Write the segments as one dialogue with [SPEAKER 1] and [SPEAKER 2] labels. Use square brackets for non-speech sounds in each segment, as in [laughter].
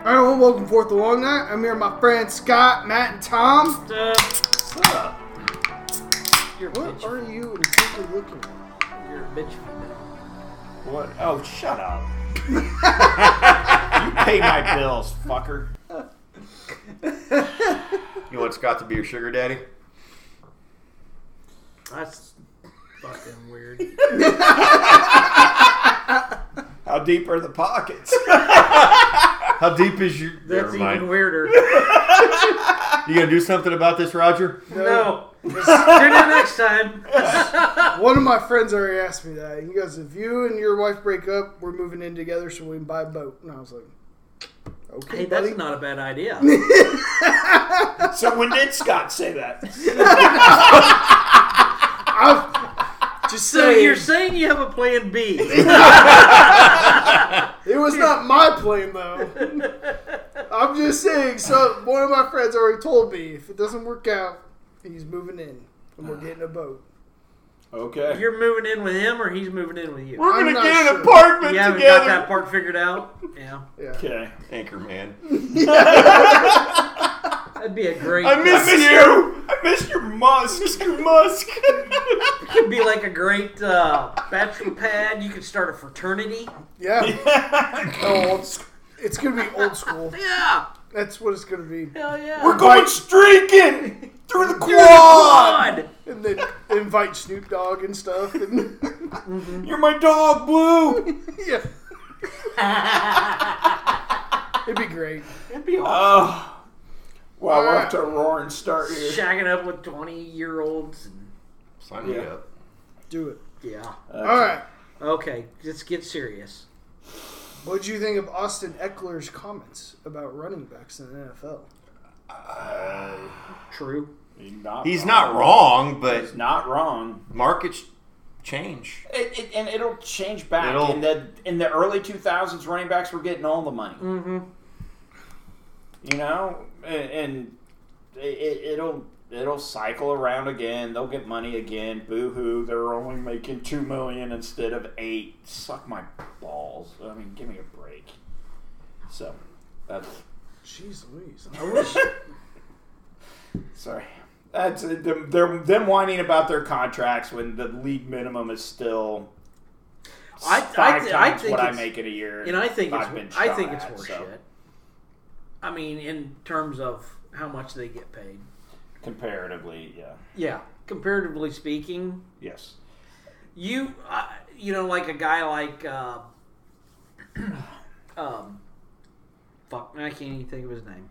[SPEAKER 1] Everyone, welcome forth to Long Night. I'm here with my friends Scott, Matt, and Tom.
[SPEAKER 2] Uh, what's up? You're a
[SPEAKER 1] What
[SPEAKER 2] bitch.
[SPEAKER 1] are you intently looking at?
[SPEAKER 2] You're a bitch for me.
[SPEAKER 3] What? Oh, shut up. you pay my bills, fucker.
[SPEAKER 4] You want Scott to be your sugar daddy?
[SPEAKER 2] That's fucking
[SPEAKER 3] [laughs]
[SPEAKER 2] weird.
[SPEAKER 3] How deep are the pockets? [laughs]
[SPEAKER 4] How deep is your?
[SPEAKER 2] That's
[SPEAKER 4] Never mind.
[SPEAKER 2] even
[SPEAKER 3] [laughs]
[SPEAKER 2] weirder.
[SPEAKER 4] You gonna do something about this, Roger?
[SPEAKER 2] no. Tune in next
[SPEAKER 3] [laughs]
[SPEAKER 2] time.
[SPEAKER 1] One of my friends already asked me that. He goes, "If you and your wife break up, we're moving in together, so we can buy a boat." And I was like, "Okay,
[SPEAKER 2] hey,
[SPEAKER 1] buddy."
[SPEAKER 2] that's not a bad
[SPEAKER 3] [laughs]
[SPEAKER 2] idea.
[SPEAKER 3] so when did Scott say that?
[SPEAKER 1] I've- just
[SPEAKER 2] [laughs] so
[SPEAKER 1] saying,
[SPEAKER 2] you're saying you have a plan
[SPEAKER 3] [laughs]
[SPEAKER 2] B?
[SPEAKER 1] it was not my plan though. I'm just saying. So one of my friends already told me if it doesn't work out, he's moving in, and
[SPEAKER 2] Uh.
[SPEAKER 1] we're getting a boat.
[SPEAKER 3] Okay.
[SPEAKER 2] You're moving in with him, or he's moving in with you?
[SPEAKER 3] We're
[SPEAKER 1] I'm
[SPEAKER 3] gonna
[SPEAKER 1] not
[SPEAKER 3] get an
[SPEAKER 1] sure.
[SPEAKER 3] apartment
[SPEAKER 2] You haven't got that
[SPEAKER 3] together.
[SPEAKER 2] part figured out. Yeah,
[SPEAKER 1] Yeah.
[SPEAKER 3] Okay.
[SPEAKER 4] Anchor man.
[SPEAKER 2] that'd be a great. uh,
[SPEAKER 3] I miss, you. I miss your musk. Your [laughs] musk.
[SPEAKER 2] It'd be like a great uh, bachelor pad. You could start a fraternity.
[SPEAKER 3] [laughs]
[SPEAKER 1] Yeah.
[SPEAKER 3] oh,
[SPEAKER 1] old sc- It's gonna be old school.
[SPEAKER 2] Yeah,
[SPEAKER 1] That's what it's gonna be.
[SPEAKER 2] hell yeah.
[SPEAKER 3] we're going streaking through the
[SPEAKER 2] You're the
[SPEAKER 3] quad.
[SPEAKER 2] quad.
[SPEAKER 1] And then invite Snoop Dogg and stuff. And [laughs]
[SPEAKER 3] You're my dog, Blue.
[SPEAKER 1] yeah, it'd be great.
[SPEAKER 2] That'd be awesome.
[SPEAKER 3] Oh. Wow, we're off to a roaring start here.
[SPEAKER 2] Shacking up with twenty-year-olds. and-
[SPEAKER 4] Sign me
[SPEAKER 3] Yeah.
[SPEAKER 4] up.
[SPEAKER 1] Do it.
[SPEAKER 2] Yeah.
[SPEAKER 1] All right.
[SPEAKER 2] Okay, let's get serious.
[SPEAKER 1] What do you think of Austin Eckler's comments about running backs in the NFL?
[SPEAKER 2] True.
[SPEAKER 3] He's not
[SPEAKER 4] He's not wrong, but
[SPEAKER 3] He's not wrong.
[SPEAKER 4] markets change.
[SPEAKER 3] It, it, and it'll change back
[SPEAKER 4] It'll-
[SPEAKER 3] in the in the early 2000s. Running backs were getting all the money,
[SPEAKER 2] Mm-hmm.
[SPEAKER 3] you know, and, and it, it- it'll it'll cycle around again. They'll get money again. Boo hoo! They're only making two million instead of eight. Suck my balls. I mean, give me a break. So that's
[SPEAKER 1] Jeez Louise.
[SPEAKER 3] sorry. That's them, they're, them whining about their contracts when the league minimum is still
[SPEAKER 2] I- I
[SPEAKER 3] five
[SPEAKER 2] thi- I
[SPEAKER 3] times
[SPEAKER 2] think
[SPEAKER 3] what I
[SPEAKER 2] it's-
[SPEAKER 3] make in a year.
[SPEAKER 2] And I think
[SPEAKER 3] I've been
[SPEAKER 2] it's I think
[SPEAKER 3] shot
[SPEAKER 2] it's
[SPEAKER 3] at,
[SPEAKER 2] horseshit.
[SPEAKER 3] so.
[SPEAKER 2] I mean, in terms of how much they get paid.
[SPEAKER 3] comparatively, yeah.
[SPEAKER 2] Yeah, comparatively speaking,
[SPEAKER 3] Yes.
[SPEAKER 2] you uh, you know like a guy like uh, [clears throat] um fuck I can't even think of his name.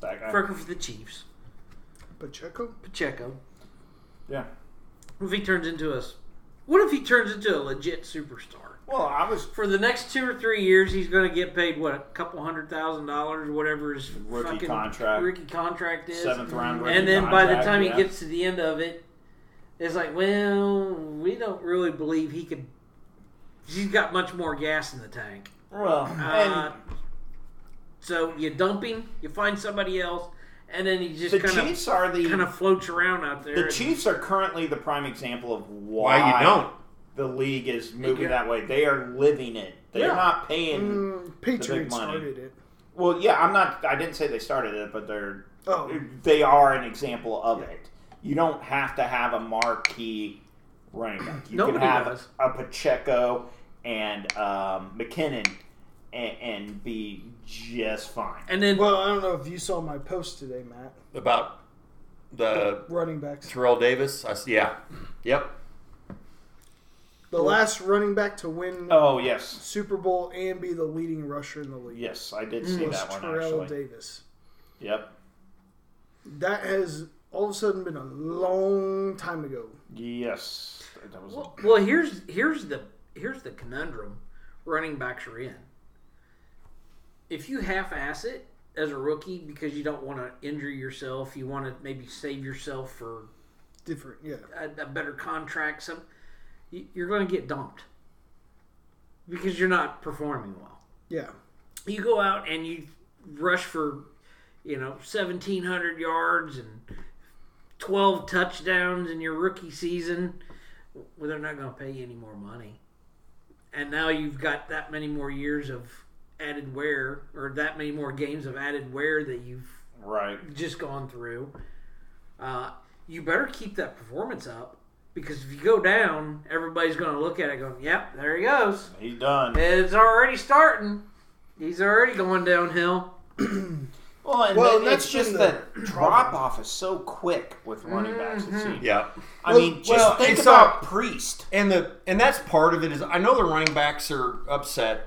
[SPEAKER 3] That guy.
[SPEAKER 2] Working for the Chiefs,
[SPEAKER 1] [laughs] Pacheco?
[SPEAKER 2] Pacheco.
[SPEAKER 3] yeah.
[SPEAKER 2] What if he turns into a s- what if he turns into a legit superstar?
[SPEAKER 3] Well, I was
[SPEAKER 2] For the next two or three years, he's going to get paid what a couple hundred thousand dollars, whatever his
[SPEAKER 3] Rookie
[SPEAKER 2] fucking
[SPEAKER 3] contract.
[SPEAKER 2] rookie contract is.
[SPEAKER 3] seventh round rookie
[SPEAKER 2] and then by the
[SPEAKER 3] contract,
[SPEAKER 2] time
[SPEAKER 3] yeah.
[SPEAKER 2] he gets to the end of it, it's like, well, we don't really believe he could. He's got much more gas in the tank.
[SPEAKER 3] well,
[SPEAKER 2] Uh,
[SPEAKER 3] and
[SPEAKER 2] so you dump him, you find somebody else, and then he just
[SPEAKER 3] the
[SPEAKER 2] kind of
[SPEAKER 3] Chiefs are the
[SPEAKER 2] kind of floats around out there.
[SPEAKER 3] the
[SPEAKER 2] and-
[SPEAKER 3] Chiefs are currently the prime example of why,
[SPEAKER 4] Why you don't?
[SPEAKER 3] the league is moving
[SPEAKER 2] Yeah.
[SPEAKER 3] that way. They are living it. They're
[SPEAKER 2] Yeah.
[SPEAKER 3] not paying.
[SPEAKER 1] Mm, Patriots
[SPEAKER 3] money.
[SPEAKER 1] started it.
[SPEAKER 3] Well, yeah, I'm not. I didn't say they started it, but they're
[SPEAKER 1] Oh,
[SPEAKER 3] they are an example of it. You don't have to have a marquee running back. You
[SPEAKER 2] Nobody
[SPEAKER 3] can have
[SPEAKER 2] does.
[SPEAKER 3] a Pacheco and um, McKinnon and, and be just fine.
[SPEAKER 2] and then
[SPEAKER 1] well, I don't know if you saw my post today, Matt.
[SPEAKER 4] About the
[SPEAKER 1] Running backs.
[SPEAKER 4] Terrell Davis. I s- yeah. Yep.
[SPEAKER 1] The last running back to win
[SPEAKER 3] Oh yes,
[SPEAKER 1] Super Bowl and be the leading rusher in the league
[SPEAKER 3] yes, I did see
[SPEAKER 1] was
[SPEAKER 3] that one
[SPEAKER 1] Mm. Terrell
[SPEAKER 3] actually.
[SPEAKER 1] Davis.
[SPEAKER 3] Yep.
[SPEAKER 1] That has all of a sudden been a long time ago.
[SPEAKER 3] Yes, that was.
[SPEAKER 2] Well, well, here's here's the here's the conundrum running backs are in. If you half-ass it as a rookie because you don't want to injure yourself, you want to maybe save yourself for
[SPEAKER 1] Different, yeah.
[SPEAKER 2] a, a better contract. Some you- you're going to get dumped because you're not performing well.
[SPEAKER 1] Yeah.
[SPEAKER 2] You go out and you rush for you know 1700 yards and 12 touchdowns in your rookie season. Well, they're not going to pay you any more money. And now you've got that many more years of added wear or that many more games of added wear that you've
[SPEAKER 3] Right.
[SPEAKER 2] just gone through. Uh, you better keep that performance up because if you go down, everybody's going to look at it going, "Yep, there he goes.
[SPEAKER 3] He's done.
[SPEAKER 2] It's already starting. He's already going downhill."
[SPEAKER 3] Well, and
[SPEAKER 1] Well,
[SPEAKER 3] then
[SPEAKER 1] that's
[SPEAKER 3] it's just
[SPEAKER 1] been
[SPEAKER 3] that drop off is so quick with running backs.
[SPEAKER 2] Mm-hmm.
[SPEAKER 3] It seems.
[SPEAKER 4] Yeah.
[SPEAKER 3] I
[SPEAKER 1] Well-
[SPEAKER 3] mean, just
[SPEAKER 5] well,
[SPEAKER 3] think
[SPEAKER 5] it's
[SPEAKER 3] about Priest.
[SPEAKER 5] And the and that's part of it is I know the running backs are upset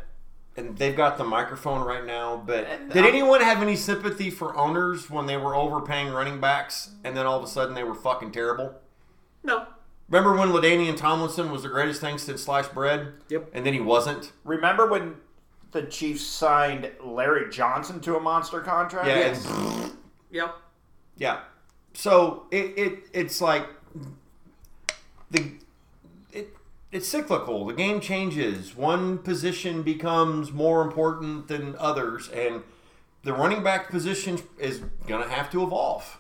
[SPEAKER 5] and they've got the microphone right now, but
[SPEAKER 3] And
[SPEAKER 5] did
[SPEAKER 3] I-
[SPEAKER 5] anyone have any sympathy for owners when they were overpaying running backs and then all of a sudden they were fucking terrible?
[SPEAKER 2] No.
[SPEAKER 5] Remember when Ladainian Tomlinson was the greatest thing since sliced bread?
[SPEAKER 2] Yep.
[SPEAKER 5] And then he wasn't?
[SPEAKER 3] Remember when the Chiefs signed Larry Johnson to a monster contract?
[SPEAKER 5] Yeah.
[SPEAKER 2] Yes.
[SPEAKER 5] and-
[SPEAKER 2] Yep.
[SPEAKER 5] Yeah. So it, it it's like the it it's cyclical. The game changes. One position becomes more important than others, and the running back position is gonna have to evolve.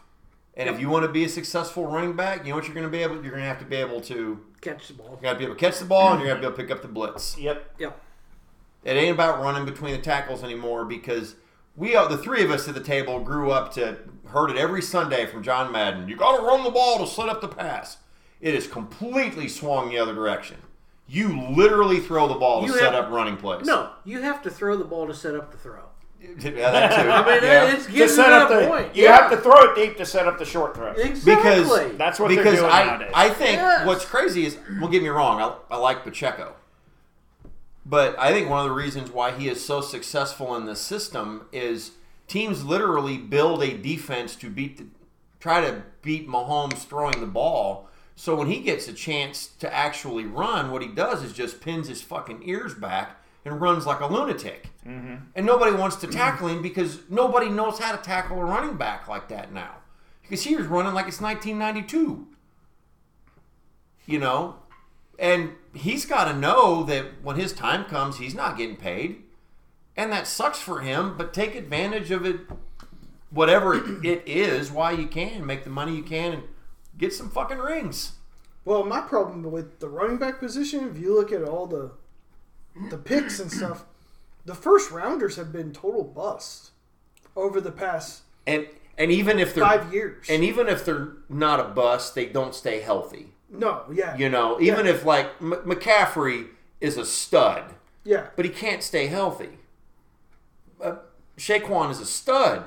[SPEAKER 5] And if you want to be a successful running back, you know what you're gonna be able you're gonna have to be able to you
[SPEAKER 2] Catch the ball.
[SPEAKER 5] gotta be able to catch the ball and you're gonna be able to pick up the blitz.
[SPEAKER 3] Yep.
[SPEAKER 2] Yep.
[SPEAKER 5] It ain't about running between the tackles anymore because we, all- the three of us at the table, grew up to heard it every Sunday from John Madden. You got to run the ball to set up the pass. It is completely swung the other direction. You literally throw the ball to
[SPEAKER 2] You
[SPEAKER 5] set
[SPEAKER 2] have-
[SPEAKER 5] up running plays.
[SPEAKER 2] No, you have to throw the ball to set up the throw.
[SPEAKER 5] [laughs] Yeah, that too.
[SPEAKER 2] I mean,
[SPEAKER 5] Yeah.
[SPEAKER 2] it's getting to that point.
[SPEAKER 3] you
[SPEAKER 2] Yeah.
[SPEAKER 3] have to throw it deep to set up the short throw.
[SPEAKER 2] exactly.
[SPEAKER 3] That's what they're
[SPEAKER 5] because
[SPEAKER 3] doing
[SPEAKER 5] I,
[SPEAKER 3] nowadays.
[SPEAKER 5] I think
[SPEAKER 2] Yes.
[SPEAKER 5] what's crazy is, well, get me wrong, I, I like Pacheco. But I think one of the reasons why he is so successful in this system is teams literally build a defense to beat the, try to beat Mahomes throwing the ball. So when he gets a chance to actually run, what he does is just pins his fucking ears back and runs like a lunatic. And nobody wants to tackle him because nobody knows how to tackle a running back like that now. Because he was running like it's 1992 you know and he's got to know that when his time comes he's not getting paid and that sucks for him but take advantage of it whatever it is why you can make the money you can and get some fucking rings
[SPEAKER 1] Well, my problem with the running back position, if you look at all the the picks and stuff, the first rounders have been total bust over the past
[SPEAKER 5] and and even if they're
[SPEAKER 1] five years.
[SPEAKER 5] and even if they're not a bust they don't stay healthy
[SPEAKER 1] no, yeah,
[SPEAKER 5] you know even if like M- mccaffrey is a stud
[SPEAKER 1] yeah,
[SPEAKER 5] but he can't stay healthy uh, Shaquan is a stud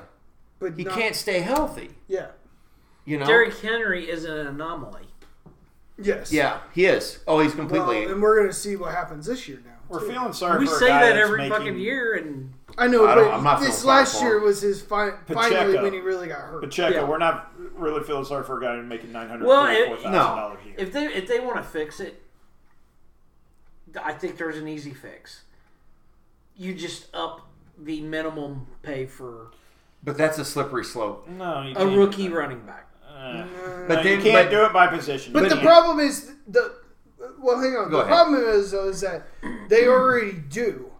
[SPEAKER 1] but
[SPEAKER 5] he
[SPEAKER 1] not-
[SPEAKER 5] can't stay healthy
[SPEAKER 1] Yeah,
[SPEAKER 5] you know
[SPEAKER 2] Derrick Henry is an anomaly.
[SPEAKER 1] yes,
[SPEAKER 5] Yeah, he is. Oh, he's
[SPEAKER 1] Well,
[SPEAKER 5] completely.
[SPEAKER 1] and we're gonna see what happens this year now.
[SPEAKER 3] We're
[SPEAKER 1] too.
[SPEAKER 3] feeling sorry
[SPEAKER 2] We
[SPEAKER 3] for a
[SPEAKER 2] say
[SPEAKER 3] guy
[SPEAKER 2] that
[SPEAKER 3] that's
[SPEAKER 2] every
[SPEAKER 3] making-
[SPEAKER 2] fucking year, and
[SPEAKER 1] I know,
[SPEAKER 5] I don't-
[SPEAKER 1] but
[SPEAKER 5] I'm not
[SPEAKER 1] this
[SPEAKER 5] feeling sorry
[SPEAKER 1] last
[SPEAKER 5] for
[SPEAKER 1] year
[SPEAKER 5] him.
[SPEAKER 1] was his fi- finally
[SPEAKER 3] Pacheco.
[SPEAKER 1] when he really got hurt.
[SPEAKER 3] Pacheco,
[SPEAKER 2] Yeah.
[SPEAKER 3] we're not really feeling sorry for a guy making nine hundred
[SPEAKER 2] Well,
[SPEAKER 3] forty-four
[SPEAKER 2] it-
[SPEAKER 3] thousand dollars a year.
[SPEAKER 2] if they if they want to fix it, I think there's an easy fix. You just up the minimum pay for
[SPEAKER 5] But that's a slippery slope.
[SPEAKER 3] no, you
[SPEAKER 2] a
[SPEAKER 3] can't.
[SPEAKER 2] rookie running back.
[SPEAKER 3] Uh,
[SPEAKER 5] But
[SPEAKER 3] you
[SPEAKER 5] then,
[SPEAKER 3] can't
[SPEAKER 5] but,
[SPEAKER 3] do it by position.
[SPEAKER 1] But the
[SPEAKER 3] You
[SPEAKER 1] problem is the well, hang on. the
[SPEAKER 5] Go ahead.
[SPEAKER 1] problem is though is that they already do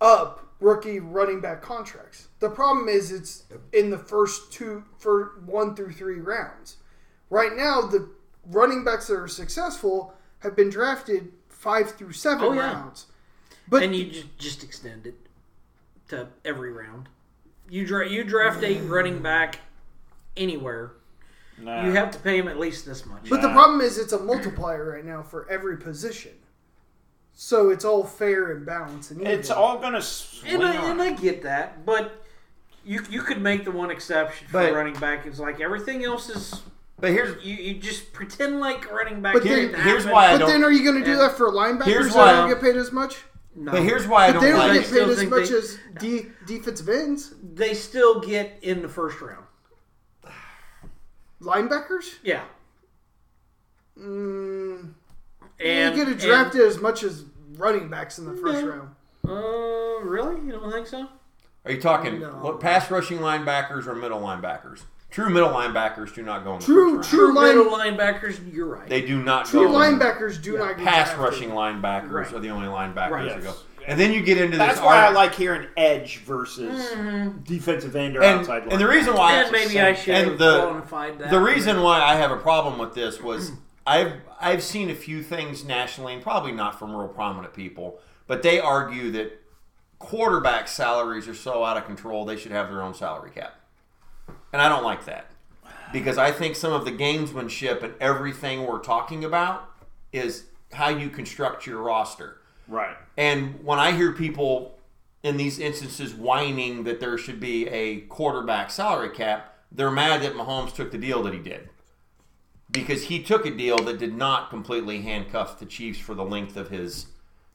[SPEAKER 1] up rookie running back contracts. The problem is it's in the first two, for one through three rounds. Right now, the running backs that are successful have been drafted five through seven
[SPEAKER 2] Oh, yeah.
[SPEAKER 1] rounds. But
[SPEAKER 2] and you just, just extend it to every round. You dra- you draft a running back anywhere,
[SPEAKER 3] Nah.
[SPEAKER 2] you have to pay him at least this much.
[SPEAKER 1] But the problem is, it's a multiplier right now for every position, so it's all fair and balanced. And
[SPEAKER 3] it's
[SPEAKER 1] even.
[SPEAKER 3] all gonna swing
[SPEAKER 2] and, I,
[SPEAKER 3] around.
[SPEAKER 2] and I get that, but you you could make the one exception for
[SPEAKER 5] But-
[SPEAKER 2] running back. It's like everything else is
[SPEAKER 5] but here's
[SPEAKER 2] you, you just pretend like running back.
[SPEAKER 1] But
[SPEAKER 2] didn't
[SPEAKER 1] then-
[SPEAKER 5] here's
[SPEAKER 2] happen.
[SPEAKER 5] why I
[SPEAKER 1] But then,
[SPEAKER 5] don't-
[SPEAKER 1] are you going to do
[SPEAKER 2] and-
[SPEAKER 1] that for linebackers
[SPEAKER 5] Here's
[SPEAKER 1] that
[SPEAKER 5] why-
[SPEAKER 1] don't get paid as much?
[SPEAKER 2] No.
[SPEAKER 5] but here's why I
[SPEAKER 1] But they
[SPEAKER 5] don't
[SPEAKER 1] don't
[SPEAKER 5] like.
[SPEAKER 1] get
[SPEAKER 2] I still
[SPEAKER 1] paid as
[SPEAKER 2] think
[SPEAKER 1] much
[SPEAKER 2] they-
[SPEAKER 1] as de- defensive ends,
[SPEAKER 2] they still get in the first round.
[SPEAKER 1] linebackers.
[SPEAKER 2] Yeah,
[SPEAKER 1] Mm,
[SPEAKER 2] and
[SPEAKER 1] you get
[SPEAKER 2] and-
[SPEAKER 1] drafted as much as running backs in the first
[SPEAKER 2] No.
[SPEAKER 1] round.
[SPEAKER 2] uh, really? You don't think so?
[SPEAKER 5] Are you talking
[SPEAKER 1] No.
[SPEAKER 5] what pass rushing linebackers or middle linebackers? True middle linebackers do not go in the
[SPEAKER 1] True,
[SPEAKER 5] first round.
[SPEAKER 1] true line,
[SPEAKER 2] Middle linebackers. You're right.
[SPEAKER 5] They do not
[SPEAKER 1] true
[SPEAKER 5] go. in.
[SPEAKER 1] linebackers do not get
[SPEAKER 5] Pass
[SPEAKER 1] drafted.
[SPEAKER 5] rushing linebackers
[SPEAKER 2] Right.
[SPEAKER 5] are the only linebackers
[SPEAKER 2] Right.
[SPEAKER 5] that go.
[SPEAKER 3] Yes.
[SPEAKER 5] And then you get into
[SPEAKER 3] That's
[SPEAKER 5] this.
[SPEAKER 3] why I
[SPEAKER 5] art-
[SPEAKER 3] like hearing edge versus
[SPEAKER 2] Mm-hmm.
[SPEAKER 3] defensive end or
[SPEAKER 5] And,
[SPEAKER 3] outside
[SPEAKER 5] and the reason why
[SPEAKER 2] and maybe I should
[SPEAKER 5] and
[SPEAKER 2] have
[SPEAKER 5] the-
[SPEAKER 2] qualified that.
[SPEAKER 5] The reason why I have a problem with this was I've I've seen a few things nationally and probably not from real prominent people, but they argue that quarterback salaries are so out of control, they should have their own salary cap. And I don't like that because I think some of the gamesmanship and everything we're talking about is how you construct your roster.
[SPEAKER 3] Right.
[SPEAKER 5] And when I hear people in these instances whining that there should be a quarterback salary cap, they're mad that Mahomes took the deal that he did. Because he took a deal that did not completely handcuff the Chiefs for the length of his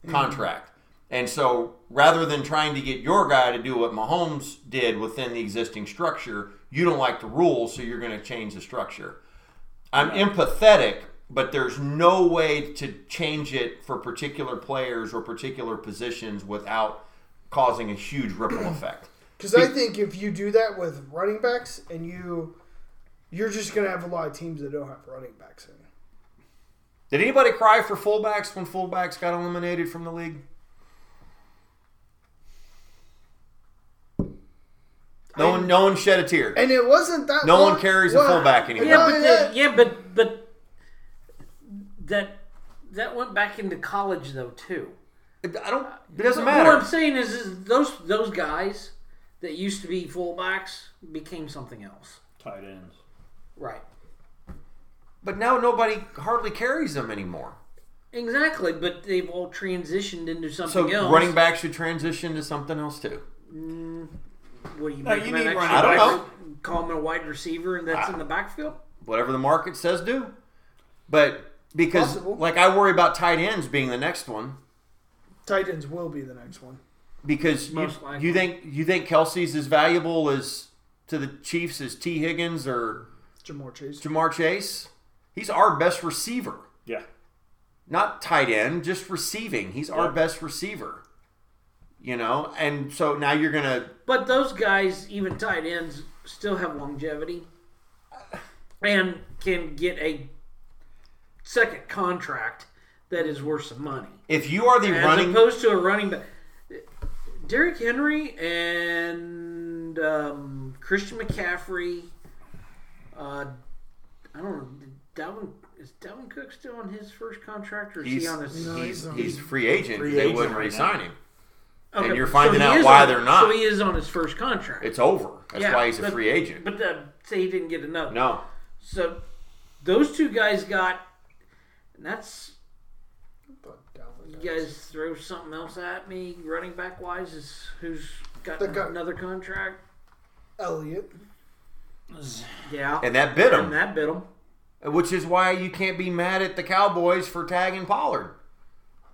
[SPEAKER 5] contract. And so rather than trying to get your guy to do what Mahomes did within the existing structure, you don't like the rules, so you're going to change the structure. I'm empathetic, but there's no way to change it for particular players or particular positions without causing a huge ripple effect.
[SPEAKER 1] Because I think if you do that with running backs, and you, you're just gonna have a lot of teams that don't have running backs. In.
[SPEAKER 5] Did anybody cry for fullbacks when fullbacks got eliminated from the league? No one, no one shed a tear.
[SPEAKER 1] And it wasn't that.
[SPEAKER 5] No one
[SPEAKER 1] long-
[SPEAKER 5] carries a
[SPEAKER 1] well,
[SPEAKER 5] fullback anymore.
[SPEAKER 2] Yeah,
[SPEAKER 1] Not
[SPEAKER 2] but
[SPEAKER 1] that-
[SPEAKER 2] the, yeah, but but that that went back into college though too.
[SPEAKER 5] I don't. It doesn't
[SPEAKER 2] What I'm
[SPEAKER 5] matter.
[SPEAKER 2] saying is, is those those guys that used to be fullbacks became something else.
[SPEAKER 3] Tight ends.
[SPEAKER 2] Right.
[SPEAKER 5] But now nobody hardly carries them anymore.
[SPEAKER 2] Exactly, but they've all transitioned into something
[SPEAKER 5] So
[SPEAKER 2] else.
[SPEAKER 5] running back should transition to something else too.
[SPEAKER 2] What do you
[SPEAKER 3] No,
[SPEAKER 2] make
[SPEAKER 3] you
[SPEAKER 2] him an
[SPEAKER 3] need
[SPEAKER 2] extra
[SPEAKER 3] running
[SPEAKER 2] wide
[SPEAKER 5] backs.
[SPEAKER 2] re- Call him a wide receiver, and that's in the backfield.
[SPEAKER 5] Whatever the market says, do. But because
[SPEAKER 1] Possible.
[SPEAKER 5] like I worry about tight ends being the next one
[SPEAKER 1] Tight ends will be the next one.
[SPEAKER 5] because you,
[SPEAKER 2] Most likely.
[SPEAKER 5] you think you think Kelsey's as valuable as to the Chiefs as T Higgins or
[SPEAKER 1] Jamar Chase.
[SPEAKER 5] Jamar Chase. He's our best receiver,
[SPEAKER 3] Yeah.
[SPEAKER 5] not tight end, just receiving. He's our
[SPEAKER 3] Yeah.
[SPEAKER 5] best receiver. You know, and so now you're gonna
[SPEAKER 2] But those guys, even tight ends, still have longevity and can get a second contract that is worth some money.
[SPEAKER 5] if you are the
[SPEAKER 2] As
[SPEAKER 5] running
[SPEAKER 2] opposed to a running back. Derrick Henry and um, Christian McCaffrey. Uh, I don't know. did Dalvin, is Dalvin Cook still on his first contract, or is he
[SPEAKER 5] he's,
[SPEAKER 2] on his?
[SPEAKER 1] No, he's
[SPEAKER 5] he's,
[SPEAKER 1] on-
[SPEAKER 5] he's free agent.
[SPEAKER 3] Free
[SPEAKER 5] they
[SPEAKER 3] agent
[SPEAKER 5] wouldn't
[SPEAKER 3] right
[SPEAKER 5] re-sign him.
[SPEAKER 2] Okay,
[SPEAKER 5] you're finding
[SPEAKER 2] he
[SPEAKER 5] out
[SPEAKER 2] is
[SPEAKER 5] why
[SPEAKER 2] on-
[SPEAKER 5] they're not.
[SPEAKER 2] So he is on his first contract.
[SPEAKER 5] It's over. That's
[SPEAKER 2] Yeah,
[SPEAKER 5] why he's a
[SPEAKER 2] but-
[SPEAKER 5] free agent.
[SPEAKER 2] but the, say he didn't get enough.
[SPEAKER 5] no,
[SPEAKER 2] So those two guys got. And that's
[SPEAKER 1] But Dalvin
[SPEAKER 2] you guys throw something else at me running back wise is who's got
[SPEAKER 1] The guy-
[SPEAKER 2] another contract.
[SPEAKER 1] Elliot.
[SPEAKER 2] Yeah,
[SPEAKER 5] and that bit
[SPEAKER 2] and
[SPEAKER 5] him,
[SPEAKER 2] that bit him
[SPEAKER 5] which is why you can't be mad at the Cowboys for tagging Pollard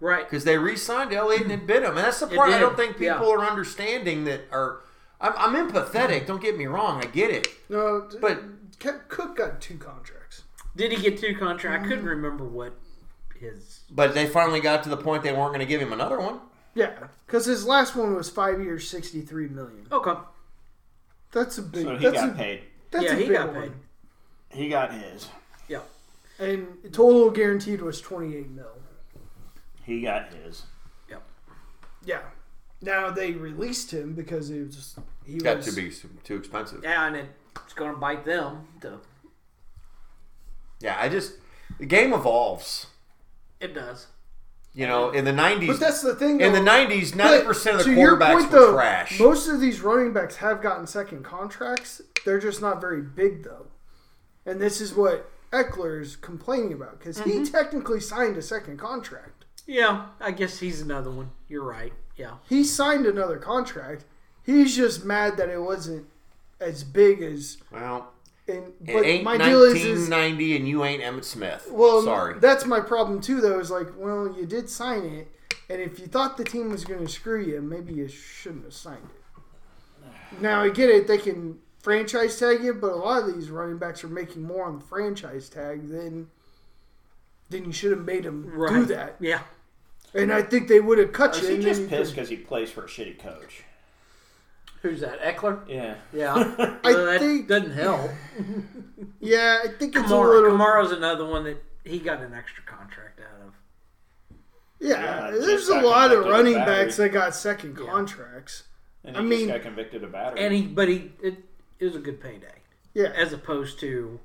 [SPEAKER 2] right.
[SPEAKER 5] because they re-signed Elliott and it bit him, and that's the part I
[SPEAKER 2] did,
[SPEAKER 5] don't think people
[SPEAKER 2] yeah.
[SPEAKER 5] are understanding that are. I'm, I'm empathetic. Don't get me wrong. I get it,
[SPEAKER 1] No, d-
[SPEAKER 5] but
[SPEAKER 1] Ke- Cook got two contracts.
[SPEAKER 2] Did he get two contract? I couldn't remember what his.
[SPEAKER 5] but they finally got to the point they weren't going to give him another one.
[SPEAKER 1] Yeah, because his last one was five years, sixty-three million.
[SPEAKER 2] Okay.
[SPEAKER 1] That's a big.
[SPEAKER 3] So he
[SPEAKER 1] that's
[SPEAKER 3] got
[SPEAKER 1] a,
[SPEAKER 3] paid.
[SPEAKER 1] That's
[SPEAKER 2] yeah,
[SPEAKER 1] a
[SPEAKER 2] he
[SPEAKER 1] big
[SPEAKER 2] got paid.
[SPEAKER 1] one.
[SPEAKER 3] He got his.
[SPEAKER 2] Yeah.
[SPEAKER 1] And total guaranteed was twenty-eight mil.
[SPEAKER 3] He got his.
[SPEAKER 1] Yeah. Now they released him because it was just he
[SPEAKER 5] Got
[SPEAKER 1] was
[SPEAKER 5] to be some- too expensive.
[SPEAKER 2] Yeah, and it's going to bite them. To,
[SPEAKER 5] Yeah, I just the game evolves.
[SPEAKER 2] it does.
[SPEAKER 5] You know, in the '90s,
[SPEAKER 1] But that's the thing. Though,
[SPEAKER 5] In the '90s, ninety percent of the
[SPEAKER 1] But to your
[SPEAKER 5] quarterbacks
[SPEAKER 1] point,
[SPEAKER 5] were
[SPEAKER 1] though,
[SPEAKER 5] trash.
[SPEAKER 1] Most of these running backs have gotten second contracts. They're just not very big though, and this is what Eckler's complaining about because he technically signed a second contract.
[SPEAKER 2] Yeah, I guess he's another one. You're right. Yeah.
[SPEAKER 1] He signed another contract. He's just mad that it wasn't as big as.
[SPEAKER 5] well,
[SPEAKER 1] And
[SPEAKER 5] it
[SPEAKER 1] but
[SPEAKER 5] ain't
[SPEAKER 1] my deal is, is
[SPEAKER 5] 1990, and you ain't Emmett Smith.
[SPEAKER 1] well,
[SPEAKER 5] sorry.
[SPEAKER 1] that's my problem too. Though is like, well, you did sign it, and if you thought the team was going to screw you, maybe you shouldn't have signed it. Now I get it; they can franchise tag you, but a lot of these running backs are making more on the franchise tag than than you should have made them do
[SPEAKER 2] Right.
[SPEAKER 1] that.
[SPEAKER 2] Yeah.
[SPEAKER 1] And I think they would have cut
[SPEAKER 3] Is
[SPEAKER 1] you.
[SPEAKER 3] he
[SPEAKER 1] and
[SPEAKER 3] just
[SPEAKER 1] then you
[SPEAKER 3] pissed
[SPEAKER 1] could-
[SPEAKER 3] because he plays for a shitty coach?
[SPEAKER 2] Who's that? Eckler?
[SPEAKER 3] Yeah.
[SPEAKER 2] Yeah.
[SPEAKER 1] [laughs] I
[SPEAKER 2] Well, that
[SPEAKER 1] think-
[SPEAKER 2] doesn't help.
[SPEAKER 1] yeah, I think it's a
[SPEAKER 2] Kamara.
[SPEAKER 1] little.
[SPEAKER 2] Kamara's another one that he got an extra contract out of.
[SPEAKER 1] Yeah,
[SPEAKER 3] Yeah, just
[SPEAKER 1] there's a
[SPEAKER 3] got
[SPEAKER 1] lot of
[SPEAKER 3] convicted of
[SPEAKER 1] running
[SPEAKER 3] battery.
[SPEAKER 1] backs that got second contracts.
[SPEAKER 3] And
[SPEAKER 1] I
[SPEAKER 3] he
[SPEAKER 1] mean-
[SPEAKER 3] just got convicted of battery.
[SPEAKER 2] And he, but he, it, it was a good payday
[SPEAKER 1] Yeah,
[SPEAKER 2] as opposed to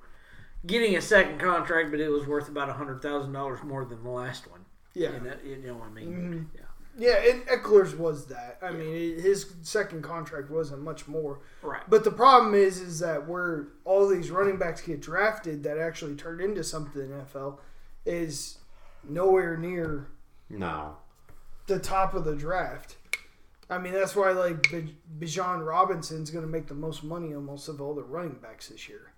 [SPEAKER 2] getting a second contract, but it was worth about a hundred thousand dollars more than the last one.
[SPEAKER 1] yeah.
[SPEAKER 5] Mm-hmm.
[SPEAKER 2] And that, you know what I mean? Yeah.
[SPEAKER 1] Yeah, and Eckler's was that. I mean, his second contract wasn't much more.
[SPEAKER 2] Right.
[SPEAKER 1] But the problem is, is that where all these running backs get drafted that actually turn into something in the NFL is nowhere near
[SPEAKER 5] No.
[SPEAKER 1] the top of the draft. I mean, that's why like Bij- Bijan Robinson's going to make the most money almost of all the running backs this year,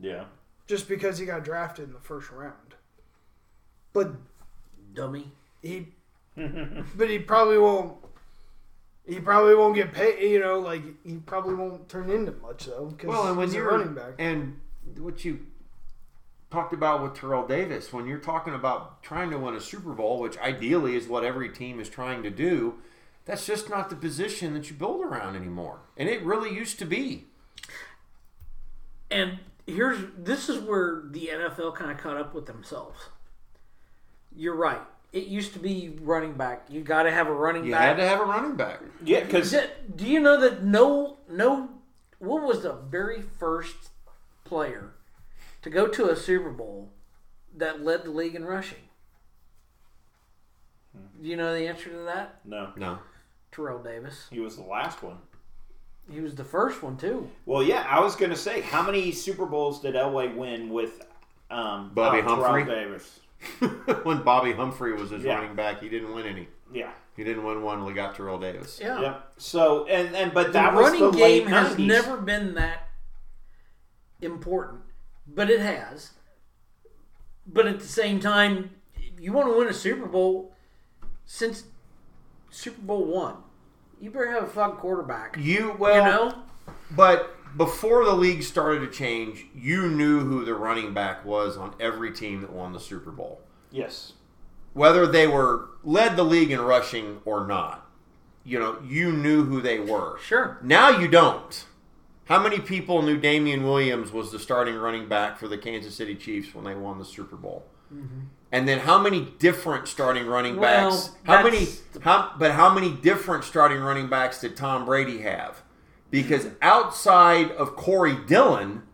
[SPEAKER 3] Yeah.
[SPEAKER 1] just because he got drafted in the first round. But
[SPEAKER 2] Dummy. [laughs]
[SPEAKER 1] he, but he probably won't. He probably won't get paid. You know, like he probably won't turn into much though. Cause
[SPEAKER 5] Well, and when
[SPEAKER 1] he's a
[SPEAKER 5] you're
[SPEAKER 1] running back,
[SPEAKER 5] and what you talked about with Terrell Davis, when you're talking about trying to win a Super Bowl, which ideally is what every team is trying to do, that's just not the position that you build around anymore. And it really used to be.
[SPEAKER 2] And here's this is where the NFL kind of caught up with themselves. You're right. It used to be running back. You got to have a running
[SPEAKER 5] You
[SPEAKER 2] back.
[SPEAKER 5] had to have a running back.
[SPEAKER 3] Yeah, because
[SPEAKER 2] Is it- do you know that no no what was the very first player to go to a Super Bowl that led the league in rushing? Do you know the answer to that?
[SPEAKER 3] no,
[SPEAKER 5] No. [laughs]
[SPEAKER 2] Terrell Davis.
[SPEAKER 3] he was the last one.
[SPEAKER 2] He was the first one too.
[SPEAKER 3] Well, yeah, I was gonna say, how many Super Bowls did Elway win with um,
[SPEAKER 5] Bobby
[SPEAKER 3] uh, Terrell
[SPEAKER 5] Humphrey?
[SPEAKER 3] Davis?
[SPEAKER 5] when Bobby Humphrey was his
[SPEAKER 3] Yeah.
[SPEAKER 5] running back, he didn't win any.
[SPEAKER 3] Yeah,
[SPEAKER 5] He didn't win one. We got Terrell Davis.
[SPEAKER 2] Yeah.
[SPEAKER 3] yeah. So and and but
[SPEAKER 2] Oh. The
[SPEAKER 3] that was
[SPEAKER 2] running
[SPEAKER 3] the
[SPEAKER 2] game
[SPEAKER 3] late
[SPEAKER 2] has
[SPEAKER 3] 90s.
[SPEAKER 2] never been that important, but it has. But at the same time, you want to win a Super Bowl since Super Bowl one. You better have a fucking quarterback. You
[SPEAKER 5] You well,
[SPEAKER 2] know?
[SPEAKER 5] but before the league started to change, you knew who the running back was on every team that won the Super Bowl.
[SPEAKER 3] Yes.
[SPEAKER 5] whether they were led the league in rushing or not, you know, you knew who they were.
[SPEAKER 2] Sure.
[SPEAKER 5] Now you don't. How many people knew Damian Williams was the starting running back for the Kansas City Chiefs when they won the Super Bowl? And then how many different starting running
[SPEAKER 2] Mm-hmm. Well,
[SPEAKER 5] backs? how many?
[SPEAKER 2] that's the-
[SPEAKER 5] How, but how many different starting running backs did Tom Brady have? Because
[SPEAKER 2] Mm-hmm.
[SPEAKER 5] outside of Corey Dillon,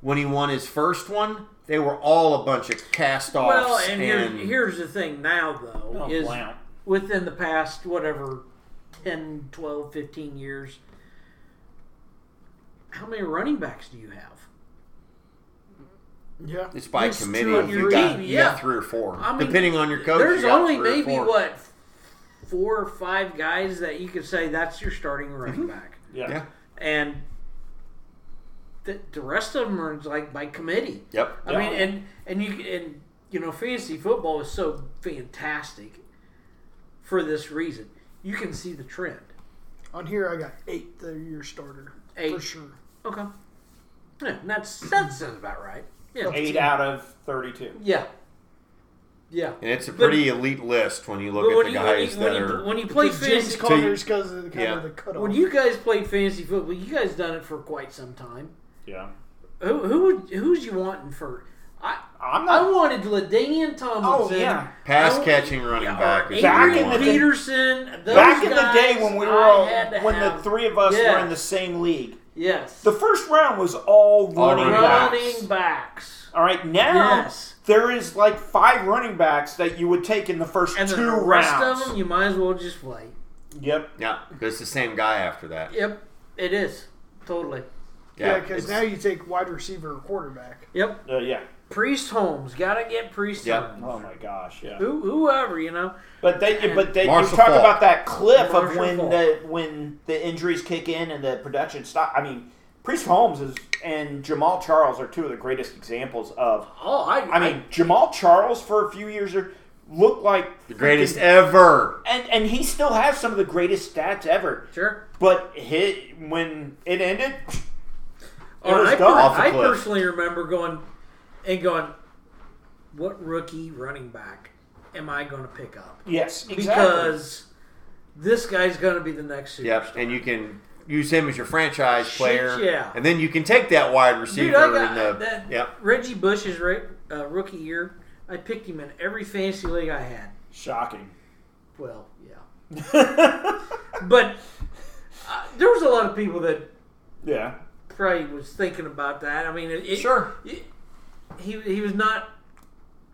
[SPEAKER 5] when he won his first one, they were all a bunch of cast-offs.
[SPEAKER 2] Well, and,
[SPEAKER 5] and
[SPEAKER 2] here's, here's the thing now, though,
[SPEAKER 3] Oh,
[SPEAKER 2] is
[SPEAKER 3] wow.
[SPEAKER 2] within the past, whatever, 10, 12, 15 years, how many running backs do you have?
[SPEAKER 1] yeah,
[SPEAKER 5] It's by
[SPEAKER 1] There's
[SPEAKER 5] committee.
[SPEAKER 1] two on
[SPEAKER 5] You
[SPEAKER 1] your
[SPEAKER 5] got,
[SPEAKER 2] team,
[SPEAKER 5] you got
[SPEAKER 2] yeah.
[SPEAKER 5] three or four,
[SPEAKER 2] I mean,
[SPEAKER 5] depending on your coach.
[SPEAKER 2] There's
[SPEAKER 5] you got
[SPEAKER 2] only
[SPEAKER 5] three or
[SPEAKER 2] maybe
[SPEAKER 5] four.
[SPEAKER 2] what four or five guys that you could say that's your starting running
[SPEAKER 5] Mm-hmm.
[SPEAKER 2] back,
[SPEAKER 3] Yeah.
[SPEAKER 5] Yeah.
[SPEAKER 2] and the, the rest of them are like by committee.
[SPEAKER 5] Yep.
[SPEAKER 2] I
[SPEAKER 3] Yeah.
[SPEAKER 2] mean, and and you and you know, fantasy football is so fantastic for this reason. You can see the trend.
[SPEAKER 1] on here I got eight. They're your starter for
[SPEAKER 2] Eight.
[SPEAKER 1] sure.
[SPEAKER 2] Okay, yeah, and that's that sounds about right. Yeah,
[SPEAKER 3] Eight out of thirty-two.
[SPEAKER 2] yeah, yeah.
[SPEAKER 5] And it's a
[SPEAKER 2] But-
[SPEAKER 5] pretty elite list when you look
[SPEAKER 2] But
[SPEAKER 5] at
[SPEAKER 2] when
[SPEAKER 5] the
[SPEAKER 2] you, when you,
[SPEAKER 5] guys
[SPEAKER 2] when
[SPEAKER 5] that
[SPEAKER 2] you,
[SPEAKER 5] are.
[SPEAKER 2] when you play
[SPEAKER 1] Because James
[SPEAKER 2] fantasy
[SPEAKER 1] Conner's because of the kind
[SPEAKER 5] Yeah.
[SPEAKER 1] of the cutoff.
[SPEAKER 2] When you guys played fantasy football, you guys done it for quite some time.
[SPEAKER 3] Yeah.
[SPEAKER 2] Who who would, who's you wanting for? I
[SPEAKER 3] I'm
[SPEAKER 2] I
[SPEAKER 3] not.
[SPEAKER 2] wanted Ladanian Tomlinson.
[SPEAKER 3] Oh, yeah.
[SPEAKER 5] Pass
[SPEAKER 2] I-
[SPEAKER 5] catching running back is
[SPEAKER 3] Back
[SPEAKER 5] what you
[SPEAKER 2] Adrian
[SPEAKER 3] in the
[SPEAKER 5] want.
[SPEAKER 3] day-
[SPEAKER 2] Peterson. Those
[SPEAKER 3] Back in the
[SPEAKER 2] guys,
[SPEAKER 3] day when we were
[SPEAKER 2] I
[SPEAKER 3] all,
[SPEAKER 2] had to
[SPEAKER 3] when the
[SPEAKER 2] have.
[SPEAKER 3] three of us were
[SPEAKER 2] Yeah.
[SPEAKER 3] in the same league,
[SPEAKER 2] yes
[SPEAKER 3] the first round was all running
[SPEAKER 5] running
[SPEAKER 3] backs.
[SPEAKER 2] running backs
[SPEAKER 3] All right, now
[SPEAKER 2] Yes.
[SPEAKER 3] there is like five running backs that you would take in the first
[SPEAKER 2] and
[SPEAKER 3] two
[SPEAKER 2] then the rest
[SPEAKER 3] rounds.
[SPEAKER 2] of them you might as well just play.
[SPEAKER 3] Yep.
[SPEAKER 5] Yeah, but it's the same guy after that.
[SPEAKER 2] Yep, it is totally.
[SPEAKER 1] yeah,
[SPEAKER 5] it's-
[SPEAKER 1] because now you take wide receiver and quarterback.
[SPEAKER 2] Yep,
[SPEAKER 3] Uh, yeah.
[SPEAKER 2] Priest Holmes gotta get Priest
[SPEAKER 5] Yep.
[SPEAKER 2] Holmes.
[SPEAKER 3] Oh my gosh. Yeah.
[SPEAKER 2] Who, whoever you know.
[SPEAKER 3] But they,
[SPEAKER 2] And-
[SPEAKER 3] but they, you talk
[SPEAKER 5] Marshall Falk.
[SPEAKER 3] about that cliff of
[SPEAKER 2] Marshall
[SPEAKER 3] when
[SPEAKER 2] Falk.
[SPEAKER 3] the when the injuries kick in and the production stop. I mean, Priest Holmes is and Jamal Charles are two of the greatest examples of.
[SPEAKER 2] Oh, I
[SPEAKER 3] I mean, Jamal Charles for a few years there looked like
[SPEAKER 5] The greatest ever.
[SPEAKER 3] and and he still has some of the greatest stats ever.
[SPEAKER 2] sure.
[SPEAKER 3] But hit when it ended, [laughs] It
[SPEAKER 2] Oh,
[SPEAKER 3] was
[SPEAKER 2] I,
[SPEAKER 3] gone
[SPEAKER 2] per-
[SPEAKER 5] off the
[SPEAKER 2] I
[SPEAKER 5] cliff.
[SPEAKER 2] personally remember going and going, what rookie running back am I going to pick up?
[SPEAKER 3] yes, exactly.
[SPEAKER 2] Because this guy's going to be the next superstar.
[SPEAKER 5] Yep, and you can use him as your franchise
[SPEAKER 2] Shit,
[SPEAKER 5] player.
[SPEAKER 2] yeah.
[SPEAKER 5] And then you can take that wide receiver
[SPEAKER 2] Dude, I got
[SPEAKER 5] and the.
[SPEAKER 2] that,
[SPEAKER 5] Yep.
[SPEAKER 2] Reggie Bush's ra- uh, rookie year. I picked him in every fantasy league I had.
[SPEAKER 3] [laughs] shocking.
[SPEAKER 2] Well, yeah, but uh, there was a lot of people that
[SPEAKER 3] yeah.
[SPEAKER 2] probably was thinking about that. I mean, it, it-
[SPEAKER 5] Sure.
[SPEAKER 2] it- he he was not.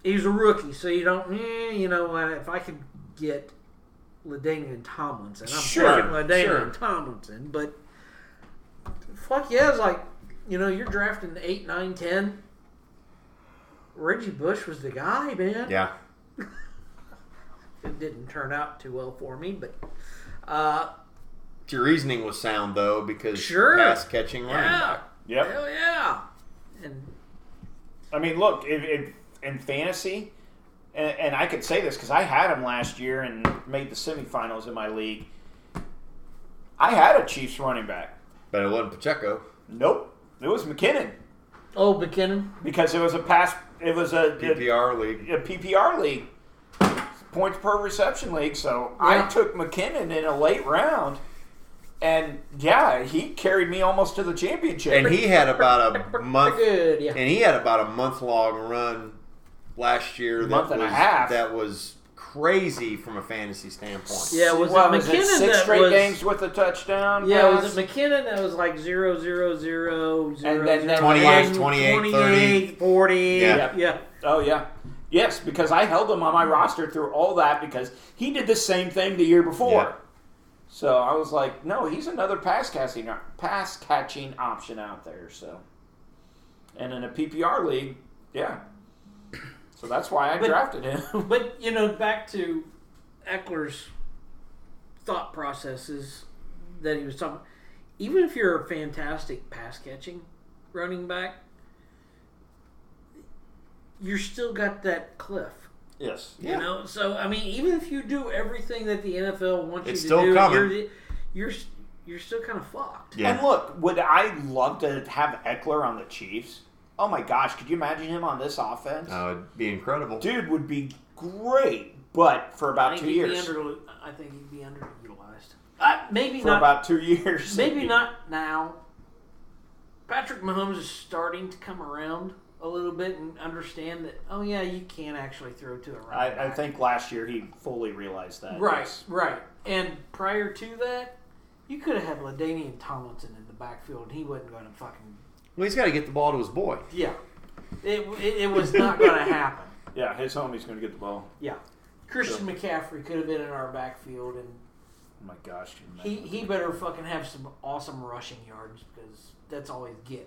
[SPEAKER 2] He was a rookie, so you don't. eh, you know what? If I could get Ladainian Tomlinson. I'm
[SPEAKER 3] Sure,
[SPEAKER 2] picking Ladainian
[SPEAKER 3] sure.
[SPEAKER 2] Tomlinson, but fuck yeah, it's like you know you're drafting eight, nine, ten. Reggie Bush was the guy, man.
[SPEAKER 4] Yeah.
[SPEAKER 2] It didn't turn out too well for me, but uh,
[SPEAKER 5] Your reasoning was sound though, because
[SPEAKER 2] Sure.
[SPEAKER 5] pass catching running
[SPEAKER 2] yeah,
[SPEAKER 5] back.
[SPEAKER 3] Yep.
[SPEAKER 2] hell yeah, and
[SPEAKER 3] I mean, look, if, if, in fantasy, and, and I could say this because I had him last year and made the semifinals in my league. I had a Chiefs running back.
[SPEAKER 5] But it wasn't Pacheco.
[SPEAKER 3] Nope, it was McKinnon
[SPEAKER 2] oh McKinnon,
[SPEAKER 3] because it was a pass. It was a a-
[SPEAKER 5] PPR league.
[SPEAKER 3] a PPR league, points per reception league. So I
[SPEAKER 2] Yeah.
[SPEAKER 3] took McKinnon in a late round, and yeah, he carried me almost to the championship.
[SPEAKER 5] And he
[SPEAKER 2] [laughs]
[SPEAKER 5] had about a
[SPEAKER 3] Uh,
[SPEAKER 5] month
[SPEAKER 2] good, yeah.
[SPEAKER 5] and he had about a month long run last year that
[SPEAKER 3] Month and a
[SPEAKER 5] was
[SPEAKER 3] half.
[SPEAKER 5] that was crazy from a fantasy standpoint.
[SPEAKER 2] Yeah, was
[SPEAKER 3] What,
[SPEAKER 2] it McKinnon
[SPEAKER 3] was it six
[SPEAKER 2] that
[SPEAKER 3] straight
[SPEAKER 2] was?
[SPEAKER 3] games with a touchdown?
[SPEAKER 2] yeah, was
[SPEAKER 3] pass?
[SPEAKER 2] it McKinnon that was like zero zero zero zero
[SPEAKER 3] And then- then
[SPEAKER 5] 28, 28,
[SPEAKER 2] 28,
[SPEAKER 5] 30.
[SPEAKER 2] 40.
[SPEAKER 5] Yeah.
[SPEAKER 2] Yeah.
[SPEAKER 3] Oh yeah. Yes, because I held him on my roster through all that because he did the same thing the year before.
[SPEAKER 5] Yeah.
[SPEAKER 3] So I was like, no, he's another pass catching pass catching option out there. So, and in a PPR league, yeah. So that's why I
[SPEAKER 2] But-
[SPEAKER 3] drafted him. [laughs]
[SPEAKER 2] But, you know, back to Eckler's thought processes that he was talking Even if you're a fantastic pass catching running back, you're still got that cliff.
[SPEAKER 3] yes.
[SPEAKER 2] You know, so I mean, even if you do everything that the NFL wants
[SPEAKER 5] It's
[SPEAKER 2] you to
[SPEAKER 5] still
[SPEAKER 2] do,
[SPEAKER 5] coming.
[SPEAKER 2] you're the- you're s- you're still kind of fucked.
[SPEAKER 5] Yeah.
[SPEAKER 3] And look, would I love to have Eckler on the Chiefs? Oh my gosh, could you imagine him on this offense?
[SPEAKER 5] Uh, it'd be incredible.
[SPEAKER 3] Dude would be great, but for
[SPEAKER 2] I
[SPEAKER 3] about
[SPEAKER 2] think
[SPEAKER 3] two
[SPEAKER 2] he'd be
[SPEAKER 3] years.
[SPEAKER 2] under. I think he'd be underutilized. Uh, maybe
[SPEAKER 3] for
[SPEAKER 2] not.
[SPEAKER 3] about two [laughs] years,
[SPEAKER 2] maybe not now. Patrick Mahomes is starting to come around a little bit and understand that. Oh yeah, you can actually throw to a running
[SPEAKER 3] I, I
[SPEAKER 2] back.
[SPEAKER 3] think last year he fully realized that.
[SPEAKER 2] Right,
[SPEAKER 3] yes.
[SPEAKER 2] right. And prior to that, you could have had Ladainian Tomlinson in the backfield, and he wasn't going to fucking
[SPEAKER 5] Well, he's got to get the ball to his boy.
[SPEAKER 2] Yeah. It, it, it was not going
[SPEAKER 3] [laughs]
[SPEAKER 2] to happen.
[SPEAKER 3] Yeah, his homie's going to get the ball.
[SPEAKER 2] Yeah. Christian McCaffrey could have been in our backfield, and
[SPEAKER 3] Oh my gosh. can you
[SPEAKER 2] he,
[SPEAKER 3] imagine?
[SPEAKER 2] he better fucking have some awesome rushing yards because that's all he's getting.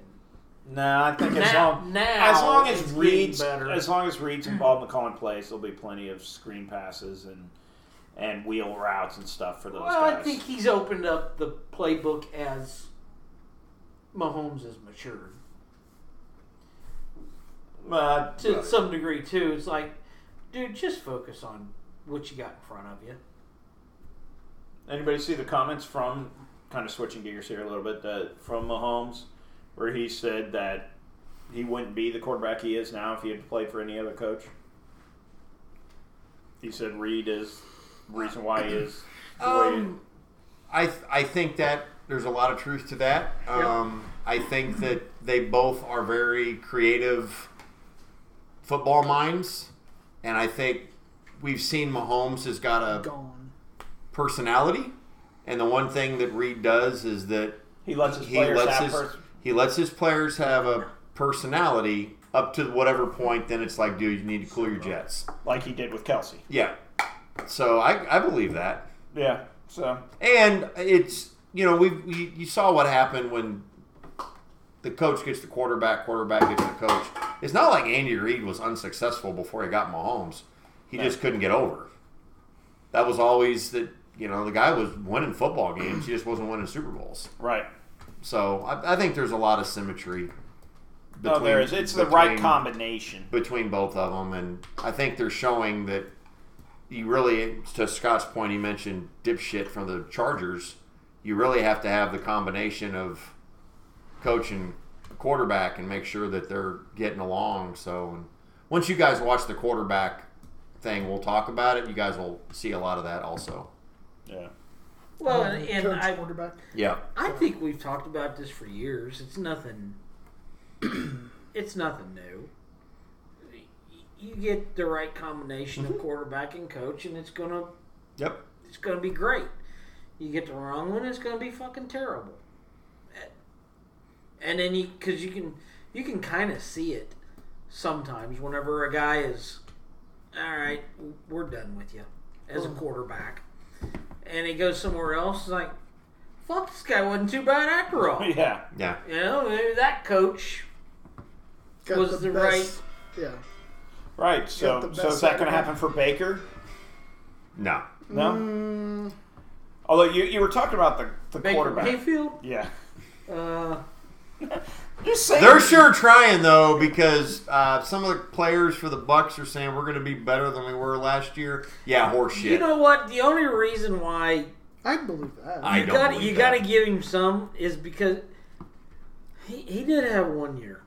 [SPEAKER 3] Nah, I think as
[SPEAKER 2] Now-
[SPEAKER 3] long,
[SPEAKER 2] now
[SPEAKER 3] as, long as
[SPEAKER 2] it's getting
[SPEAKER 3] Reed's
[SPEAKER 2] better.
[SPEAKER 3] as long as
[SPEAKER 2] [clears throat]
[SPEAKER 3] Reed's involved in the calling plays, there'll be plenty of screen passes and and wheel routes and stuff for those
[SPEAKER 2] Well,
[SPEAKER 3] guys.
[SPEAKER 2] I think he's opened up the playbook as Mahomes has matured
[SPEAKER 3] Uh,
[SPEAKER 2] to some degree too. It's like, dude, just focus on what you got in front of you.
[SPEAKER 3] Anybody see the comments from kind of switching gears here a little bit uh, from Mahomes, where he said that he wouldn't be the quarterback he is now if he had played for any other coach. He said Reed is the reason why he is. the way he-
[SPEAKER 5] Um, I th- I think that there's a lot of truth to that. Um, I think that they both are very creative football minds, and I think we've seen Mahomes has got a
[SPEAKER 2] Gone.
[SPEAKER 5] personality, and the one thing that Reed does is that
[SPEAKER 3] he lets his
[SPEAKER 5] he
[SPEAKER 3] players
[SPEAKER 5] lets
[SPEAKER 3] have
[SPEAKER 5] his
[SPEAKER 3] first.
[SPEAKER 5] he lets his players have a personality up to whatever point. Then it's like, dude, you need to cool your jets.
[SPEAKER 3] like he did with Kelsey.
[SPEAKER 5] Yeah. So I I believe that.
[SPEAKER 3] Yeah. So
[SPEAKER 5] And it's you know we you, you saw what happened when the coach gets the quarterback, quarterback gets the coach. It's not like Andy Reid was unsuccessful before he got Mahomes. He just couldn't get over. it. That was always that you know the guy was winning football games. He just wasn't winning Super Bowls.
[SPEAKER 3] right.
[SPEAKER 5] So I, I think there's a lot of symmetry.
[SPEAKER 3] no, there is. It's the right combination.
[SPEAKER 5] between both of them, and I think they're showing that you really, to Scott's point, he mentioned dipshit from the Chargers. You really have to have the combination of coach and quarterback and make sure that they're getting along. So, and once you guys watch the quarterback thing, we'll talk about it. You guys will see a lot of that also.
[SPEAKER 3] Yeah.
[SPEAKER 2] Well, and, and
[SPEAKER 1] Coach,
[SPEAKER 2] I
[SPEAKER 1] quarterback.
[SPEAKER 5] Yeah.
[SPEAKER 2] I think we've talked about this for years. It's nothing. [clears throat] it's nothing new. You get the right combination of quarterback and coach, and it's gonna
[SPEAKER 5] Yep.
[SPEAKER 2] it's gonna be great. You get the wrong one, it's gonna be fucking terrible. And then you because you can you can kind of see it sometimes whenever a guy is all right, we're done with you as a quarterback. and he goes somewhere else. It's like, fuck, this guy wasn't too bad after all.
[SPEAKER 3] [laughs] [laughs] Yeah.
[SPEAKER 5] Yeah.
[SPEAKER 2] You know, maybe that coach
[SPEAKER 1] Got
[SPEAKER 2] was the right-
[SPEAKER 1] Yeah.
[SPEAKER 3] Right.
[SPEAKER 1] the
[SPEAKER 3] So, so
[SPEAKER 1] best
[SPEAKER 3] is that going
[SPEAKER 1] record.
[SPEAKER 3] to happen for Baker?
[SPEAKER 5] No.
[SPEAKER 3] No.
[SPEAKER 1] Mm,
[SPEAKER 3] Although you, you were talking about the, the
[SPEAKER 2] Baker
[SPEAKER 3] quarterback.
[SPEAKER 2] Mayfield.
[SPEAKER 3] Yeah.
[SPEAKER 2] Uh,
[SPEAKER 3] You say
[SPEAKER 5] They're sure trying though because uh, some of the players for the Bucks are saying we're going to be better than we were last year. Yeah, horseshit.
[SPEAKER 2] you know what? The only reason why
[SPEAKER 1] I believe that.
[SPEAKER 5] I
[SPEAKER 2] you
[SPEAKER 5] don't
[SPEAKER 2] got
[SPEAKER 5] believe
[SPEAKER 2] you
[SPEAKER 5] that.
[SPEAKER 2] got to give him some is because he, he did have one year.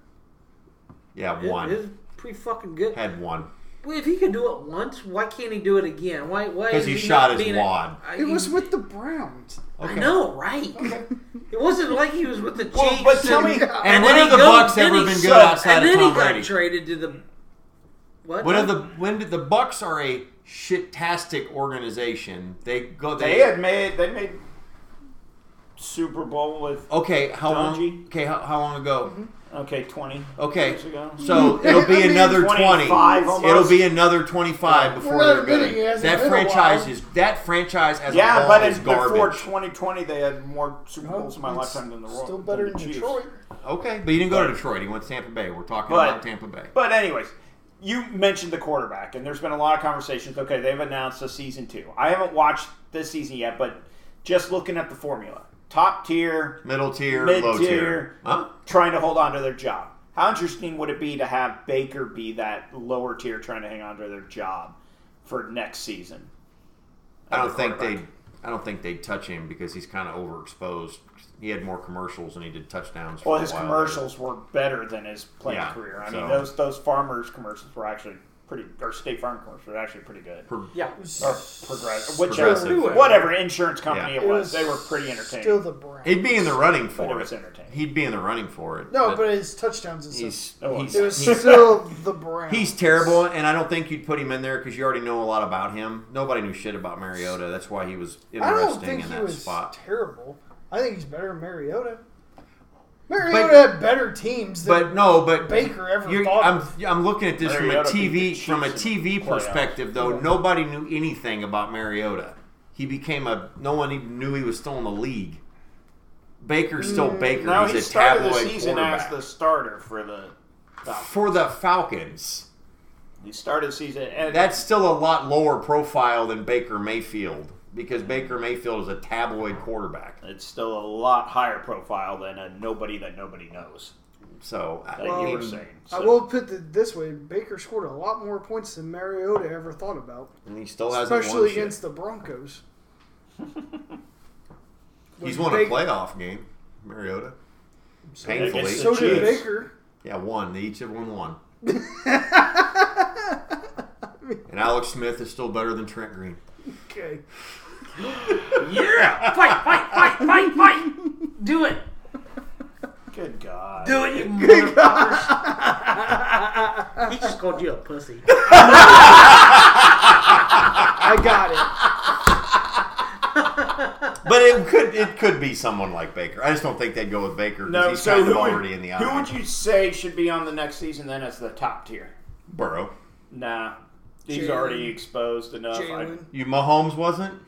[SPEAKER 5] yeah,
[SPEAKER 2] It-
[SPEAKER 5] one
[SPEAKER 2] It, was pretty fucking good.
[SPEAKER 5] had one.
[SPEAKER 2] Well, if he could do it once, why can't he do it again? Why? Why?
[SPEAKER 5] 'Cause
[SPEAKER 2] is
[SPEAKER 5] he shot
[SPEAKER 2] not
[SPEAKER 5] his
[SPEAKER 2] being
[SPEAKER 5] wad.
[SPEAKER 2] I-
[SPEAKER 1] It was
[SPEAKER 2] he-
[SPEAKER 1] with the Browns.
[SPEAKER 2] I know, right? It wasn't like he was with the Chiefs.
[SPEAKER 3] Well, but tell
[SPEAKER 1] [laughs]
[SPEAKER 2] [laughs]
[SPEAKER 3] me,
[SPEAKER 2] and-
[SPEAKER 5] And,
[SPEAKER 2] and
[SPEAKER 5] when
[SPEAKER 2] then he
[SPEAKER 5] have the
[SPEAKER 2] go-
[SPEAKER 5] Bucks
[SPEAKER 2] then
[SPEAKER 5] ever
[SPEAKER 2] he
[SPEAKER 5] been good
[SPEAKER 2] sucked,
[SPEAKER 5] outside
[SPEAKER 2] and
[SPEAKER 5] of
[SPEAKER 2] then
[SPEAKER 5] Tom
[SPEAKER 2] he got
[SPEAKER 5] Brady?
[SPEAKER 2] traded to the what?
[SPEAKER 5] When are the when did the Bucks are a shitastic organization? They go they,
[SPEAKER 3] they had made they made Super Bowl with
[SPEAKER 5] okay how long
[SPEAKER 3] Donji.
[SPEAKER 5] okay how, how long ago
[SPEAKER 3] okay twenty
[SPEAKER 5] okay
[SPEAKER 3] years ago.
[SPEAKER 5] so it'll be
[SPEAKER 1] I mean,
[SPEAKER 5] another twenty
[SPEAKER 3] 25 almost.
[SPEAKER 5] it'll be another twenty five before
[SPEAKER 1] We're
[SPEAKER 5] they're
[SPEAKER 1] not admitting it
[SPEAKER 5] good
[SPEAKER 1] hasn't
[SPEAKER 5] that
[SPEAKER 1] been a
[SPEAKER 5] franchise
[SPEAKER 1] while.
[SPEAKER 5] is that franchise as a
[SPEAKER 3] yeah,
[SPEAKER 5] whole
[SPEAKER 3] but
[SPEAKER 5] is
[SPEAKER 3] it's before
[SPEAKER 5] garbage
[SPEAKER 3] 2020 they had more Super Bowls in my
[SPEAKER 1] Oh, It's
[SPEAKER 3] lifetime than the Royals.
[SPEAKER 1] Still better in
[SPEAKER 3] than the Chiefs.
[SPEAKER 1] Detroit.
[SPEAKER 5] okay but he didn't go to Detroit he went to Tampa Bay we're talking
[SPEAKER 3] But-
[SPEAKER 5] about Tampa Bay
[SPEAKER 3] But anyways, you mentioned the quarterback, and there's been a lot of conversations. Okay, they've announced a season two. I haven't watched this season yet, but just looking at the formula, top tier,
[SPEAKER 5] middle tier low tier
[SPEAKER 3] Mid-tier.
[SPEAKER 5] huh
[SPEAKER 3] trying to hold on to their job. How interesting would it be to have Baker be that lower tier trying to hang on to their job for next season?
[SPEAKER 5] I
[SPEAKER 3] Other
[SPEAKER 5] don't think they
[SPEAKER 3] quarterback.
[SPEAKER 5] I don't think they'd touch him because he's kind of overexposed he had more commercials and he did touchdowns for
[SPEAKER 3] Well,
[SPEAKER 5] a
[SPEAKER 3] his
[SPEAKER 5] while there.
[SPEAKER 3] commercials were better than his playing
[SPEAKER 5] Yeah,
[SPEAKER 3] career. I
[SPEAKER 5] so-
[SPEAKER 3] mean, those those farmers commercials were actually pretty, or State Farm commercials were actually pretty good.
[SPEAKER 5] Per-
[SPEAKER 2] yeah?
[SPEAKER 3] or progressive, whichever,
[SPEAKER 5] Progressive.
[SPEAKER 3] whatever insurance company
[SPEAKER 5] Yeah.
[SPEAKER 3] it was, they were pretty entertaining.
[SPEAKER 1] Still the Browns.
[SPEAKER 5] He'd be in the running
[SPEAKER 3] but it
[SPEAKER 5] for it.
[SPEAKER 3] was entertaining.
[SPEAKER 5] He'd be in the running for it.
[SPEAKER 1] no, but his touchdowns and stuff.
[SPEAKER 5] he's
[SPEAKER 3] Oh, well.
[SPEAKER 5] he's,
[SPEAKER 1] It was
[SPEAKER 5] he's,
[SPEAKER 1] still the Browns.
[SPEAKER 5] he's terrible, and I don't think you'd put him in there because you already know a lot about him. Nobody knew shit about Mariota. That's why he was
[SPEAKER 1] I don't
[SPEAKER 5] interesting
[SPEAKER 1] think
[SPEAKER 5] in
[SPEAKER 1] he
[SPEAKER 5] that
[SPEAKER 1] was
[SPEAKER 5] spot.
[SPEAKER 1] terrible. I think he's better than Mariota. Mariota had better teams
[SPEAKER 5] But
[SPEAKER 1] than
[SPEAKER 5] no, but
[SPEAKER 1] Baker ever
[SPEAKER 5] you're,
[SPEAKER 1] thought
[SPEAKER 5] I'm
[SPEAKER 1] of.
[SPEAKER 5] I'm looking at this
[SPEAKER 3] Mariota
[SPEAKER 5] from a
[SPEAKER 3] beat the
[SPEAKER 5] TV
[SPEAKER 3] Chiefs
[SPEAKER 5] from a
[SPEAKER 3] in
[SPEAKER 5] TV
[SPEAKER 3] the playoffs.
[SPEAKER 5] perspective though. Nobody knew anything about Mariota. He became a no one even knew he was still in the league. Baker's still Baker.
[SPEAKER 3] Mm, Now
[SPEAKER 5] he's
[SPEAKER 3] he
[SPEAKER 5] a
[SPEAKER 3] started the
[SPEAKER 5] tabloid
[SPEAKER 3] season as
[SPEAKER 5] quarterback
[SPEAKER 3] the starter for the. Falcons.
[SPEAKER 5] for the Falcons.
[SPEAKER 3] He started the season, and
[SPEAKER 5] That's still a lot lower profile than Baker Mayfield because Baker Mayfield is a tabloid quarterback.
[SPEAKER 3] it's still a lot higher profile than a nobody that nobody knows.
[SPEAKER 5] So I
[SPEAKER 3] Like you were saying,
[SPEAKER 1] I
[SPEAKER 3] So-
[SPEAKER 1] will put it this way: Baker scored a lot more points than Mariota ever thought about,
[SPEAKER 5] and he still hasn't won
[SPEAKER 1] especially
[SPEAKER 5] shit.
[SPEAKER 1] against the Broncos.
[SPEAKER 5] [laughs] He's
[SPEAKER 1] When
[SPEAKER 5] won a
[SPEAKER 1] Baker-
[SPEAKER 5] playoff game, Mariota.
[SPEAKER 1] So did-
[SPEAKER 5] Painfully,
[SPEAKER 3] Against
[SPEAKER 1] So did
[SPEAKER 3] Chiefs.
[SPEAKER 1] Baker.
[SPEAKER 5] yeah, one. They each have won
[SPEAKER 3] [laughs]
[SPEAKER 5] one. And Alex Smith is still better than Trent Green.
[SPEAKER 1] Okay.
[SPEAKER 2] yeah, [laughs] fight, fight, fight, fight, fight. Do it,
[SPEAKER 3] Good God.
[SPEAKER 2] do it, you motherfuckers. [laughs] he just called you a pussy.
[SPEAKER 1] I got it.
[SPEAKER 5] But it could it could be someone like Baker. I just don't think they'd go with Baker because
[SPEAKER 3] No,
[SPEAKER 5] he's
[SPEAKER 3] so
[SPEAKER 5] kind
[SPEAKER 3] who
[SPEAKER 5] of
[SPEAKER 3] would,
[SPEAKER 5] already in the eye.
[SPEAKER 3] who would you say should be on the next season then as the top tier?
[SPEAKER 5] Burrow?
[SPEAKER 3] Nah, he's
[SPEAKER 1] Jalen.
[SPEAKER 3] already exposed enough.
[SPEAKER 1] Jalen.
[SPEAKER 5] You Mahomes wasn't.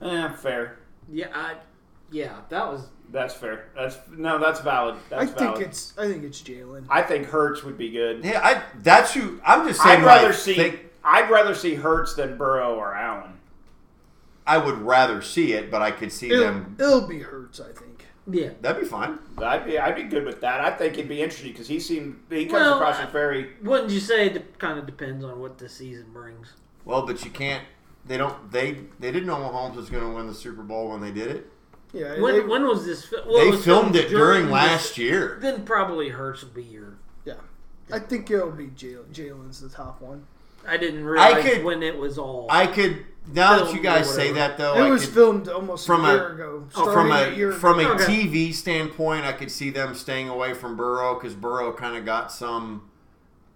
[SPEAKER 3] I, eh, fair.
[SPEAKER 2] Yeah, I, yeah, that was
[SPEAKER 3] That's fair. That's no, that's valid. That's
[SPEAKER 1] I think
[SPEAKER 3] valid.
[SPEAKER 1] it's. I think it's Jalen.
[SPEAKER 3] I think Hertz would be good.
[SPEAKER 5] Yeah, I. That's who. I'm just saying.
[SPEAKER 3] I'd rather
[SPEAKER 5] like,
[SPEAKER 3] see
[SPEAKER 5] think-
[SPEAKER 3] I'd rather see Hertz than Burrow or Allen.
[SPEAKER 5] I would rather see it, but I could see
[SPEAKER 1] It'll,
[SPEAKER 5] them.
[SPEAKER 1] it'll be Hurts, I think.
[SPEAKER 2] yeah.
[SPEAKER 5] That'd be fine.
[SPEAKER 3] I'd be I'd be good with that. I think it'd be interesting because he seemed he comes
[SPEAKER 2] Well,
[SPEAKER 3] across
[SPEAKER 2] I-
[SPEAKER 3] as very
[SPEAKER 2] Wouldn't you say it de- kind of depends on what the season brings?
[SPEAKER 5] Well, but you can't. They don't. They they didn't know Mahomes was going to win the Super Bowl when they did it.
[SPEAKER 1] Yeah.
[SPEAKER 2] When,
[SPEAKER 1] they-
[SPEAKER 2] when was this? fi- well,
[SPEAKER 5] They
[SPEAKER 2] was
[SPEAKER 5] filmed it during
[SPEAKER 2] this-
[SPEAKER 5] last year.
[SPEAKER 2] Then probably Hurts will be your.
[SPEAKER 1] yeah. I think it'll be Jalen. Jalen's the top one.
[SPEAKER 2] I didn't realize
[SPEAKER 5] could-
[SPEAKER 2] when it was all.
[SPEAKER 5] I could. Now that
[SPEAKER 2] Filmed
[SPEAKER 5] you
[SPEAKER 2] or
[SPEAKER 5] guys say
[SPEAKER 2] whatever.
[SPEAKER 5] that, though,
[SPEAKER 1] it
[SPEAKER 5] I
[SPEAKER 1] was
[SPEAKER 5] could-
[SPEAKER 1] filmed almost
[SPEAKER 5] Oh, from
[SPEAKER 1] a
[SPEAKER 5] a- oh,
[SPEAKER 1] year ago.
[SPEAKER 5] from
[SPEAKER 1] starting
[SPEAKER 5] a
[SPEAKER 1] year
[SPEAKER 5] from a
[SPEAKER 1] ago.
[SPEAKER 2] Okay.
[SPEAKER 5] TV standpoint, I could see them staying away from Burrow because Burrow kind of got some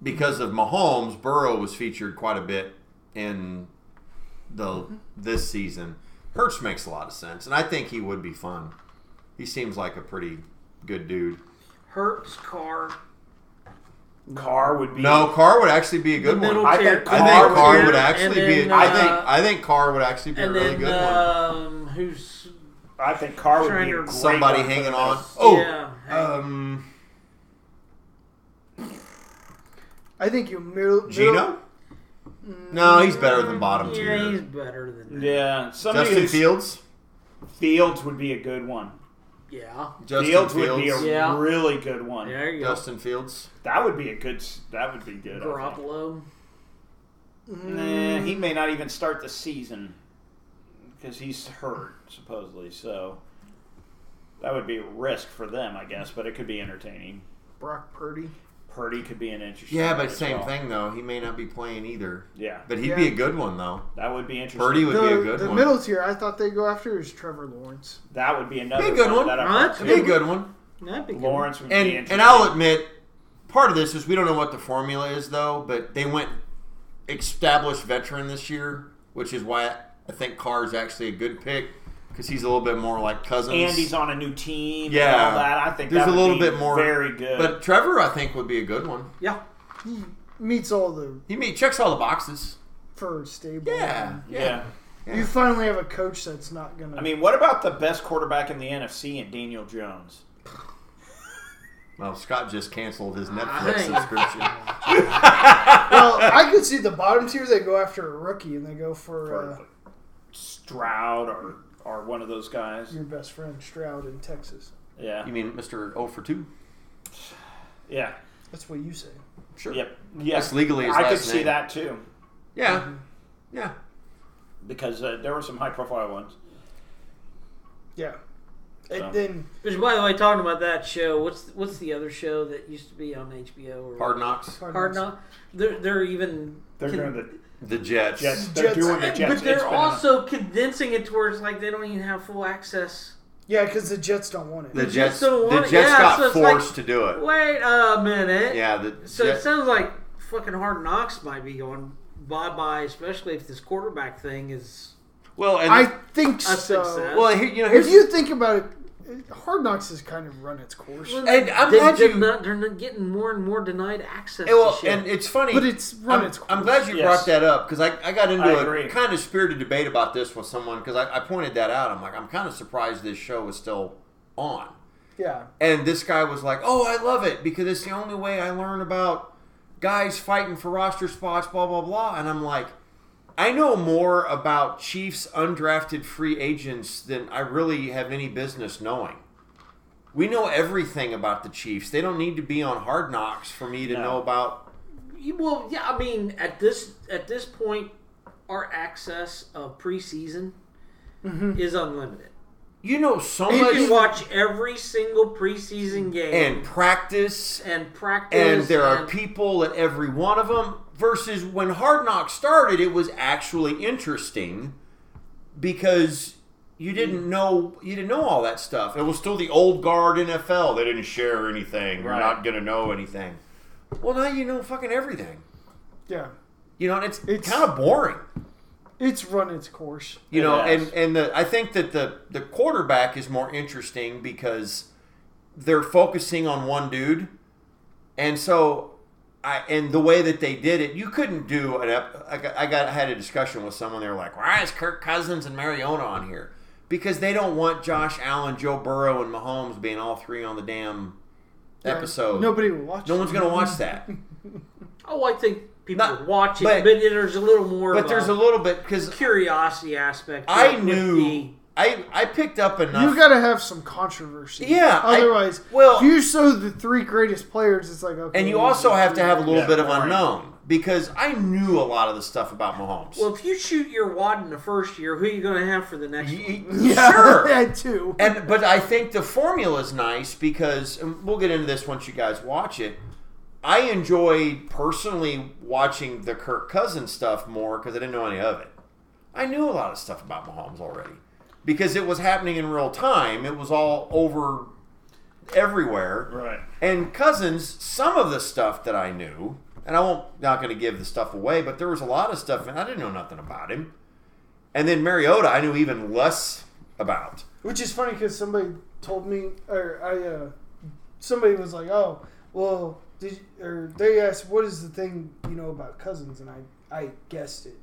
[SPEAKER 5] because of Mahomes. Burrow was featured quite a bit in the this season. Hertz makes a lot of sense, and I think he would be fun. He seems like a pretty good dude.
[SPEAKER 2] Hurts, Carr,
[SPEAKER 3] Carr would be.
[SPEAKER 5] No, Carr would actually be a good
[SPEAKER 2] middle
[SPEAKER 5] one.
[SPEAKER 3] I
[SPEAKER 2] tier,
[SPEAKER 3] think
[SPEAKER 5] I
[SPEAKER 3] Carr
[SPEAKER 5] think
[SPEAKER 3] would-
[SPEAKER 5] Carr
[SPEAKER 2] tier,
[SPEAKER 5] would actually
[SPEAKER 2] and
[SPEAKER 5] be.
[SPEAKER 2] then,
[SPEAKER 5] a- I
[SPEAKER 2] uh,
[SPEAKER 5] think I think Carr would actually be a
[SPEAKER 2] and
[SPEAKER 5] really
[SPEAKER 2] then
[SPEAKER 5] good one.
[SPEAKER 2] um, who's
[SPEAKER 3] I think Carr would
[SPEAKER 2] Trying
[SPEAKER 3] be
[SPEAKER 2] to-
[SPEAKER 3] a great
[SPEAKER 5] Somebody
[SPEAKER 3] one for
[SPEAKER 5] hanging
[SPEAKER 3] the
[SPEAKER 5] on.
[SPEAKER 3] Mets.
[SPEAKER 5] Oh,
[SPEAKER 2] yeah,
[SPEAKER 5] um,
[SPEAKER 1] I think you middle,
[SPEAKER 5] Gino. No, he's better than bottom
[SPEAKER 2] yeah,
[SPEAKER 5] tier.
[SPEAKER 2] he's better than that.
[SPEAKER 3] Yeah, somebody
[SPEAKER 5] Justin
[SPEAKER 3] who's,
[SPEAKER 5] Fields.
[SPEAKER 3] Fields would be a good one.
[SPEAKER 2] Yeah,
[SPEAKER 5] Justin
[SPEAKER 3] Fields,
[SPEAKER 5] Fields.
[SPEAKER 3] would be a
[SPEAKER 2] Yeah.
[SPEAKER 3] really good one.
[SPEAKER 2] there you go.
[SPEAKER 5] Justin Fields.
[SPEAKER 3] That would be a good. s- That would be good. I think.
[SPEAKER 2] Garoppolo.
[SPEAKER 3] Nah, he may not even start the season because he's hurt supposedly. So that would be a risk for them, I guess. But it could be entertaining.
[SPEAKER 1] Brock Purdy.
[SPEAKER 3] Purdy could be an interesting.
[SPEAKER 5] Yeah,
[SPEAKER 3] one
[SPEAKER 5] but
[SPEAKER 3] as
[SPEAKER 5] same
[SPEAKER 3] well.
[SPEAKER 5] thing though. He may not be playing either.
[SPEAKER 3] Yeah,
[SPEAKER 5] But he'd
[SPEAKER 1] Yeah.
[SPEAKER 5] be a good one though.
[SPEAKER 3] that would be interesting.
[SPEAKER 5] Purdy would be a
[SPEAKER 1] The,
[SPEAKER 5] good
[SPEAKER 1] the
[SPEAKER 5] one.
[SPEAKER 1] middle tier I thought they'd go after is Trevor Lawrence.
[SPEAKER 3] that would be another
[SPEAKER 5] Be a good one.
[SPEAKER 3] That I've
[SPEAKER 2] Huh?
[SPEAKER 3] heard,
[SPEAKER 5] He'd be a
[SPEAKER 3] too.
[SPEAKER 5] good one.
[SPEAKER 2] That'd be good.
[SPEAKER 3] Lawrence would be
[SPEAKER 5] And
[SPEAKER 3] interesting.
[SPEAKER 5] and I'll admit, part of this is we don't know what the formula is though. But they went established veteran this year, which is why I think Carr is actually a good pick because he's a little bit more like Cousins.
[SPEAKER 3] and he's on a new team. and
[SPEAKER 5] Yeah.
[SPEAKER 3] all that. I think
[SPEAKER 5] There's
[SPEAKER 3] that
[SPEAKER 5] a
[SPEAKER 3] would
[SPEAKER 5] little
[SPEAKER 3] be
[SPEAKER 5] bit more-
[SPEAKER 3] very good.
[SPEAKER 5] But Trevor, I think, would be a good one.
[SPEAKER 2] Yeah,
[SPEAKER 1] He meets all the
[SPEAKER 5] He meet, checks all the boxes.
[SPEAKER 1] first stable.
[SPEAKER 5] Yeah,
[SPEAKER 3] yeah.
[SPEAKER 1] You finally have a coach that's not gonna.
[SPEAKER 3] I mean, what about the best quarterback in the NFC and Daniel Jones?
[SPEAKER 5] Well, Scott just canceled his
[SPEAKER 2] I
[SPEAKER 5] Netflix
[SPEAKER 2] think-
[SPEAKER 1] [laughs]
[SPEAKER 5] subscription.
[SPEAKER 1] well, I could see the bottom tier they go after a rookie and they go for uh,
[SPEAKER 3] Or Stroud or or one of those guys?
[SPEAKER 1] your best friend Stroud in Texas.
[SPEAKER 3] Yeah,
[SPEAKER 5] You mean Mr. 0 for 2?
[SPEAKER 3] yeah,
[SPEAKER 1] That's what you say.
[SPEAKER 5] Sure.
[SPEAKER 3] yep, yes.
[SPEAKER 5] That's legally his
[SPEAKER 3] I
[SPEAKER 5] last
[SPEAKER 3] could see
[SPEAKER 5] name.
[SPEAKER 3] that too
[SPEAKER 5] Yeah.
[SPEAKER 2] Mm-hmm.
[SPEAKER 5] Yeah.
[SPEAKER 3] because uh, there were some high profile ones.
[SPEAKER 1] Yeah. And
[SPEAKER 3] So.
[SPEAKER 1] then
[SPEAKER 2] Which, by the way, talking about that show, what's what's the other show that used to be on HBO? Or
[SPEAKER 5] Hard Knocks.
[SPEAKER 2] Hard Knock. They're they're even.
[SPEAKER 3] They're
[SPEAKER 2] con-
[SPEAKER 3] doing the
[SPEAKER 5] The Jets.
[SPEAKER 3] Jets. They're
[SPEAKER 1] Jets.
[SPEAKER 3] doing the Jets.
[SPEAKER 2] but
[SPEAKER 3] It's
[SPEAKER 2] they're
[SPEAKER 3] been
[SPEAKER 2] also condensing it towards like they don't even have full access.
[SPEAKER 1] Yeah, because the Jets don't want it.
[SPEAKER 5] The
[SPEAKER 2] Jets
[SPEAKER 5] Jets,
[SPEAKER 2] don't
[SPEAKER 5] the
[SPEAKER 2] want
[SPEAKER 5] Jets
[SPEAKER 2] it. Yeah,
[SPEAKER 5] got
[SPEAKER 2] so it's
[SPEAKER 5] forced
[SPEAKER 2] like-
[SPEAKER 5] to do it.
[SPEAKER 2] Wait a minute.
[SPEAKER 5] Yeah. The
[SPEAKER 2] So it
[SPEAKER 5] Jets,
[SPEAKER 2] sounds like fucking Hard Knocks might be going bye bye, especially if this quarterback thing is.
[SPEAKER 5] well, and
[SPEAKER 1] I think so.
[SPEAKER 2] success.
[SPEAKER 5] well, here, you know, here's,
[SPEAKER 1] If you think about it, it, Hard Knocks has kind of run its course,
[SPEAKER 5] And I'm
[SPEAKER 2] They-
[SPEAKER 5] glad
[SPEAKER 2] they're
[SPEAKER 5] you-
[SPEAKER 2] not- they're not getting more and more denied access.
[SPEAKER 5] Hey, well,
[SPEAKER 2] to shit.
[SPEAKER 5] and it's funny.
[SPEAKER 1] but it's run
[SPEAKER 5] I'm,
[SPEAKER 1] its course.
[SPEAKER 5] I'm glad you
[SPEAKER 3] Yes.
[SPEAKER 5] brought that up because I, I got into
[SPEAKER 3] I
[SPEAKER 5] a
[SPEAKER 3] agree.
[SPEAKER 5] kind of spirited debate about this with someone because I, I pointed that out. I'm like, I'm kind of surprised this show is still on.
[SPEAKER 1] Yeah,
[SPEAKER 5] And this guy was like, "Oh, I love it because it's the only way I learn about guys fighting for roster spots, blah blah blah." And I'm like, "I know more about Chiefs undrafted free agents than I really have any business knowing. We know everything about the Chiefs. They don't need to be on Hard Knocks for me to
[SPEAKER 3] No.
[SPEAKER 5] know about."
[SPEAKER 2] You- Well, yeah, I mean, at this at this point, our access of preseason
[SPEAKER 5] Mm-hmm.
[SPEAKER 2] is unlimited.
[SPEAKER 5] You know so
[SPEAKER 2] You
[SPEAKER 5] much
[SPEAKER 2] can watch every single preseason game
[SPEAKER 5] and practice
[SPEAKER 2] and practice,
[SPEAKER 5] and there are
[SPEAKER 2] and-
[SPEAKER 5] people at every one of them. Versus when Hard Knocks started, it was actually interesting because you didn't know you didn't know all that stuff. It was still the old guard NFL. They didn't share anything. You're
[SPEAKER 3] Right.
[SPEAKER 5] not gonna know anything. Well, now you know fucking everything.
[SPEAKER 1] yeah,
[SPEAKER 5] You know, and it's,
[SPEAKER 1] It's-
[SPEAKER 5] kind of boring.
[SPEAKER 1] it's run its course.
[SPEAKER 5] You
[SPEAKER 3] It
[SPEAKER 5] know,
[SPEAKER 3] has.
[SPEAKER 5] and and the I think that the the quarterback is more interesting because they're focusing on one dude, and so I and the way that they did it, you couldn't do an. ep- I got, I got I had a discussion with someone. They were like, "Why is Kirk Cousins and Mariota on here?" Because they don't want Josh Allen, Joe Burrow, and Mahomes being all three on the damn episode.
[SPEAKER 1] Nobody will watch.
[SPEAKER 5] no one's
[SPEAKER 1] it.
[SPEAKER 5] gonna watch
[SPEAKER 1] [laughs]
[SPEAKER 5] that.
[SPEAKER 2] oh, I think people
[SPEAKER 5] Not-
[SPEAKER 2] would watch it, but,
[SPEAKER 5] but-
[SPEAKER 2] there's a little more.
[SPEAKER 5] But
[SPEAKER 2] of
[SPEAKER 5] there's a little bit because
[SPEAKER 2] curiosity aspect. to it
[SPEAKER 5] I
[SPEAKER 2] with
[SPEAKER 5] knew. I, I picked up enough.
[SPEAKER 1] You got to have some controversy.
[SPEAKER 5] Yeah, I-
[SPEAKER 1] Otherwise,
[SPEAKER 5] well-
[SPEAKER 1] if you show the three greatest players, it's like okay.
[SPEAKER 5] And you also have to have a little
[SPEAKER 3] Yeah,
[SPEAKER 5] bit of
[SPEAKER 3] boring.
[SPEAKER 5] unknown because I knew a lot of the stuff about Mahomes.
[SPEAKER 2] the- well, if you shoot your wad in the first year, who are you going to have for the next?
[SPEAKER 5] Y-
[SPEAKER 2] one?
[SPEAKER 1] [laughs]
[SPEAKER 5] y-
[SPEAKER 1] [laughs] Yeah,
[SPEAKER 5] Sure.
[SPEAKER 1] I do.
[SPEAKER 5] And but I think the formula is nice because and we'll get into this once you guys watch it. I enjoyed personally watching the Kirk Cousins stuff more because I didn't know any of it. I knew a lot of stuff about Mahomes already because it was happening in real time. It was all over everywhere.
[SPEAKER 3] Right.
[SPEAKER 5] And Cousins, some of the stuff that I knew, and I won't not going to give the stuff away, but there was a lot of stuff and I didn't know nothing about him. And then Mariota, I knew even less about.
[SPEAKER 1] Which is funny because somebody told me, or I, uh, somebody was like, "Oh, well, Did or they asked what is the thing you know about cousins, and I I guessed it.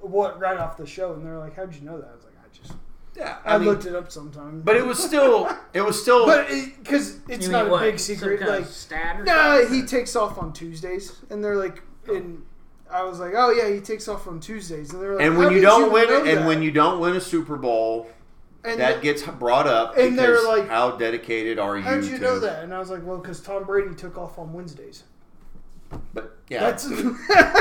[SPEAKER 1] What right off the show, and they're like, "How'd you know that?" I was like, "I just
[SPEAKER 5] Yeah,
[SPEAKER 1] I,
[SPEAKER 5] I, mean,
[SPEAKER 1] looked it up sometime."
[SPEAKER 5] but it was still it was [laughs] still
[SPEAKER 1] but because it's
[SPEAKER 2] You
[SPEAKER 1] not
[SPEAKER 2] mean
[SPEAKER 1] a
[SPEAKER 2] what,
[SPEAKER 1] big
[SPEAKER 2] some
[SPEAKER 1] secret,
[SPEAKER 2] kind of
[SPEAKER 1] like
[SPEAKER 2] stat or
[SPEAKER 1] Nah,
[SPEAKER 2] something?
[SPEAKER 1] he takes off on Tuesdays, and they're like, and I was like, oh yeah, he takes off on Tuesdays, and they're like,
[SPEAKER 5] and
[SPEAKER 1] "How
[SPEAKER 5] when you
[SPEAKER 1] did
[SPEAKER 5] don't win
[SPEAKER 1] know
[SPEAKER 5] and
[SPEAKER 1] that?"
[SPEAKER 5] when you don't win a Super Bowl,
[SPEAKER 1] and
[SPEAKER 5] that gets brought up
[SPEAKER 1] and they're
[SPEAKER 5] because
[SPEAKER 1] like,
[SPEAKER 5] how dedicated are you?
[SPEAKER 1] how'd you
[SPEAKER 5] to,
[SPEAKER 1] know that? And I was like, well, because Tom Brady took off on Wednesdays.
[SPEAKER 5] But yeah,
[SPEAKER 1] That's [laughs]
[SPEAKER 5] so I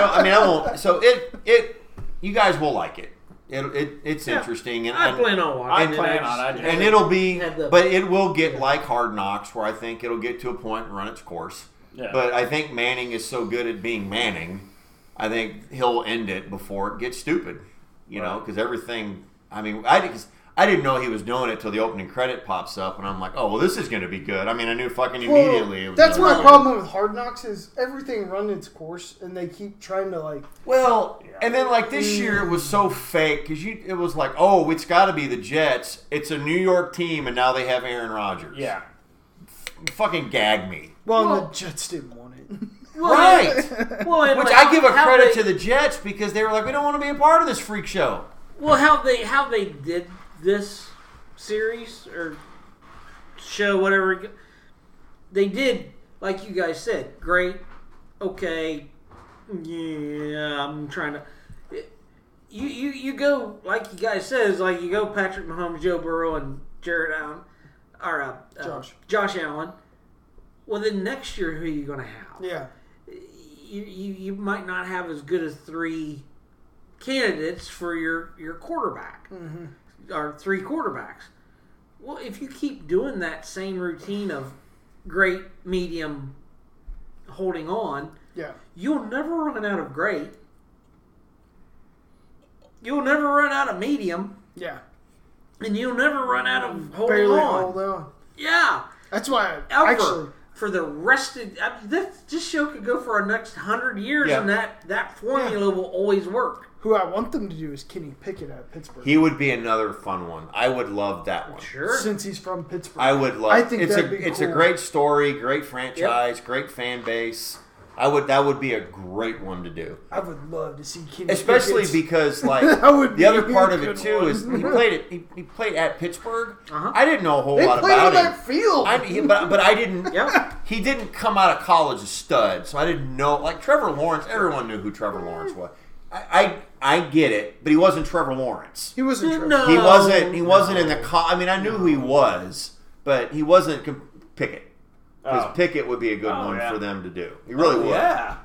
[SPEAKER 5] don't. I mean, I won't. So it it you guys will like it. It, it it's
[SPEAKER 2] Yeah,
[SPEAKER 5] interesting and
[SPEAKER 2] I
[SPEAKER 5] and-
[SPEAKER 2] plan on watching.
[SPEAKER 3] I
[SPEAKER 2] it.
[SPEAKER 3] plan
[SPEAKER 2] just-
[SPEAKER 3] on it.
[SPEAKER 5] and it'll be
[SPEAKER 2] Had the-
[SPEAKER 5] but it will get like hard knocks where i think it'll get to a point and run its course
[SPEAKER 3] Yeah.
[SPEAKER 5] but i think manning is so good at being manning i think he'll end it before it gets stupid you know, 'cause know
[SPEAKER 3] Right.
[SPEAKER 5] because everything i mean i did I didn't know he was doing it till the opening credit pops up, and I'm like, "Oh, well, this is going to be good." I mean, I knew fucking immediately. it
[SPEAKER 1] Well,
[SPEAKER 5] was
[SPEAKER 1] that's
[SPEAKER 5] gonna
[SPEAKER 1] my
[SPEAKER 5] be
[SPEAKER 1] problem with Hard Knocks is everything run its course, and they keep trying to like.
[SPEAKER 5] good. Well,
[SPEAKER 3] Yeah.
[SPEAKER 5] and then like
[SPEAKER 1] Mm.
[SPEAKER 5] this year, it was so fake because you it was like, "Oh, it's got to be the Jets. It's a New York team, and now they have Aaron Rodgers."
[SPEAKER 3] yeah.
[SPEAKER 5] fucking gag me.
[SPEAKER 1] Well, and
[SPEAKER 2] Well-
[SPEAKER 1] the Jets didn't want it. [laughs]
[SPEAKER 2] Well,
[SPEAKER 5] Right.
[SPEAKER 2] Well, and
[SPEAKER 5] Which
[SPEAKER 2] like,
[SPEAKER 5] I give a
[SPEAKER 2] how
[SPEAKER 5] credit
[SPEAKER 2] they-
[SPEAKER 5] to the Jets because they were like, we don't want to be a part of this freak show.
[SPEAKER 2] Well, how they how they did this series or show, whatever it- they did, like you guys said, great. Okay, yeah, I'm trying to. You you you go like you guys said is like you go Patrick Mahomes, Joe Burrow, and Jared Allen, or uh, uh,
[SPEAKER 1] Josh.
[SPEAKER 2] Josh Allen. Well, then next year, who are you going to have?
[SPEAKER 1] [laughs] yeah,
[SPEAKER 2] you, you you might not have as good as three candidates for your your quarterback or three quarterbacks. Well, if you keep doing that same routine of great, medium, holding on,
[SPEAKER 1] yeah.
[SPEAKER 2] you'll never run out of great. You'll never run out of medium,
[SPEAKER 1] Yeah,
[SPEAKER 2] and you'll never run out of holding
[SPEAKER 1] barely
[SPEAKER 2] on.
[SPEAKER 1] hold on.
[SPEAKER 2] Yeah,
[SPEAKER 1] That's why I,
[SPEAKER 2] ever
[SPEAKER 1] actually
[SPEAKER 2] for the rest of I mean, this, this show could go for our next hundred years,
[SPEAKER 5] Yeah.
[SPEAKER 2] and that that formula will always work.
[SPEAKER 1] who I want them to do is Kenny Pickett at Pittsburgh,
[SPEAKER 5] He would be another fun one. I would love that one.
[SPEAKER 2] Sure.
[SPEAKER 1] since he's from Pittsburgh.
[SPEAKER 5] I would love.
[SPEAKER 1] I think
[SPEAKER 5] it's
[SPEAKER 1] that'd
[SPEAKER 5] a
[SPEAKER 1] be
[SPEAKER 5] it's a
[SPEAKER 1] cool.
[SPEAKER 5] great story, great franchise, great fan base. I would that would be a great one to do,
[SPEAKER 1] I would love to see Kenny.
[SPEAKER 5] especially
[SPEAKER 1] Pickett's- [laughs]
[SPEAKER 5] because like
[SPEAKER 1] That would
[SPEAKER 5] the other
[SPEAKER 1] be a
[SPEAKER 5] part of it
[SPEAKER 1] good
[SPEAKER 5] too
[SPEAKER 1] one.
[SPEAKER 5] is
[SPEAKER 1] [laughs]
[SPEAKER 5] he played it. He, he played at Pittsburgh.
[SPEAKER 2] Uh-huh.
[SPEAKER 5] I didn't know a whole
[SPEAKER 1] they
[SPEAKER 5] lot
[SPEAKER 1] played
[SPEAKER 5] about
[SPEAKER 1] on
[SPEAKER 5] him.
[SPEAKER 1] that field.
[SPEAKER 5] I he, but but
[SPEAKER 1] [laughs]
[SPEAKER 5] I didn't.
[SPEAKER 2] Yep.
[SPEAKER 5] He didn't come out of college a stud, so I didn't know. Like Trevor Lawrence, everyone knew who Trevor Lawrence was. I I, I get it, but he wasn't Trevor Lawrence.
[SPEAKER 1] he wasn't. Trevor.
[SPEAKER 2] No.
[SPEAKER 5] He wasn't. He wasn't in the.
[SPEAKER 2] No.
[SPEAKER 5] Co- I mean, I knew who he was, but he wasn't com- Pickett. Because
[SPEAKER 3] Oh.
[SPEAKER 5] Pickett would be a good
[SPEAKER 3] Oh,
[SPEAKER 5] one
[SPEAKER 3] yeah. Oh,
[SPEAKER 5] for them to do. He really would.
[SPEAKER 3] Yeah.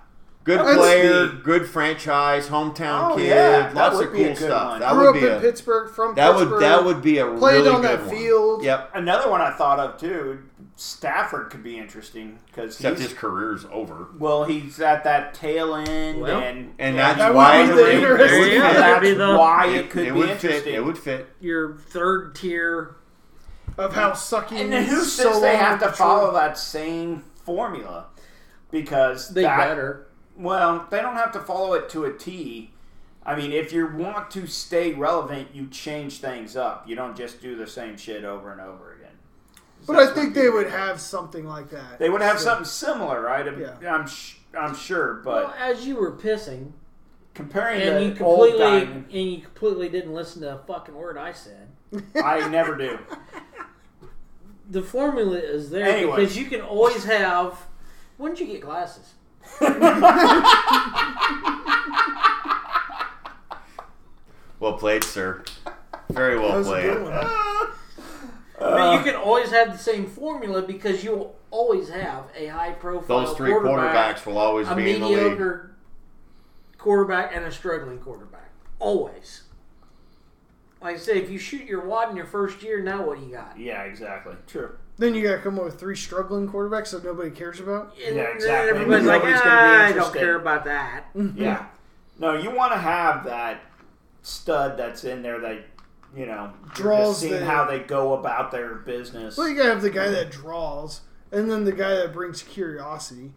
[SPEAKER 5] Good
[SPEAKER 1] That's-
[SPEAKER 5] player, good franchise, hometown
[SPEAKER 3] Oh,
[SPEAKER 5] kid,
[SPEAKER 3] yeah, that
[SPEAKER 5] lots
[SPEAKER 3] would
[SPEAKER 5] of
[SPEAKER 3] be a
[SPEAKER 5] cool
[SPEAKER 3] good
[SPEAKER 5] stuff.
[SPEAKER 3] one.
[SPEAKER 5] That
[SPEAKER 1] Grew
[SPEAKER 5] would
[SPEAKER 1] up
[SPEAKER 5] be
[SPEAKER 1] in
[SPEAKER 5] a
[SPEAKER 1] Pittsburgh from
[SPEAKER 5] that
[SPEAKER 1] Pittsburgh.
[SPEAKER 5] would that would be a
[SPEAKER 1] Played
[SPEAKER 5] really
[SPEAKER 1] on
[SPEAKER 5] good
[SPEAKER 1] that
[SPEAKER 5] one.
[SPEAKER 1] field.
[SPEAKER 5] Yep.
[SPEAKER 3] Another one I thought of too. Stafford could be interesting because
[SPEAKER 5] Except
[SPEAKER 3] he's
[SPEAKER 5] his career's over.
[SPEAKER 3] well, he's at that tail end,
[SPEAKER 2] Well,
[SPEAKER 3] and
[SPEAKER 5] And
[SPEAKER 3] yeah,
[SPEAKER 5] that's
[SPEAKER 1] that would
[SPEAKER 5] why
[SPEAKER 1] be
[SPEAKER 5] it
[SPEAKER 1] the
[SPEAKER 5] would-
[SPEAKER 1] interesting-
[SPEAKER 5] it would
[SPEAKER 2] Yeah,
[SPEAKER 5] fit.
[SPEAKER 2] that'd
[SPEAKER 3] that's
[SPEAKER 2] be the-
[SPEAKER 3] why it could be
[SPEAKER 5] would
[SPEAKER 3] interesting.
[SPEAKER 5] Fit, it would fit.
[SPEAKER 2] Your third tier.
[SPEAKER 1] of how sucky.
[SPEAKER 3] And then who
[SPEAKER 1] he's
[SPEAKER 3] says
[SPEAKER 1] so
[SPEAKER 3] they
[SPEAKER 1] long
[SPEAKER 3] have to
[SPEAKER 1] matured.
[SPEAKER 3] follow that same formula? Because
[SPEAKER 2] They
[SPEAKER 3] that,
[SPEAKER 2] better.
[SPEAKER 3] Well, they don't have to follow it to a T. I mean, if you want to stay relevant, you change things up. You don't just do the same shit over and over again.
[SPEAKER 1] But I think they would have something like that.
[SPEAKER 3] They would have
[SPEAKER 1] So-
[SPEAKER 3] something similar, right? I'm,
[SPEAKER 1] Yeah.
[SPEAKER 3] I'm, sh- I'm sure, but
[SPEAKER 2] Well, as you were pissing,
[SPEAKER 3] comparing
[SPEAKER 2] and
[SPEAKER 3] the
[SPEAKER 2] you
[SPEAKER 3] old
[SPEAKER 2] completely and
[SPEAKER 3] diamond,
[SPEAKER 2] you completely didn't listen to a fucking word I said.
[SPEAKER 3] I never do. [laughs]
[SPEAKER 2] The formula is there
[SPEAKER 3] Anyway.
[SPEAKER 2] because you can always have. When did you get glasses?
[SPEAKER 5] Well played, sir. Very
[SPEAKER 1] That
[SPEAKER 5] well
[SPEAKER 1] was a
[SPEAKER 5] played.
[SPEAKER 1] good one.
[SPEAKER 2] but you can always have the same formula because you'll always have a high profile.
[SPEAKER 5] Those three
[SPEAKER 2] quarterback
[SPEAKER 5] quarterbacks will always
[SPEAKER 2] a
[SPEAKER 5] be in the league.
[SPEAKER 2] mediocre quarterback and a struggling quarterback. Always. Like I said, if you shoot your wad in your first year, now what do you got?
[SPEAKER 3] Yeah, exactly. True.
[SPEAKER 1] Then you got to come up with three struggling quarterbacks that nobody cares about.
[SPEAKER 2] And
[SPEAKER 3] Yeah,
[SPEAKER 2] then
[SPEAKER 3] exactly.
[SPEAKER 2] everybody's like,
[SPEAKER 3] Nobody's gonna be
[SPEAKER 2] ah, I don't
[SPEAKER 3] interested."
[SPEAKER 2] care about that.
[SPEAKER 3] Yeah. No, you want to have that stud that's in there that, you know, you're
[SPEAKER 1] Draws
[SPEAKER 3] just seeing
[SPEAKER 1] the-
[SPEAKER 3] how they go about their business.
[SPEAKER 1] Well, you got to have the guy that draws, and then the guy that brings curiosity.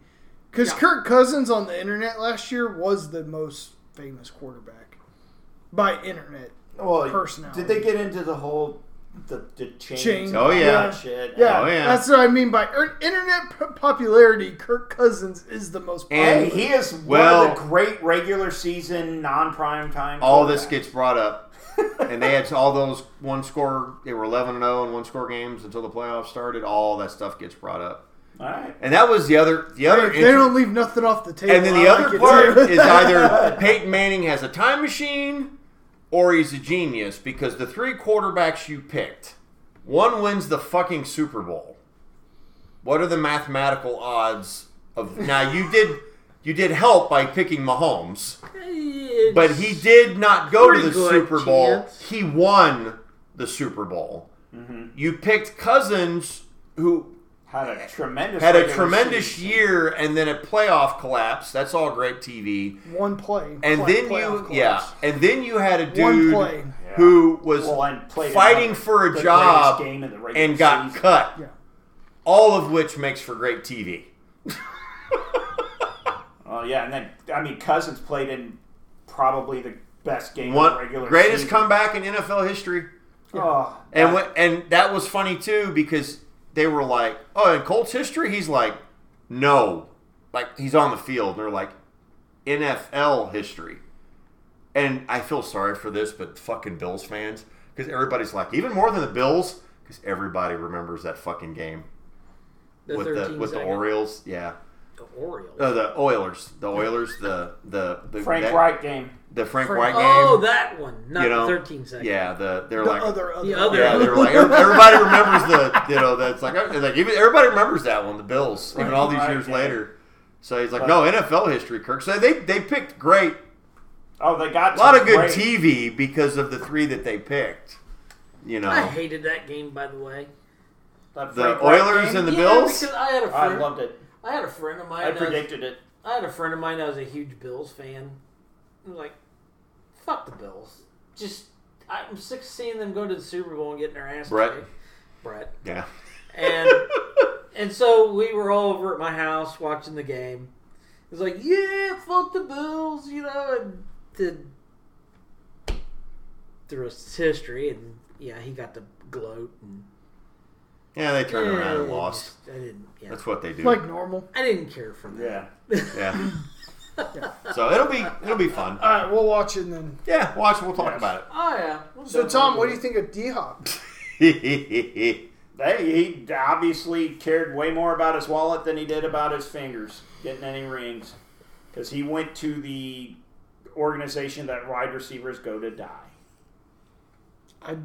[SPEAKER 1] Because
[SPEAKER 2] Yeah.
[SPEAKER 1] Kirk Cousins on the internet last year was the most famous quarterback by internet.
[SPEAKER 3] Well,
[SPEAKER 1] personality.
[SPEAKER 3] did they get into the whole the, the chains.
[SPEAKER 1] Chains.
[SPEAKER 3] and
[SPEAKER 5] Oh,
[SPEAKER 3] all
[SPEAKER 5] yeah.
[SPEAKER 3] that Shit.
[SPEAKER 1] Yeah,
[SPEAKER 5] Oh, yeah.
[SPEAKER 1] that's what I mean by er- internet p- popularity. Kirk Cousins is the most popular.
[SPEAKER 3] And he is one
[SPEAKER 5] Well-
[SPEAKER 3] of the great regular season non prime time.
[SPEAKER 5] All this
[SPEAKER 3] quarterbacks.
[SPEAKER 5] gets
[SPEAKER 1] [laughs]
[SPEAKER 5] brought up, and they had all those one score. They were eleven and zero in one score games until the playoffs started. All that stuff gets brought up,
[SPEAKER 3] All right.
[SPEAKER 5] and that was the other the other.
[SPEAKER 1] they don't leave nothing off the table.
[SPEAKER 5] and then the
[SPEAKER 1] I
[SPEAKER 5] other
[SPEAKER 1] like it
[SPEAKER 5] part
[SPEAKER 1] too.
[SPEAKER 5] is
[SPEAKER 2] [laughs]
[SPEAKER 5] either Peyton Manning has a time machine, or he's a genius because the three quarterbacks you picked, one wins the fucking Super Bowl. What are the mathematical odds of now? You did you did help by picking Mahomes.
[SPEAKER 2] It's-
[SPEAKER 5] But he did not go to
[SPEAKER 2] Pretty
[SPEAKER 5] the
[SPEAKER 2] good
[SPEAKER 5] Super Bowl.
[SPEAKER 2] chance. Mm-hmm.
[SPEAKER 5] He won the Super Bowl. You picked Cousins, who
[SPEAKER 3] Had a tremendous.
[SPEAKER 5] had a
[SPEAKER 3] regular
[SPEAKER 5] tremendous
[SPEAKER 3] season.
[SPEAKER 5] year and then a playoff collapse. That's all great TV.
[SPEAKER 1] one play,
[SPEAKER 5] And
[SPEAKER 1] play-
[SPEAKER 5] then you,
[SPEAKER 1] playoff
[SPEAKER 5] yeah,
[SPEAKER 1] collapse.
[SPEAKER 5] and then you had a
[SPEAKER 1] one
[SPEAKER 5] dude
[SPEAKER 1] play.
[SPEAKER 5] who was
[SPEAKER 3] Well, and played
[SPEAKER 5] fighting
[SPEAKER 3] another-
[SPEAKER 5] for
[SPEAKER 3] the
[SPEAKER 5] a
[SPEAKER 3] greatest
[SPEAKER 5] job
[SPEAKER 3] game in the regular
[SPEAKER 5] and got
[SPEAKER 3] season.
[SPEAKER 5] cut.
[SPEAKER 1] Yeah.
[SPEAKER 5] All of which makes for great TV.
[SPEAKER 3] Oh yeah, and then I mean Cousins played in probably the best game of the
[SPEAKER 5] One
[SPEAKER 3] regular
[SPEAKER 5] greatest
[SPEAKER 3] season.
[SPEAKER 5] comeback in NFL history.
[SPEAKER 3] Oh,
[SPEAKER 5] And when, and that was funny too because they were like, "Oh, in Colts history, he's like, no, like he's on the field." And they're like, "NFL history," and I feel sorry for this, but fucking Bills fans because everybody's like, even more than the Bills because everybody remembers that fucking game
[SPEAKER 2] the
[SPEAKER 5] with the
[SPEAKER 2] 13
[SPEAKER 5] with the
[SPEAKER 2] second-
[SPEAKER 5] Orioles, yeah,
[SPEAKER 2] The Orioles.
[SPEAKER 5] uh, the Oilers, the Oilers, the the, the
[SPEAKER 3] Frank
[SPEAKER 5] that-
[SPEAKER 3] Wright game.
[SPEAKER 5] the Frank,
[SPEAKER 1] Frank-
[SPEAKER 5] White game,
[SPEAKER 2] oh, that one, not
[SPEAKER 5] you know,
[SPEAKER 2] the 13 second.
[SPEAKER 5] yeah, the they're
[SPEAKER 1] The
[SPEAKER 5] like
[SPEAKER 1] other, other,
[SPEAKER 2] the other-
[SPEAKER 3] [laughs]
[SPEAKER 5] Yeah, they were
[SPEAKER 1] [laughs]
[SPEAKER 5] like every- everybody remembers the you know that's like it's like even everybody remembers that one, the Bills, even all these
[SPEAKER 3] Right,
[SPEAKER 5] years
[SPEAKER 3] yeah.
[SPEAKER 5] later. So he's like, no NFL history, Kirk. So they they picked great,
[SPEAKER 3] Oh, they got
[SPEAKER 5] a lot of good
[SPEAKER 3] great,
[SPEAKER 5] TV because of the three that they picked. You
[SPEAKER 2] I
[SPEAKER 5] know,
[SPEAKER 2] hated that game, by the way.
[SPEAKER 3] that
[SPEAKER 5] the
[SPEAKER 3] Frank Wright
[SPEAKER 5] Oilers
[SPEAKER 3] game.
[SPEAKER 5] and the
[SPEAKER 2] yeah,
[SPEAKER 5] Bills.
[SPEAKER 2] Because I had a
[SPEAKER 3] I
[SPEAKER 2] friend. I,
[SPEAKER 3] loved it.
[SPEAKER 2] had a friend of mine.
[SPEAKER 3] I
[SPEAKER 2] that was-
[SPEAKER 3] predicted it.
[SPEAKER 2] I had a friend of mine that was a huge Bills fan. I was like, fuck the Bills. Just I'm sick of seeing them go to the Super Bowl and getting their ass
[SPEAKER 5] Brett.
[SPEAKER 2] kicked. Brett.
[SPEAKER 5] Yeah, [laughs]
[SPEAKER 2] And and so we were all over at my house watching the game. It was like, yeah, fuck the Bills, you know, and the the rest is history and yeah, he got the gloat and
[SPEAKER 5] yeah, they turned around and
[SPEAKER 2] Yeah,
[SPEAKER 5] lost.
[SPEAKER 2] I didn't yeah.
[SPEAKER 5] That's what they do.
[SPEAKER 1] like normal.
[SPEAKER 2] I didn't care for that.
[SPEAKER 3] Yeah. [laughs]
[SPEAKER 5] yeah. So it'll be it'll be fun.
[SPEAKER 1] All right, we'll watch it then.
[SPEAKER 5] Yeah, watch. We'll talk
[SPEAKER 3] Uh, Yes.
[SPEAKER 5] about
[SPEAKER 2] Oh yeah. We'll
[SPEAKER 1] So,
[SPEAKER 2] go
[SPEAKER 1] Tom,
[SPEAKER 2] for
[SPEAKER 1] what
[SPEAKER 2] it.
[SPEAKER 1] do you think of D Hop?
[SPEAKER 5] it. [laughs]
[SPEAKER 3] They, he obviously cared way more about his wallet than he did about his fingers getting any rings, because he went to the organization that wide receivers go to die.
[SPEAKER 1] I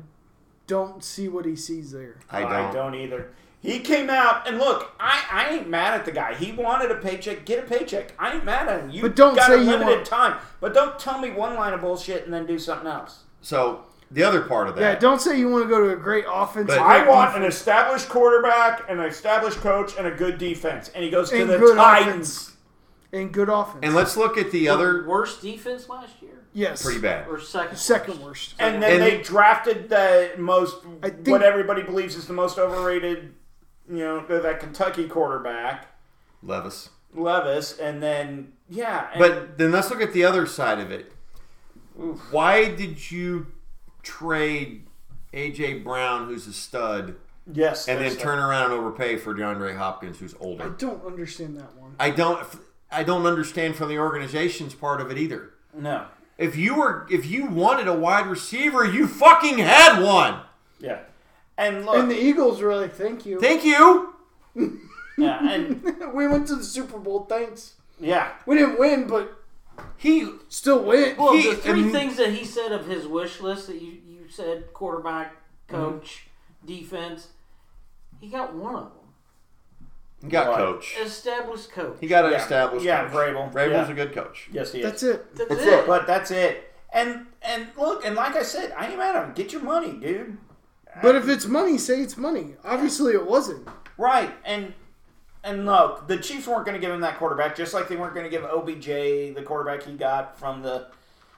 [SPEAKER 1] don't see what he sees there.
[SPEAKER 5] I don't.
[SPEAKER 3] either. He came out and look. I, I ain't mad at the guy. He wanted a paycheck. Get a paycheck. I ain't mad at him. You
[SPEAKER 1] But don't
[SPEAKER 3] got
[SPEAKER 1] say
[SPEAKER 3] a
[SPEAKER 1] you
[SPEAKER 3] limited
[SPEAKER 1] want-
[SPEAKER 3] time. But don't tell me one line of bullshit and then do something else.
[SPEAKER 5] So the other part of that.
[SPEAKER 1] Yeah, don't say you want to go to a great offense.
[SPEAKER 5] But-
[SPEAKER 3] I want an established quarterback, an established coach, and a good defense. And he goes to
[SPEAKER 1] And
[SPEAKER 3] the
[SPEAKER 1] good
[SPEAKER 3] Titans.
[SPEAKER 1] and good offense.
[SPEAKER 5] and let's look at the other
[SPEAKER 2] worst defense last year
[SPEAKER 1] yes,
[SPEAKER 5] pretty bad.
[SPEAKER 2] or second
[SPEAKER 1] Second worst.
[SPEAKER 3] And then
[SPEAKER 5] And-
[SPEAKER 3] they drafted the most
[SPEAKER 1] I think-
[SPEAKER 3] what everybody believes is the most overrated, you know, that Kentucky quarterback
[SPEAKER 5] Levis.
[SPEAKER 3] Levis, and then yeah, and
[SPEAKER 5] But then let's look at the other side of it. Why did you trade AJ Brown, who's a stud,
[SPEAKER 3] yes,
[SPEAKER 5] and then
[SPEAKER 3] there's that.
[SPEAKER 5] turn around and overpay for DeAndre Hopkins, who's
[SPEAKER 1] I
[SPEAKER 5] older?
[SPEAKER 1] don't understand that one.
[SPEAKER 5] I don't. I don't understand from the organization's part of it either.
[SPEAKER 3] no,
[SPEAKER 5] If you were, if you wanted a wide receiver, you fucking had one.
[SPEAKER 3] yeah, and look,
[SPEAKER 1] And the Eagles were like, "Thank you.
[SPEAKER 5] Uh, Thank you.
[SPEAKER 3] yeah, and
[SPEAKER 1] we went to the Super Bowl. Thanks.
[SPEAKER 3] yeah,
[SPEAKER 1] We didn't win, but
[SPEAKER 5] He
[SPEAKER 1] still went."
[SPEAKER 2] Well,
[SPEAKER 5] He-
[SPEAKER 2] the three
[SPEAKER 5] um,
[SPEAKER 2] things that he said of his wish list that you, you said quarterback, coach, defense, he got one of them.
[SPEAKER 5] got
[SPEAKER 3] Right.
[SPEAKER 5] coach.
[SPEAKER 2] Established coach.
[SPEAKER 5] He got an
[SPEAKER 3] Yeah.
[SPEAKER 5] established.
[SPEAKER 3] Yeah,
[SPEAKER 5] coach.
[SPEAKER 3] Vrabel.
[SPEAKER 5] Vrabel's
[SPEAKER 3] Yeah.
[SPEAKER 5] a good coach.
[SPEAKER 3] yes, he is.
[SPEAKER 1] That's it.
[SPEAKER 2] That's,
[SPEAKER 5] That's
[SPEAKER 2] it.
[SPEAKER 5] it.
[SPEAKER 3] but that's it. And and look, and like I said, I ain't mad at him. Get your money, dude.
[SPEAKER 1] But if it's money, say it's money. Obviously, it wasn't.
[SPEAKER 3] Right, and and look, the Chiefs weren't going to give him that quarterback, just like they weren't going to give OBJ the quarterback he got from the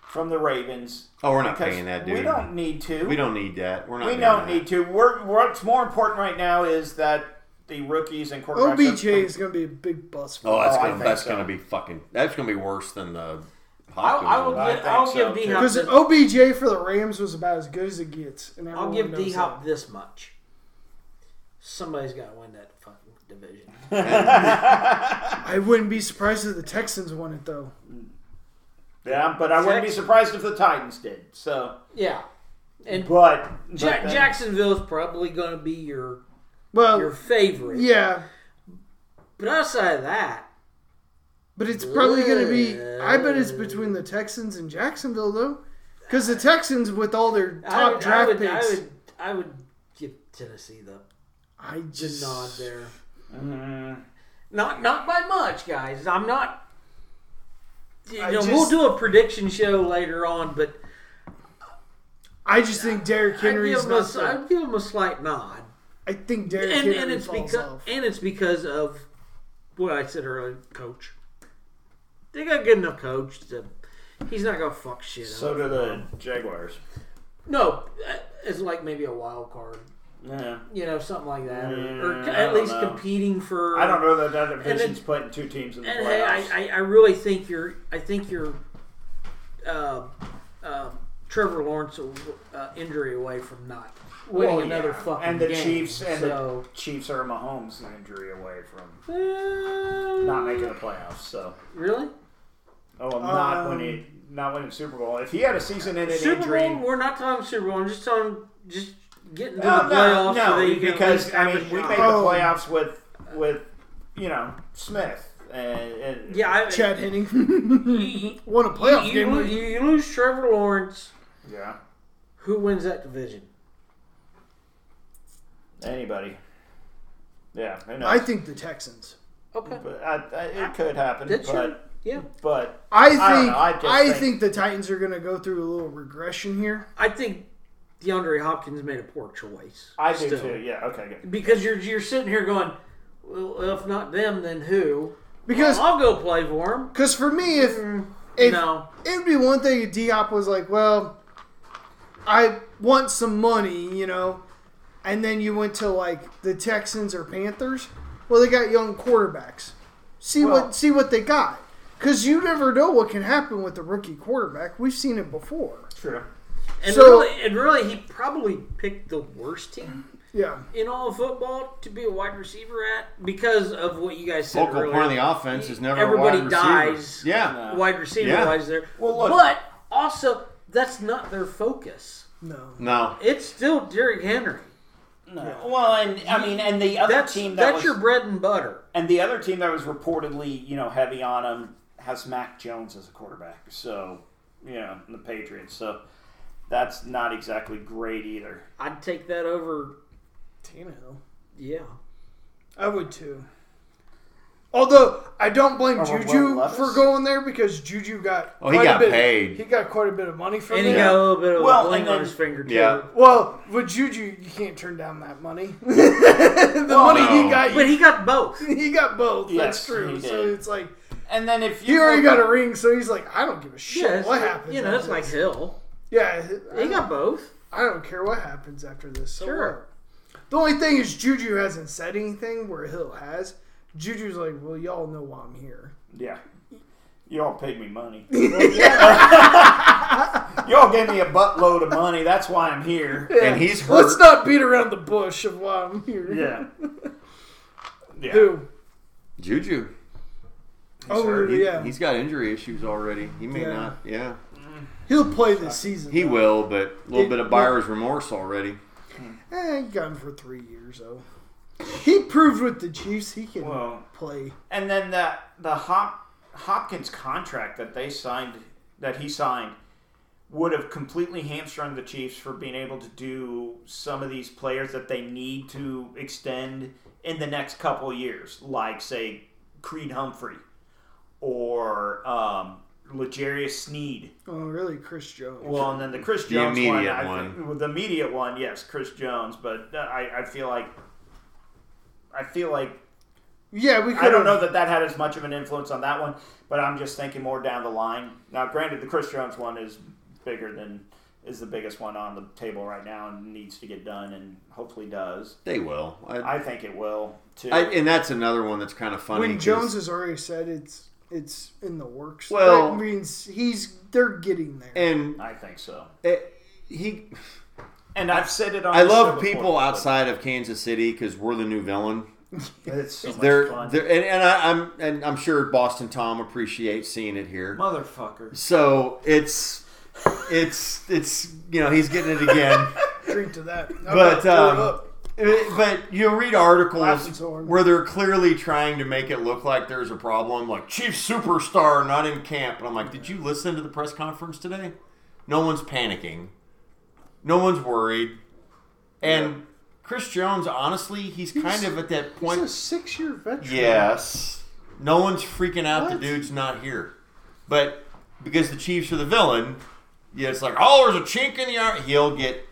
[SPEAKER 3] from the Ravens.
[SPEAKER 5] Oh, we're not
[SPEAKER 3] Because
[SPEAKER 5] paying that dude.
[SPEAKER 3] We don't need to.
[SPEAKER 5] We don't need that. We're not.
[SPEAKER 3] We
[SPEAKER 5] doing
[SPEAKER 3] don't
[SPEAKER 5] that.
[SPEAKER 3] need to. We're what's more important right now is that the rookies and quarterbacks.
[SPEAKER 1] OBJ is going to be a big bust.
[SPEAKER 5] Oh, that's
[SPEAKER 3] Oh, I
[SPEAKER 5] gonna
[SPEAKER 3] think
[SPEAKER 5] that's
[SPEAKER 3] so.
[SPEAKER 5] gonna be fucking. That's gonna be worse than the
[SPEAKER 2] I, I will
[SPEAKER 3] I
[SPEAKER 2] give,
[SPEAKER 3] think
[SPEAKER 2] I'll
[SPEAKER 3] so,
[SPEAKER 2] give D
[SPEAKER 3] too.
[SPEAKER 2] Hop.
[SPEAKER 1] Because
[SPEAKER 2] this-
[SPEAKER 1] OBJ for the Rams was about as good as it gets. And
[SPEAKER 2] I'll
[SPEAKER 1] everyone
[SPEAKER 2] give
[SPEAKER 1] knows
[SPEAKER 2] D Hop
[SPEAKER 1] that.
[SPEAKER 2] this much. Somebody's got to win that fucking division.
[SPEAKER 1] I wouldn't be surprised if the Texans won it though.
[SPEAKER 3] Yeah, but I wouldn't be
[SPEAKER 2] Jackson-
[SPEAKER 3] surprised if the Titans did. So,
[SPEAKER 2] Yeah, and
[SPEAKER 3] but, but
[SPEAKER 2] Jack,
[SPEAKER 3] then-
[SPEAKER 2] Jacksonville's probably going to be your your
[SPEAKER 1] Well,
[SPEAKER 2] favorite.
[SPEAKER 1] Oh, yeah,
[SPEAKER 2] But outside of that,
[SPEAKER 1] but it's probably going to be. I bet it's between the Texans and Jacksonville though, because the Texans with all their
[SPEAKER 2] I,
[SPEAKER 1] top
[SPEAKER 2] would, I,
[SPEAKER 1] draft
[SPEAKER 2] would, I
[SPEAKER 1] picks,
[SPEAKER 2] would I would give Tennessee the,
[SPEAKER 1] I
[SPEAKER 2] the
[SPEAKER 1] just
[SPEAKER 2] nod there.
[SPEAKER 3] Mm,
[SPEAKER 2] Not not by much, guys. I'm not. You
[SPEAKER 1] I
[SPEAKER 2] know, we'll
[SPEAKER 1] just-
[SPEAKER 2] do a prediction show later on, but
[SPEAKER 1] I just think Derrick
[SPEAKER 2] I give,
[SPEAKER 1] Henry's
[SPEAKER 2] him a,
[SPEAKER 1] not.
[SPEAKER 2] I
[SPEAKER 1] the-
[SPEAKER 2] give him a slight nod,
[SPEAKER 1] I think Derrick
[SPEAKER 2] and,
[SPEAKER 1] Henry
[SPEAKER 2] and it's
[SPEAKER 1] falls
[SPEAKER 2] because
[SPEAKER 1] off.
[SPEAKER 2] and it's because of what I said earlier, coach. They got a good enough coach to. He's not gonna fuck shit
[SPEAKER 3] so
[SPEAKER 2] up.
[SPEAKER 3] do the Jaguars.
[SPEAKER 2] No, uh, it's like maybe a wild card,
[SPEAKER 3] Yeah.
[SPEAKER 2] you know, something like that, or, or
[SPEAKER 3] Mm,
[SPEAKER 2] co-
[SPEAKER 3] I
[SPEAKER 2] at
[SPEAKER 3] don't
[SPEAKER 2] least
[SPEAKER 3] know.
[SPEAKER 2] competing for.
[SPEAKER 3] I don't know that that
[SPEAKER 2] division's
[SPEAKER 3] division's putting two teams in the
[SPEAKER 2] And hey,
[SPEAKER 3] playoffs.
[SPEAKER 2] I, I, I really think your I think your uh, uh, Trevor Lawrence will, uh, injury away from not winning
[SPEAKER 3] Well,
[SPEAKER 2] another
[SPEAKER 3] yeah.
[SPEAKER 2] fucking
[SPEAKER 3] And the
[SPEAKER 2] game.
[SPEAKER 3] Chiefs and
[SPEAKER 2] so,
[SPEAKER 3] the Chiefs are Mahomes an injury away from
[SPEAKER 2] uh,
[SPEAKER 3] not making the playoffs. So,
[SPEAKER 2] really
[SPEAKER 3] oh, I'm not
[SPEAKER 1] Um,
[SPEAKER 3] winning, not winning Super Bowl. If he had a season-ending
[SPEAKER 2] Super
[SPEAKER 3] injury, uh,
[SPEAKER 2] Bowl. We're not talking Super Bowl. I'm just talking just getting to
[SPEAKER 3] No,
[SPEAKER 2] the
[SPEAKER 3] no,
[SPEAKER 2] playoffs. so
[SPEAKER 3] no,
[SPEAKER 2] that you can at
[SPEAKER 3] because
[SPEAKER 2] least
[SPEAKER 3] I
[SPEAKER 2] have a
[SPEAKER 3] mean we
[SPEAKER 2] shot.
[SPEAKER 3] made the
[SPEAKER 1] Oh.
[SPEAKER 3] playoffs with with you know Smith and, and
[SPEAKER 2] yeah. I,
[SPEAKER 1] Chad
[SPEAKER 2] [laughs]
[SPEAKER 1] Henning [laughs] won a
[SPEAKER 2] you,
[SPEAKER 1] playoff
[SPEAKER 2] you,
[SPEAKER 1] game.
[SPEAKER 2] lo-
[SPEAKER 1] didn't he?
[SPEAKER 2] you, you lose Trevor Lawrence.
[SPEAKER 3] yeah
[SPEAKER 2] Who wins that division?
[SPEAKER 3] anybody yeah I know
[SPEAKER 1] I think the Texans.
[SPEAKER 2] Okay,
[SPEAKER 3] but I, I, it could happen
[SPEAKER 2] that's
[SPEAKER 3] but
[SPEAKER 2] true. Yeah,
[SPEAKER 3] but
[SPEAKER 1] I think
[SPEAKER 3] don't know, I
[SPEAKER 1] I,
[SPEAKER 3] just
[SPEAKER 1] think,
[SPEAKER 3] think-
[SPEAKER 1] the Titans are going to go through a little regression here.
[SPEAKER 2] I think DeAndre Hopkins made a poor choice.
[SPEAKER 3] I do
[SPEAKER 2] still.
[SPEAKER 3] too yeah okay good
[SPEAKER 2] because you're you're sitting here going, well, if not them, then who?
[SPEAKER 1] Because
[SPEAKER 2] I'll go play for them.
[SPEAKER 1] cause for me, if, if
[SPEAKER 2] no,
[SPEAKER 1] it would be one thing if Diop was like, well, I want some money, you know, and then you went to like the Texans or Panthers. Well, they got young quarterbacks. See
[SPEAKER 3] Well-
[SPEAKER 1] what see what they got. Because you never know what can happen with a rookie quarterback. We've seen it before.
[SPEAKER 3] true
[SPEAKER 2] and
[SPEAKER 1] so-
[SPEAKER 2] really, and really, he probably picked the worst team
[SPEAKER 1] Yeah.
[SPEAKER 2] in all of football to be a wide receiver at because of what you guys said
[SPEAKER 4] Focal
[SPEAKER 2] earlier.
[SPEAKER 4] point of the offense is never
[SPEAKER 2] Everybody
[SPEAKER 4] a wide receiver.
[SPEAKER 2] dies.
[SPEAKER 4] Yeah,
[SPEAKER 2] wide receiver
[SPEAKER 4] Yeah.
[SPEAKER 2] wise there.
[SPEAKER 3] Well, look-
[SPEAKER 2] but also that's not their focus.
[SPEAKER 1] No.
[SPEAKER 4] no.
[SPEAKER 2] It's still Derrick Henry.
[SPEAKER 3] no. well and I mean and the other
[SPEAKER 2] That's
[SPEAKER 3] team that
[SPEAKER 2] that's
[SPEAKER 3] was
[SPEAKER 2] your bread and butter.
[SPEAKER 3] and the other team that was reportedly you know heavy on him has Mac Jones as a quarterback so you know the Patriots so that's not exactly great either.
[SPEAKER 2] I'd take that over.
[SPEAKER 1] Tannehill.
[SPEAKER 2] Yeah,
[SPEAKER 1] I would too. Although I don't blame
[SPEAKER 3] Or Will
[SPEAKER 1] Juju
[SPEAKER 3] Levis?
[SPEAKER 1] for going there because Juju got
[SPEAKER 4] Oh, he
[SPEAKER 1] quite a
[SPEAKER 4] got
[SPEAKER 1] bit-
[SPEAKER 4] paid.
[SPEAKER 1] He got quite a bit of money from
[SPEAKER 2] and he
[SPEAKER 1] it.
[SPEAKER 2] got a little bit of
[SPEAKER 3] Well,
[SPEAKER 2] a bling
[SPEAKER 3] and
[SPEAKER 2] on
[SPEAKER 3] then-
[SPEAKER 2] his finger too.
[SPEAKER 4] Yeah.
[SPEAKER 1] Well, with Juju, you can't turn down that money. [laughs] the money he
[SPEAKER 4] no.
[SPEAKER 1] got,
[SPEAKER 2] But he got both.
[SPEAKER 1] he got both.
[SPEAKER 3] Yes,
[SPEAKER 1] That's true.
[SPEAKER 3] he did.
[SPEAKER 1] So it's like
[SPEAKER 3] And then if you
[SPEAKER 1] he already
[SPEAKER 3] look-
[SPEAKER 1] got a ring, so he's like, I don't give a shit
[SPEAKER 2] Yeah, it's
[SPEAKER 1] what
[SPEAKER 2] like-
[SPEAKER 1] happens.
[SPEAKER 2] You know,
[SPEAKER 1] after
[SPEAKER 2] it's like
[SPEAKER 1] this. Oh.
[SPEAKER 2] Hill.
[SPEAKER 1] yeah, I
[SPEAKER 2] He
[SPEAKER 1] don't,
[SPEAKER 2] got both.
[SPEAKER 1] I don't care what happens after this. So
[SPEAKER 2] Sure.
[SPEAKER 1] what? The only thing is Juju hasn't said anything where Hill has. Juju's like, well, y'all know why I'm here.
[SPEAKER 3] Yeah. Y'all paid
[SPEAKER 1] [laughs]
[SPEAKER 3] me money. Y'all gave me a buttload of money. That's why I'm here.
[SPEAKER 4] And he's hurt.
[SPEAKER 1] Let's not beat around the bush of why I'm here.
[SPEAKER 3] Yeah.
[SPEAKER 1] [laughs]
[SPEAKER 3] Yeah.
[SPEAKER 1] Who?
[SPEAKER 4] Juju.
[SPEAKER 1] oh,
[SPEAKER 3] hurt.
[SPEAKER 4] He,
[SPEAKER 1] yeah.
[SPEAKER 4] He's got injury issues already. He may
[SPEAKER 1] Yeah.
[SPEAKER 4] not. Yeah,
[SPEAKER 1] He'll play this season.
[SPEAKER 4] he
[SPEAKER 1] though.
[SPEAKER 4] will, but a little
[SPEAKER 1] It-
[SPEAKER 4] bit of buyer's remorse already.
[SPEAKER 1] Eh, you got him for three years, though. He proved with the Chiefs he can
[SPEAKER 3] Well,
[SPEAKER 1] play.
[SPEAKER 3] and then the the Hop, Hopkins contract that they signed, that he signed, would have completely hamstrung the Chiefs for being able to do some of these players that they need to extend in the next couple years, like say Creed Humphrey or um, Legarius Sneed.
[SPEAKER 1] Oh, really, Chris Jones?
[SPEAKER 3] Well, and then the Chris Jones one,
[SPEAKER 4] immediate
[SPEAKER 3] I
[SPEAKER 4] one.
[SPEAKER 3] think, well, the immediate one, yes, Chris Jones. But uh, I, I feel like, I feel like
[SPEAKER 1] yeah, we could.
[SPEAKER 3] I don't know that that had as much of an influence on that one. But I'm just thinking more down the line. Now, granted, the Chris Jones one is bigger than is the biggest one on the table right now and needs to get done, and hopefully does.
[SPEAKER 4] They will. I,
[SPEAKER 3] I think it will too.
[SPEAKER 4] I, and that's another one that's kind of funny.
[SPEAKER 1] When
[SPEAKER 4] 'cause-
[SPEAKER 1] Jones has already said it's it's in the works.
[SPEAKER 5] Well-
[SPEAKER 1] that means he's they're getting there.
[SPEAKER 5] And
[SPEAKER 3] I think so.
[SPEAKER 5] it, he,
[SPEAKER 3] And I've said it on
[SPEAKER 5] I
[SPEAKER 3] the show
[SPEAKER 5] love
[SPEAKER 3] before,
[SPEAKER 5] people
[SPEAKER 3] but
[SPEAKER 5] outside of Kansas City because we're the new villain.
[SPEAKER 3] It's so much
[SPEAKER 5] They're,
[SPEAKER 3] fun.
[SPEAKER 5] they're and, and I, I'm and I'm sure Boston Tom appreciates seeing it here.
[SPEAKER 3] Motherfucker.
[SPEAKER 5] So it's it's it's you know he's getting it again.
[SPEAKER 1] Drink to
[SPEAKER 3] [laughs]
[SPEAKER 1] that. [laughs] I'm
[SPEAKER 5] But,
[SPEAKER 1] about to
[SPEAKER 5] um,
[SPEAKER 1] throw it up.
[SPEAKER 5] Uh, but you read
[SPEAKER 1] Laughing
[SPEAKER 5] articles
[SPEAKER 1] so hard.
[SPEAKER 5] where they're clearly trying to make it look like there's a problem, like chief superstar not in camp. And I'm like, did you listen to the press conference today? No one's panicking, no one's worried, and Chris Jones, honestly, he's kind
[SPEAKER 1] He's-
[SPEAKER 5] of at that
[SPEAKER 1] he's
[SPEAKER 5] point.
[SPEAKER 1] a six-year veteran.
[SPEAKER 5] Yes. No one's freaking out
[SPEAKER 1] What?
[SPEAKER 5] the dude's not here. But because the Chiefs are the villain, yeah, it's like, oh, there's a chink in the armor. He'll get,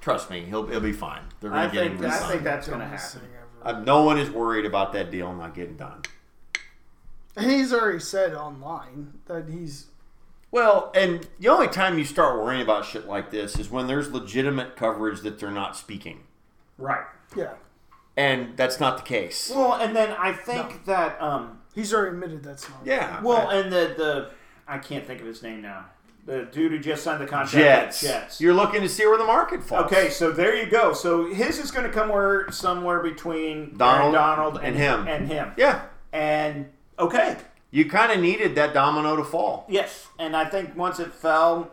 [SPEAKER 5] trust me, he'll, he'll be fine. They're going
[SPEAKER 3] I
[SPEAKER 5] to get him
[SPEAKER 3] think, I think
[SPEAKER 5] re-signed.
[SPEAKER 3] that's going to
[SPEAKER 1] Dumbest
[SPEAKER 3] happen.
[SPEAKER 1] thing ever.
[SPEAKER 5] Uh, No one is worried about that deal not getting done.
[SPEAKER 1] And he's already said online that he's
[SPEAKER 5] Well, and the only time you start worrying about shit like this is when there's legitimate coverage that they're not speaking.
[SPEAKER 3] Right.
[SPEAKER 1] yeah.
[SPEAKER 5] And that's not the case.
[SPEAKER 3] Well, and then I think that, um,
[SPEAKER 1] He's already admitted that's not.
[SPEAKER 5] Yeah. Uh,
[SPEAKER 3] well, and the, the, I can't think of his name now. The dude who just signed the contract. with
[SPEAKER 5] Jets.
[SPEAKER 3] Jets.
[SPEAKER 5] You're looking to see where the market falls.
[SPEAKER 3] Okay, so there you go. So his is going to come where, somewhere between Aaron
[SPEAKER 5] Donald
[SPEAKER 3] Donald
[SPEAKER 5] and him.
[SPEAKER 3] and him.
[SPEAKER 5] Yeah.
[SPEAKER 3] And okay,
[SPEAKER 5] You kind of needed that domino to fall.
[SPEAKER 3] yes, and I think once it fell,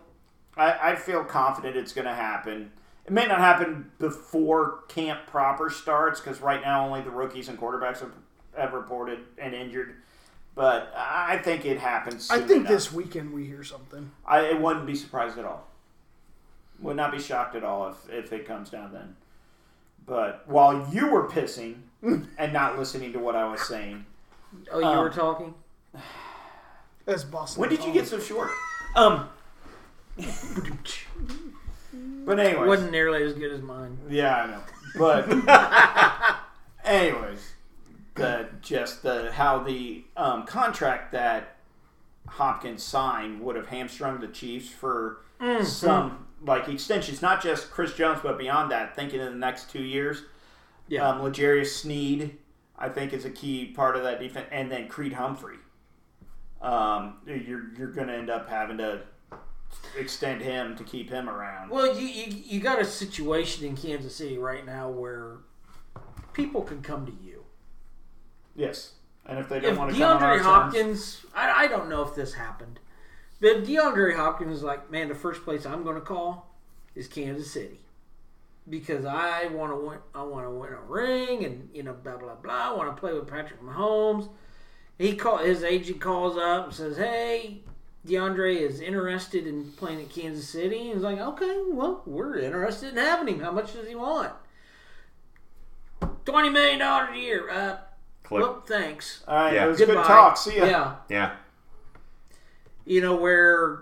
[SPEAKER 3] I, I feel confident it's going to happen. It may not happen before camp proper starts because right now only the rookies and quarterbacks have, have reported and injured. But I I think it happens.
[SPEAKER 1] I
[SPEAKER 3] soon
[SPEAKER 1] think
[SPEAKER 3] enough.
[SPEAKER 1] this weekend we hear something.
[SPEAKER 3] I it wouldn't be surprised at all. Would not be shocked at all if, if it comes down then. But while you were [laughs] pissing and not listening to what I was saying,
[SPEAKER 2] Oh, you
[SPEAKER 3] Um,
[SPEAKER 2] were talking.
[SPEAKER 1] That's Boston.
[SPEAKER 3] when did you get so short? Um. [laughs] but anyways,
[SPEAKER 2] Wasn't nearly as good as mine.
[SPEAKER 3] yeah, I know. But anyways, the just the how the um, contract that Hopkins signed would have hamstrung the Chiefs for some like extensions, not just Chris Jones, but beyond that, thinking in the next two years.
[SPEAKER 2] Yeah.
[SPEAKER 3] Um, Legarius Sneed, I think, is a key part of that defense, and then Creed Humphrey. Um, you're you're going to end up having to extend him to keep him around.
[SPEAKER 2] Well, you, you you got a situation in Kansas City right now where people can come to you.
[SPEAKER 3] Yes, and if they don't
[SPEAKER 2] If
[SPEAKER 3] want to come on our
[SPEAKER 2] DeAndre
[SPEAKER 3] terms-
[SPEAKER 2] Hopkins, I, I don't know if this happened, but DeAndre Hopkins is like, man, the first place I'm going to call is Kansas City because I want to win. I want to win a ring, and you know, blah blah blah. I want to play with Patrick Mahomes. He call his agent calls up and says, hey. DeAndre is interested in playing at Kansas City. He's like, okay, well, we're interested in having him. How much does he want? $20 million a year. Uh,
[SPEAKER 5] Click.
[SPEAKER 2] well, thanks.
[SPEAKER 3] All right,
[SPEAKER 5] Yeah.
[SPEAKER 3] it was
[SPEAKER 2] Goodbye.
[SPEAKER 3] good talk. See ya.
[SPEAKER 2] Yeah.
[SPEAKER 5] Yeah.
[SPEAKER 2] You know, where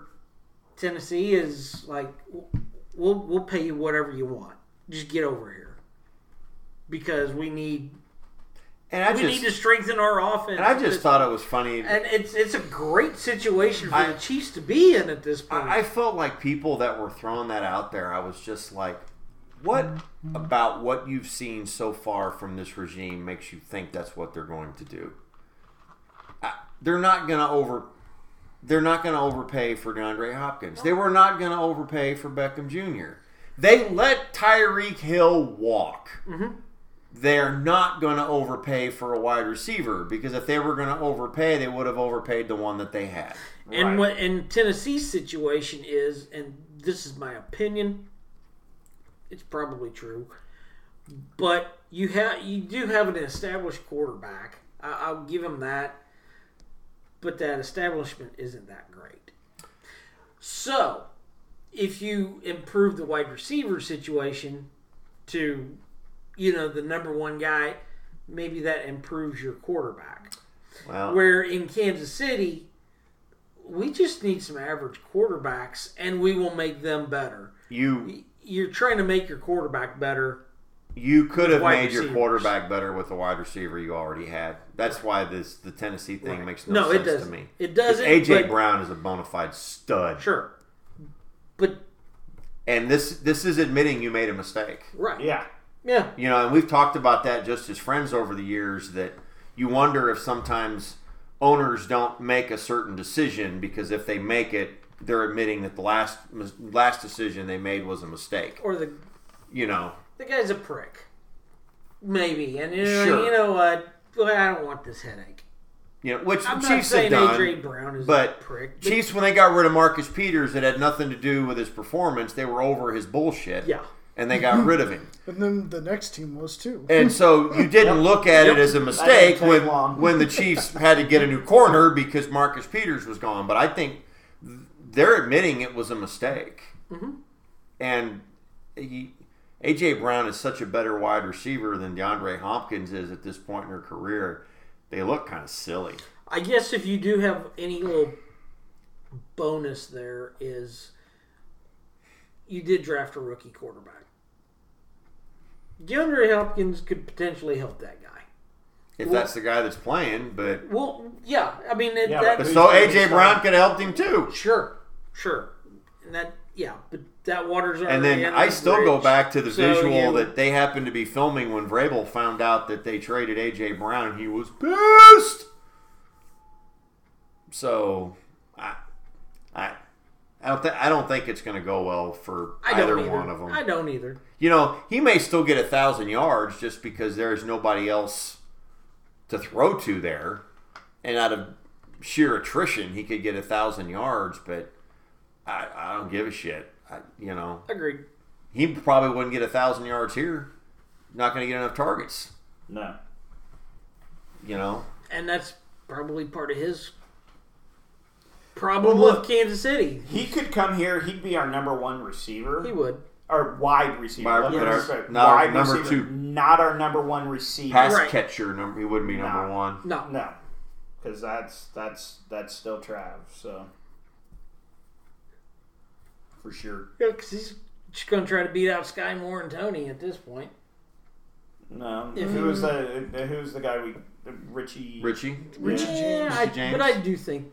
[SPEAKER 2] Tennessee is like, w- we'll, we'll pay you whatever you want. Just get over here. Because we need
[SPEAKER 5] And I
[SPEAKER 2] we
[SPEAKER 5] just
[SPEAKER 2] need to strengthen our offense.
[SPEAKER 5] and I just thought it was funny. I,
[SPEAKER 2] and it's it's a great situation for
[SPEAKER 5] I-
[SPEAKER 2] the Chiefs to be in at this point.
[SPEAKER 5] I felt like people that were throwing that out there. I was just like, what about what you've seen so far from this regime makes you think that's what they're going to do? I, they're not going to over. They're not going to overpay for DeAndre Hopkins. They were not going to overpay for Beckham Jr. They let Tyreek Hill walk. they're not going to overpay for a wide receiver because if they were going to overpay, they would have overpaid the one that they had.
[SPEAKER 2] And
[SPEAKER 3] Right.
[SPEAKER 2] what in Tennessee's situation is, and this is my opinion, it's probably true, but you have you do have an established quarterback. I, I'll give him that, but that establishment isn't that great. So, if you improve the wide receiver situation to, you know, the number one guy, maybe that improves your quarterback.
[SPEAKER 5] Well,
[SPEAKER 2] Where in Kansas City, we just need some average quarterbacks and we will make them better.
[SPEAKER 5] you
[SPEAKER 2] You're trying to make your quarterback better.
[SPEAKER 5] you could have
[SPEAKER 2] Wide
[SPEAKER 5] made your
[SPEAKER 2] receivers.
[SPEAKER 5] quarterback better with the wide receiver you already had. That's why this the Tennessee thing makes no,
[SPEAKER 2] No, it
[SPEAKER 5] sense
[SPEAKER 2] doesn't.
[SPEAKER 5] to me.
[SPEAKER 2] It doesn't.
[SPEAKER 5] AJ
[SPEAKER 2] but-
[SPEAKER 5] Brown is a bona fide stud,
[SPEAKER 2] Sure. But,
[SPEAKER 5] and this this is admitting you made a mistake.
[SPEAKER 2] right.
[SPEAKER 3] Yeah.
[SPEAKER 2] Yeah.
[SPEAKER 5] You know, and we've talked about that just as friends over the years that you wonder if sometimes owners don't make a certain decision because if they make it, they're admitting that the last mis- last decision they made was a mistake.
[SPEAKER 2] Or the
[SPEAKER 5] You know,
[SPEAKER 2] the guy's a prick. Maybe. And you know,
[SPEAKER 5] Sure.
[SPEAKER 2] you know what? Well, I don't want this headache.
[SPEAKER 5] you know, which
[SPEAKER 2] I'm
[SPEAKER 5] the
[SPEAKER 2] not
[SPEAKER 5] Chiefs have
[SPEAKER 2] saying
[SPEAKER 5] done.
[SPEAKER 2] AJ Brown is
[SPEAKER 5] but
[SPEAKER 2] a prick. but-
[SPEAKER 5] Chiefs, when they got rid of Marcus Peters, it had nothing to do with his performance. They were over his bullshit.
[SPEAKER 2] Yeah.
[SPEAKER 5] And they got rid of him.
[SPEAKER 1] And then the next team was too.
[SPEAKER 5] And so
[SPEAKER 2] [laughs]
[SPEAKER 5] you didn't look at
[SPEAKER 2] Yep.
[SPEAKER 5] it as a mistake
[SPEAKER 3] take
[SPEAKER 5] when
[SPEAKER 3] long.
[SPEAKER 5] when
[SPEAKER 2] [laughs]
[SPEAKER 5] the Chiefs had to get a new corner because Marcus Peters was gone. But I think they're admitting it was a mistake.
[SPEAKER 2] Mm-hmm.
[SPEAKER 5] And he, AJ Brown is such a better wide receiver than DeAndre Hopkins is at this point in her career. They look kind of silly.
[SPEAKER 2] I guess if you do have any little bonus there is you did draft a rookie quarterback. DeAndre Hopkins could potentially help that guy.
[SPEAKER 5] If that's the guy that's playing, but
[SPEAKER 2] Well, yeah, I mean it,
[SPEAKER 3] Yeah,
[SPEAKER 2] that
[SPEAKER 3] but-
[SPEAKER 5] so AJ Brown could have helped him too.
[SPEAKER 2] sure, sure, and that yeah, but that waters
[SPEAKER 5] And then
[SPEAKER 2] already under
[SPEAKER 5] I
[SPEAKER 2] the
[SPEAKER 5] still go
[SPEAKER 2] bridge.
[SPEAKER 5] back to the
[SPEAKER 2] So
[SPEAKER 5] visual
[SPEAKER 2] you-
[SPEAKER 5] that they happened to be filming when Vrabel found out that they traded AJ Brown, and he was pissed. So, I, I, I don't think I don't think it's going to go well for
[SPEAKER 2] I don't
[SPEAKER 5] either
[SPEAKER 2] either.
[SPEAKER 5] one of them.
[SPEAKER 2] I don't either.
[SPEAKER 5] you know, he may still get a thousand yards just because there is nobody else to throw to there, and out of sheer attrition, he could get a thousand yards. But I, I don't give a shit. I, you know,
[SPEAKER 2] Agreed.
[SPEAKER 5] he probably wouldn't get a thousand yards here. Not going to get enough targets.
[SPEAKER 3] No.
[SPEAKER 5] You know,
[SPEAKER 2] And that's probably part of his problem
[SPEAKER 3] Well,
[SPEAKER 2] with Kansas City.
[SPEAKER 3] He could come here. He'd be our number one receiver.
[SPEAKER 2] He would.
[SPEAKER 3] Our wide receiver.
[SPEAKER 5] Wide-
[SPEAKER 3] Let me
[SPEAKER 5] but our-
[SPEAKER 3] say,
[SPEAKER 5] not our
[SPEAKER 3] wide
[SPEAKER 5] number
[SPEAKER 3] receiver,
[SPEAKER 5] two.
[SPEAKER 3] Not our number one receiver.
[SPEAKER 5] pass
[SPEAKER 2] Right.
[SPEAKER 5] catcher number. He wouldn't be number
[SPEAKER 3] No.
[SPEAKER 5] one.
[SPEAKER 2] No.
[SPEAKER 3] No, because that's that's that's still Trav. So for sure.
[SPEAKER 2] Because he's just going to try to beat out Sky Moore and Tony at this point.
[SPEAKER 3] No.
[SPEAKER 2] If-
[SPEAKER 3] who was the who's the guy we Richie
[SPEAKER 5] Richie,
[SPEAKER 3] Richie
[SPEAKER 2] Yeah,
[SPEAKER 1] James.
[SPEAKER 2] I,
[SPEAKER 5] James.
[SPEAKER 2] but I do think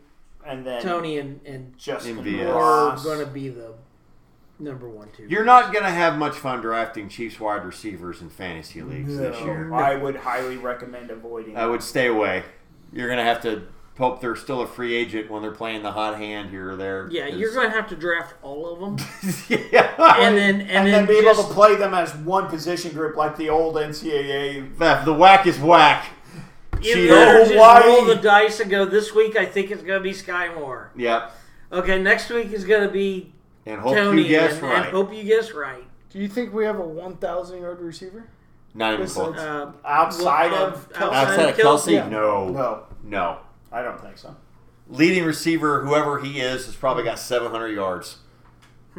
[SPEAKER 3] and then
[SPEAKER 2] Tony and, and
[SPEAKER 3] Justin
[SPEAKER 5] MVS.
[SPEAKER 2] are
[SPEAKER 3] Ross.
[SPEAKER 2] going to be the number one, two.
[SPEAKER 5] you're not going to have much fun drafting Chiefs wide receivers in fantasy leagues this year.
[SPEAKER 3] No, I would highly recommend avoiding.
[SPEAKER 5] I would stay away. You're going to have to hope they're still a free agent when they're playing the hot hand here or there.
[SPEAKER 2] yeah, you're going to have to draft all of them.
[SPEAKER 5] [laughs] yeah.
[SPEAKER 2] and then, and,
[SPEAKER 3] and,
[SPEAKER 2] then,
[SPEAKER 3] then be
[SPEAKER 2] just,
[SPEAKER 3] able to play them as one position group like the old NCAA.
[SPEAKER 5] The, the whack is whack.
[SPEAKER 2] either
[SPEAKER 5] Cheeto.
[SPEAKER 2] just roll
[SPEAKER 3] Hawaii.
[SPEAKER 2] the dice and go, this week I think it's going to be Sky Moore.
[SPEAKER 5] Yep.
[SPEAKER 2] Okay, next week is going to be
[SPEAKER 5] And hope
[SPEAKER 2] Tony.
[SPEAKER 5] you guess
[SPEAKER 2] and, and
[SPEAKER 5] right.
[SPEAKER 2] hope you guess right.
[SPEAKER 1] Do you think we have a 1,000 yard receiver?
[SPEAKER 5] Not even
[SPEAKER 1] This
[SPEAKER 5] close.
[SPEAKER 1] is-
[SPEAKER 2] Uh,
[SPEAKER 3] Outside
[SPEAKER 2] well,
[SPEAKER 3] of
[SPEAKER 2] uh, outside
[SPEAKER 5] Outside of
[SPEAKER 2] Kelsey?
[SPEAKER 5] Kelsey,
[SPEAKER 1] Yeah.
[SPEAKER 5] no, no,
[SPEAKER 3] no, I don't think so.
[SPEAKER 5] Leading receiver, whoever he is, has probably got 700 yards.
[SPEAKER 2] Hmm.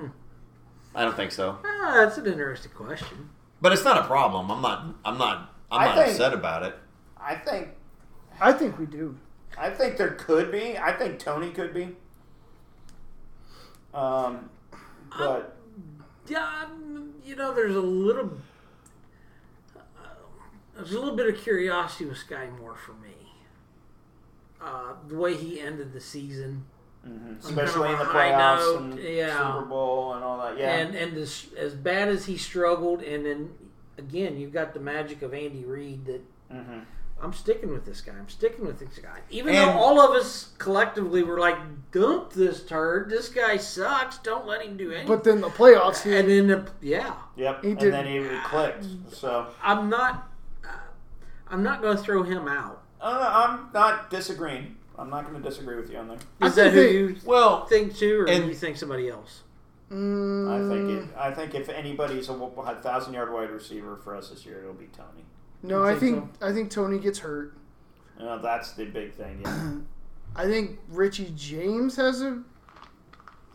[SPEAKER 5] I don't think so.
[SPEAKER 2] Ah, that's an interesting question.
[SPEAKER 5] But it's not a problem. I'm not. I'm not. I'm
[SPEAKER 3] I
[SPEAKER 5] not
[SPEAKER 3] think-
[SPEAKER 5] upset about it.
[SPEAKER 3] I think
[SPEAKER 1] I think we do.
[SPEAKER 3] I think there could be. I think Tony could be. Um, but
[SPEAKER 2] Yeah, I'm- you know, there's a little, uh, there's a little bit of curiosity with Sky Moore for me. Uh, the way he ended the season,
[SPEAKER 3] mm-hmm, especially in the
[SPEAKER 2] high
[SPEAKER 3] playoffs
[SPEAKER 2] note,
[SPEAKER 3] and
[SPEAKER 2] yeah.
[SPEAKER 3] Super Bowl and all that. Yeah,
[SPEAKER 2] and and as, as bad as he struggled, and then again, you've got the magic of Andy Reid that.
[SPEAKER 3] Mhm.
[SPEAKER 2] I'm sticking with this guy. I'm sticking with this guy. Even though
[SPEAKER 5] And-
[SPEAKER 2] all of us collectively were like, dump this turd. This guy sucks. Don't let him do anything.
[SPEAKER 1] But then the playoffs, he,
[SPEAKER 2] and then, the, yeah.
[SPEAKER 3] yep.
[SPEAKER 1] He
[SPEAKER 3] and
[SPEAKER 1] did-
[SPEAKER 3] then he clicked. So
[SPEAKER 2] I'm not. Uh, I'm not going to throw him out.
[SPEAKER 3] uh, I'm not disagreeing. I'm not going to disagree with you on there.
[SPEAKER 1] I
[SPEAKER 2] Is that
[SPEAKER 1] think
[SPEAKER 2] who
[SPEAKER 1] they-
[SPEAKER 2] you
[SPEAKER 5] Well,
[SPEAKER 2] think too, or do
[SPEAKER 5] and-
[SPEAKER 2] you think somebody else?
[SPEAKER 1] Mm,
[SPEAKER 3] I think it, I think if anybody's a thousand yard wide receiver for us this year, it'll be Tony.
[SPEAKER 1] no,
[SPEAKER 2] You
[SPEAKER 1] I
[SPEAKER 2] think
[SPEAKER 1] think I think Tony gets hurt.
[SPEAKER 3] You know, that's the big thing. [clears throat] Yeah.
[SPEAKER 1] I think Richie James has a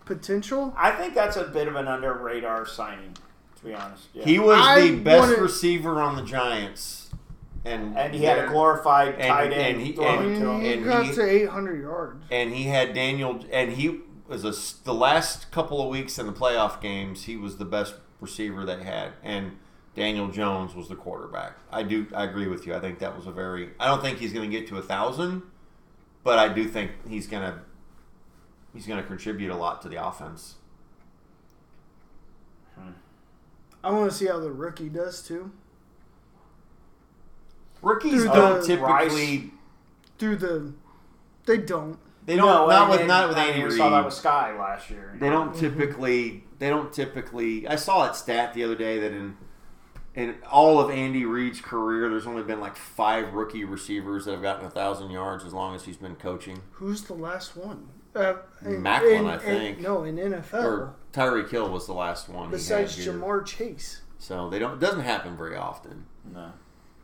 [SPEAKER 1] potential.
[SPEAKER 3] I think that's a bit of an under radar signing, to be honest. Yeah.
[SPEAKER 5] he was
[SPEAKER 1] I
[SPEAKER 5] the best
[SPEAKER 1] wanna-
[SPEAKER 5] receiver on the Giants, and
[SPEAKER 3] and he had a glorified
[SPEAKER 5] And-
[SPEAKER 3] tight end
[SPEAKER 5] and he-
[SPEAKER 1] I
[SPEAKER 3] throwing
[SPEAKER 1] mean,
[SPEAKER 3] to him.
[SPEAKER 1] he
[SPEAKER 5] and
[SPEAKER 1] got
[SPEAKER 5] he-
[SPEAKER 1] to 800 yards.
[SPEAKER 5] and he had Daniel, and he was a s the last couple of weeks in the playoff games. He was the best receiver they had, and Daniel Jones was the quarterback. I do, I agree with you. I think that was a very. I don't think he's going to get to a thousand, but I do think he's going to he's going to contribute a lot to the offense.
[SPEAKER 3] Hmm.
[SPEAKER 1] I want to see how the rookie does too.
[SPEAKER 5] Rookies
[SPEAKER 1] Dude,
[SPEAKER 5] don't
[SPEAKER 1] the-
[SPEAKER 5] typically
[SPEAKER 3] uh, Rice-
[SPEAKER 1] Through the They don't.
[SPEAKER 6] They don't not with not with Andy
[SPEAKER 3] We
[SPEAKER 6] Reid.
[SPEAKER 3] saw that with Sky last year.
[SPEAKER 5] They
[SPEAKER 1] Mm-hmm.
[SPEAKER 5] don't typically. They don't typically. I saw that stat the other day that in in all of Andy Reid's career, there's only been like five rookie receivers that have gotten a thousand yards as long as he's been coaching.
[SPEAKER 1] Who's the last one? Uh, in-
[SPEAKER 5] Macklin,
[SPEAKER 1] in-
[SPEAKER 5] I
[SPEAKER 1] in-
[SPEAKER 5] think.
[SPEAKER 1] no, in NFL.
[SPEAKER 5] Or Tyree Kill was the last one. he had
[SPEAKER 1] Oh. besides
[SPEAKER 5] here.
[SPEAKER 1] Jamar Chase.
[SPEAKER 5] so they don't. It doesn't happen very often.
[SPEAKER 3] No.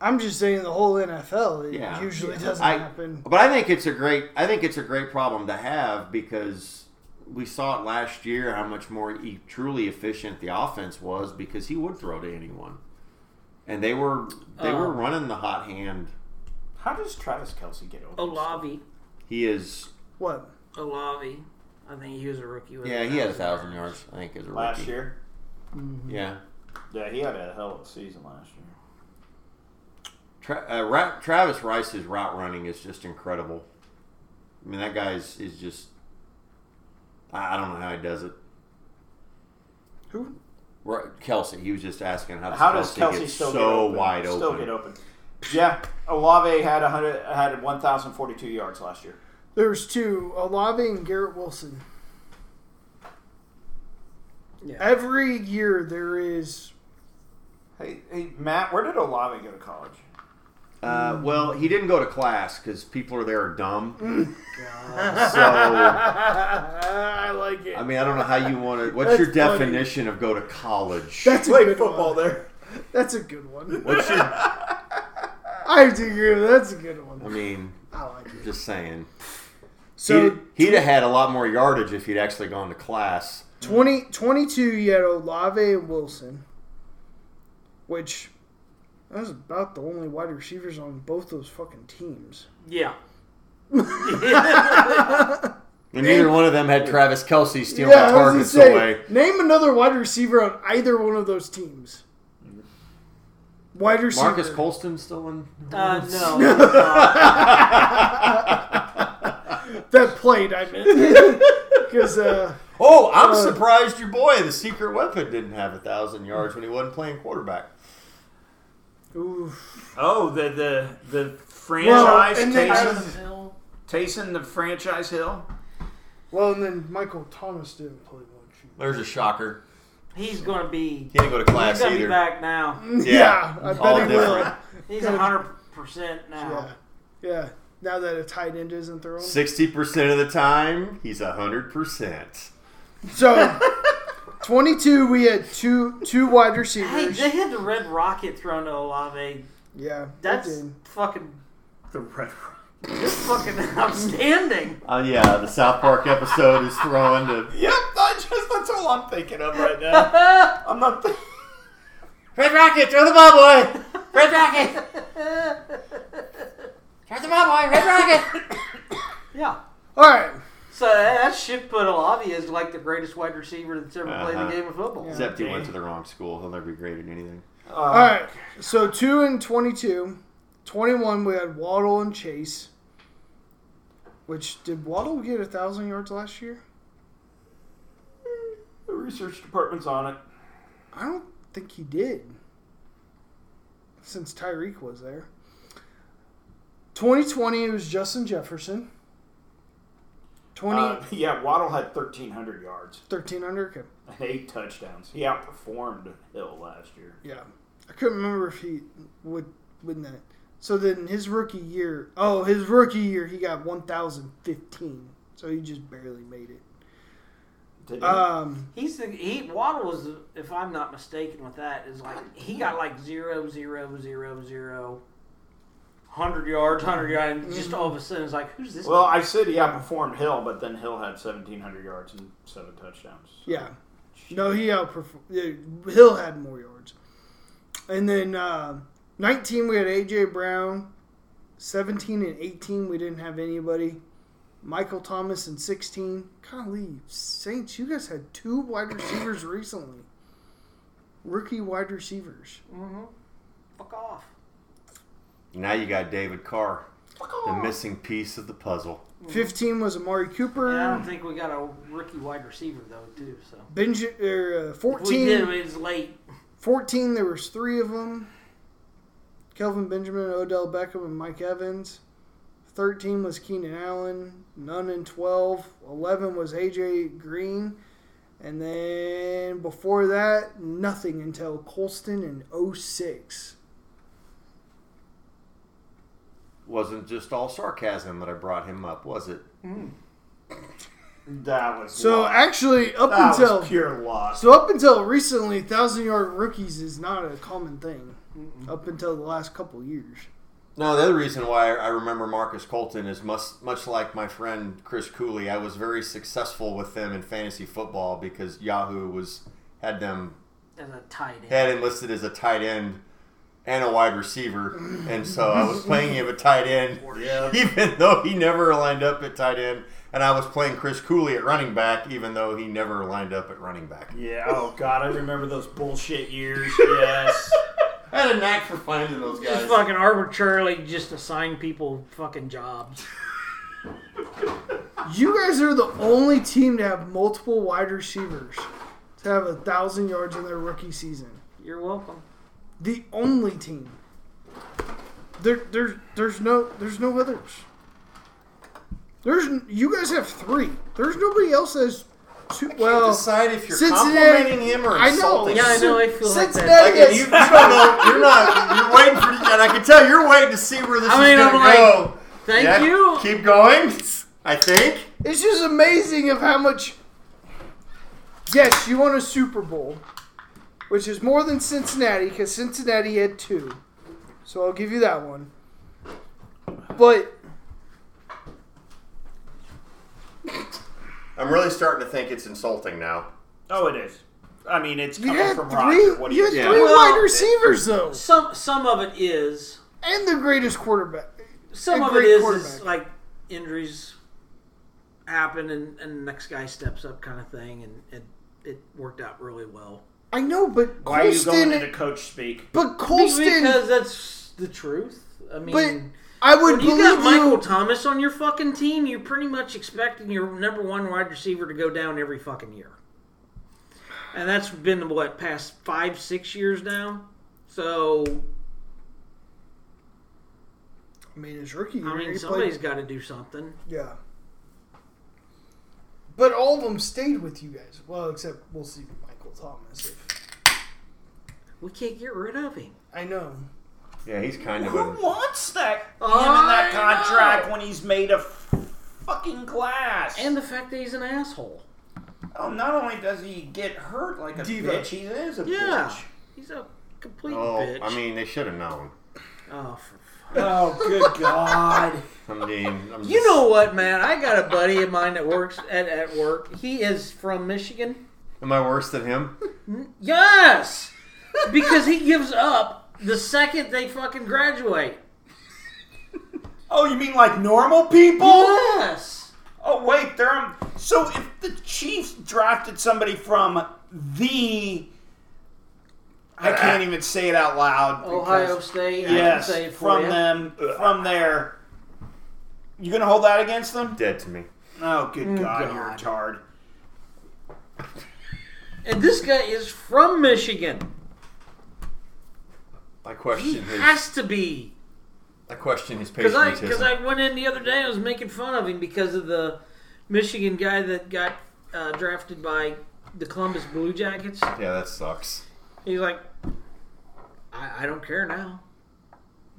[SPEAKER 1] I'm just saying the whole NFL it
[SPEAKER 5] Yeah.
[SPEAKER 1] usually doesn't
[SPEAKER 5] I-
[SPEAKER 1] happen.
[SPEAKER 5] But I think it's a great. I think it's a great problem to have because we saw it last year how much more e- truly efficient the offense was because he would throw to anyone, and they were they were
[SPEAKER 1] Oh.
[SPEAKER 2] Uh,
[SPEAKER 5] running the hot hand.
[SPEAKER 3] How does Travis Kelsey get over?
[SPEAKER 2] Olavi,
[SPEAKER 5] He is.
[SPEAKER 1] What?
[SPEAKER 2] Olavi, I think he was a rookie. With
[SPEAKER 5] Yeah, he had a thousand yards. I think as a
[SPEAKER 3] last
[SPEAKER 5] rookie.
[SPEAKER 3] year?
[SPEAKER 5] Yeah.
[SPEAKER 3] Yeah, he had a hell of a season last year.
[SPEAKER 5] Tra- uh, Ra- Travis Rice's route running is just incredible. I mean, that guy's is just. I I don't know how he does it.
[SPEAKER 1] Who?
[SPEAKER 5] Ra- Kelsey, he was just asking how does
[SPEAKER 3] How does
[SPEAKER 5] Kelsey,
[SPEAKER 3] Kelsey
[SPEAKER 5] get
[SPEAKER 3] still get
[SPEAKER 5] so
[SPEAKER 3] open?
[SPEAKER 5] wide open?
[SPEAKER 3] Still get open. Yeah, Olave had a hundred had one thousand forty two yards last year.
[SPEAKER 1] There's two, Olave and Garrett Wilson.
[SPEAKER 2] Yeah.
[SPEAKER 1] Every year there is
[SPEAKER 3] Hey, hey Matt, where did Olave go to college?
[SPEAKER 5] Uh, well, he didn't go to class because people are there are
[SPEAKER 3] [laughs]
[SPEAKER 5] dumb.
[SPEAKER 3] Mm.
[SPEAKER 5] so I
[SPEAKER 1] Ah, I like it.
[SPEAKER 5] mean, I don't know how you want to. What's
[SPEAKER 1] That's
[SPEAKER 5] your
[SPEAKER 1] funny.
[SPEAKER 5] definition of go to college?
[SPEAKER 1] That's a good one.
[SPEAKER 3] there.
[SPEAKER 1] That's a good one.
[SPEAKER 5] What's your? I
[SPEAKER 1] I have to agree with that's a good one.
[SPEAKER 5] mean,
[SPEAKER 1] I like it.
[SPEAKER 5] just saying.
[SPEAKER 1] So
[SPEAKER 5] he'd, he'd have had a lot more yardage if he'd actually gone to class.
[SPEAKER 1] 20, 22, you had Olave and Wilson, which that was about the only wide receivers on both those fucking teams.
[SPEAKER 2] yeah.
[SPEAKER 5] And neither one of them had Travis Kelsey stealing
[SPEAKER 1] Yeah, I was
[SPEAKER 5] targets
[SPEAKER 1] gonna say,
[SPEAKER 5] away.
[SPEAKER 1] name another wide receiver on either one of those teams. Wide receiver.
[SPEAKER 5] Marcus Colston still in.
[SPEAKER 2] Uh, [laughs] no.
[SPEAKER 1] that played, I
[SPEAKER 2] [laughs]
[SPEAKER 1] meant. Because uh,
[SPEAKER 5] Oh, I'm surprised your boy, the secret weapon, didn't have a thousand yards when he wasn't playing quarterback.
[SPEAKER 1] oof.
[SPEAKER 3] Oh, the the the
[SPEAKER 1] franchise and then-
[SPEAKER 2] Tyson Hill.
[SPEAKER 3] Taysom the franchise hill.
[SPEAKER 1] well, and then Michael Thomas didn't play much.
[SPEAKER 6] There's a shocker.
[SPEAKER 2] He's going to be.
[SPEAKER 5] He didn't go to class
[SPEAKER 2] He's going to be
[SPEAKER 5] either.
[SPEAKER 2] back now.
[SPEAKER 5] Yeah,
[SPEAKER 1] I
[SPEAKER 5] all
[SPEAKER 1] bet he will.
[SPEAKER 5] different.
[SPEAKER 2] He's hundred percent now.
[SPEAKER 1] Yeah. yeah, now that a tight end isn't thrown.
[SPEAKER 2] [laughs]
[SPEAKER 5] Sixty percent of the time, he's hundred percent.
[SPEAKER 1] So, 22, we had two two wide
[SPEAKER 2] Hey,
[SPEAKER 1] receivers.
[SPEAKER 2] they had the red rocket thrown to Olave.
[SPEAKER 1] yeah, they
[SPEAKER 2] That's
[SPEAKER 1] did.
[SPEAKER 2] fucking.
[SPEAKER 3] The red.
[SPEAKER 2] That's fucking [laughs] outstanding.
[SPEAKER 5] Uh, yeah, the South Park episode is throwing to
[SPEAKER 3] Yep, I just that's all I'm thinking of
[SPEAKER 2] [laughs]
[SPEAKER 3] right now.
[SPEAKER 2] Ah!
[SPEAKER 3] I'm not. Th-
[SPEAKER 5] Red Rocket, throw the ball, boy.
[SPEAKER 2] Red rocket.
[SPEAKER 5] Throw the ball, boy. Red Rocket.
[SPEAKER 2] Yeah.
[SPEAKER 1] All right.
[SPEAKER 2] So that shit put Olave as like the greatest wide receiver that's ever played
[SPEAKER 5] Uh-huh.
[SPEAKER 2] the game of football.
[SPEAKER 1] Yeah.
[SPEAKER 5] Except he went to the wrong school. He'll never be great at anything.
[SPEAKER 3] uh,
[SPEAKER 1] All right. So, 2 and 22. 21, we had Waddle and Chase. Which, did Waddle get a 1,000 yards last year?
[SPEAKER 3] The research department's on it.
[SPEAKER 1] I don't think he did. Since Tyreek was there. 2020, it was Justin Jefferson. 20,
[SPEAKER 3] Uh, yeah, Waddle had 1,300 yards
[SPEAKER 1] 1300. Okay.
[SPEAKER 3] and eight touchdowns. He outperformed Hill last year.
[SPEAKER 1] Yeah, I couldn't remember if he would win that. So then his rookie year, oh, his rookie year, he got 1,015. So he just barely made it.
[SPEAKER 3] Did he?
[SPEAKER 1] Um,
[SPEAKER 2] He's the he Waddle was if I'm not mistaken with that is like he got like zero zero zero zero. Hundred yards, hundred yards, and just all of a sudden it's like, who's this?
[SPEAKER 3] well, I said he outperformed Hill, but then Hill had 1,700 yards and seven touchdowns.
[SPEAKER 1] yeah. No, he outperformed. Yeah, Hill had more yards. And then uh, 19, we had A.J. Brown. 17 and 18, we didn't have anybody. Michael Thomas in 16. Golly, Saints, you guys had two wide receivers recently. Rookie wide receivers.
[SPEAKER 2] hmm Fuck off.
[SPEAKER 5] Now you got David Carr, the missing piece of the puzzle.
[SPEAKER 1] 15 was Amari Cooper.
[SPEAKER 2] And Mm-hmm. I don't think we got a rookie wide receiver though, too. So
[SPEAKER 1] Benja- er, uh,
[SPEAKER 2] If we did.
[SPEAKER 1] 14,
[SPEAKER 2] It was late.
[SPEAKER 1] 14, there was three of them. Kelvin Benjamin, Odell Beckham, and Mike Evans. 13 was Keenan Allen. None in 12. 11 was AJ Green. And then before that, nothing until Colston in 06.
[SPEAKER 7] Wasn't just all sarcasm that I brought him up, was it?
[SPEAKER 3] That was
[SPEAKER 1] So
[SPEAKER 3] luck.
[SPEAKER 1] actually, up
[SPEAKER 3] that
[SPEAKER 1] until
[SPEAKER 3] was pure loss.
[SPEAKER 1] so up until recently, thousand yard rookies is not a common thing. Up until the last couple years.
[SPEAKER 5] Now, the other reason why I remember Marcus Colton is much, much like my friend Chris Cooley. I was very successful with them in fantasy football because Yahoo was had them
[SPEAKER 2] as a tight end.
[SPEAKER 5] had him listed as a tight end and a wide receiver, and so I was playing him at tight end, [laughs] even though he never lined up at tight end, and I was playing Chris Cooley at running back, even though he never lined up at running back.
[SPEAKER 3] Yeah. Oh God, I remember those bullshit years. [laughs] Yes.
[SPEAKER 5] I had a knack for finding those
[SPEAKER 2] Just
[SPEAKER 5] guys.
[SPEAKER 2] fucking arbitrarily just assign people fucking jobs.
[SPEAKER 1] You guys are the only team to have multiple wide receivers to have a thousand yards in their rookie season.
[SPEAKER 2] You're welcome.
[SPEAKER 1] The only team. There, there's, there's no, there's no others. There's, you guys have three. There's nobody else that has two. Well,
[SPEAKER 5] Decide if you're
[SPEAKER 1] Cincinnati-
[SPEAKER 5] complimenting him or
[SPEAKER 1] I know.
[SPEAKER 5] insulting
[SPEAKER 2] Yeah, I
[SPEAKER 5] him.
[SPEAKER 2] know. I feel like
[SPEAKER 1] Cincinnati
[SPEAKER 2] that.
[SPEAKER 5] Like, if you, you don't know. You're not. You're waiting for. And I can tell you're waiting to see where this
[SPEAKER 2] I mean,
[SPEAKER 5] is
[SPEAKER 2] I'm
[SPEAKER 5] gonna
[SPEAKER 2] like,
[SPEAKER 5] go.
[SPEAKER 2] Thank
[SPEAKER 5] Yeah,
[SPEAKER 2] you.
[SPEAKER 5] Keep going. I think.
[SPEAKER 1] It's just amazing of how much. Yes, you won a Super Bowl, which is more than Cincinnati because Cincinnati had two. So I'll give you that one. But
[SPEAKER 7] I'm really starting to think it's insulting now.
[SPEAKER 3] Oh, it is. I mean, it's
[SPEAKER 1] you
[SPEAKER 3] coming
[SPEAKER 1] had
[SPEAKER 3] from
[SPEAKER 1] three,
[SPEAKER 3] Roger. What do
[SPEAKER 1] you
[SPEAKER 3] you?
[SPEAKER 1] had
[SPEAKER 7] yeah.
[SPEAKER 1] three
[SPEAKER 2] Well,
[SPEAKER 1] wide receivers, though,
[SPEAKER 2] Some some of it is
[SPEAKER 1] and the greatest quarterback.
[SPEAKER 2] some
[SPEAKER 1] A
[SPEAKER 2] of it
[SPEAKER 1] great
[SPEAKER 2] is, is
[SPEAKER 1] quarterback.
[SPEAKER 2] like injuries happen and, and the next guy steps up kind of thing and, and it worked out really well.
[SPEAKER 1] I know, but
[SPEAKER 3] Why are you going into
[SPEAKER 1] Colston.
[SPEAKER 3] coach speak?
[SPEAKER 1] But Colston,
[SPEAKER 2] because that's the truth. I mean,
[SPEAKER 1] But I would
[SPEAKER 2] when you
[SPEAKER 1] believe
[SPEAKER 2] got Michael
[SPEAKER 1] you.
[SPEAKER 2] Thomas on your fucking team, you're pretty much expecting your number one wide receiver to go down every fucking year. And that's been what past five, six years now. So
[SPEAKER 1] I mean, his rookie year,
[SPEAKER 2] I mean,
[SPEAKER 1] he
[SPEAKER 2] somebody's
[SPEAKER 1] played.
[SPEAKER 2] got to do something.
[SPEAKER 1] Yeah,
[SPEAKER 8] But all of them stayed with you guys. Well, except we'll see Michael Thomas.
[SPEAKER 2] We can't get rid of him.
[SPEAKER 8] I know.
[SPEAKER 7] Yeah, he's kind of.
[SPEAKER 3] Who
[SPEAKER 7] A,
[SPEAKER 3] wants that him in
[SPEAKER 2] I
[SPEAKER 3] that contract
[SPEAKER 2] know.
[SPEAKER 3] when he's made of fucking glass?
[SPEAKER 2] And the fact that he's an asshole.
[SPEAKER 3] oh, not only does he get hurt like a
[SPEAKER 8] Diva.
[SPEAKER 3] bitch, he is a
[SPEAKER 2] Yeah.
[SPEAKER 3] bitch.
[SPEAKER 2] He's a complete
[SPEAKER 7] oh,
[SPEAKER 2] bitch.
[SPEAKER 7] I mean, they should have known.
[SPEAKER 2] oh, for fuck.
[SPEAKER 3] Oh, good [laughs] God.
[SPEAKER 7] I
[SPEAKER 2] [laughs]
[SPEAKER 7] mean, I'm
[SPEAKER 2] You know what, man? I got a buddy of mine that works at, at work. He is from Michigan.
[SPEAKER 7] am I worse than him?
[SPEAKER 2] Yes! Because he gives up the second they fucking graduate.
[SPEAKER 3] Oh, you mean like normal people?
[SPEAKER 2] Yes!
[SPEAKER 3] Oh, wait, they're on. So if the Chiefs drafted somebody from the. I can't even say it out loud.
[SPEAKER 2] Ohio
[SPEAKER 3] because-
[SPEAKER 2] State. I can
[SPEAKER 3] Yes,
[SPEAKER 2] say it for
[SPEAKER 3] from
[SPEAKER 2] ya.
[SPEAKER 3] them, from there. You gonna hold that against them?
[SPEAKER 7] Dead to me.
[SPEAKER 3] Oh, good God,
[SPEAKER 2] Mm, God.
[SPEAKER 3] you're a tard.
[SPEAKER 2] And this guy is from Michigan.
[SPEAKER 5] I
[SPEAKER 2] He
[SPEAKER 5] question his.
[SPEAKER 2] has to be.
[SPEAKER 5] I question his
[SPEAKER 2] Because I,
[SPEAKER 5] patriotism.
[SPEAKER 2] cause I went in the other day and was making fun of him because of the Michigan guy that got uh, drafted by the Columbus Blue Jackets.
[SPEAKER 5] yeah, that sucks.
[SPEAKER 2] He's like, I, I don't care now.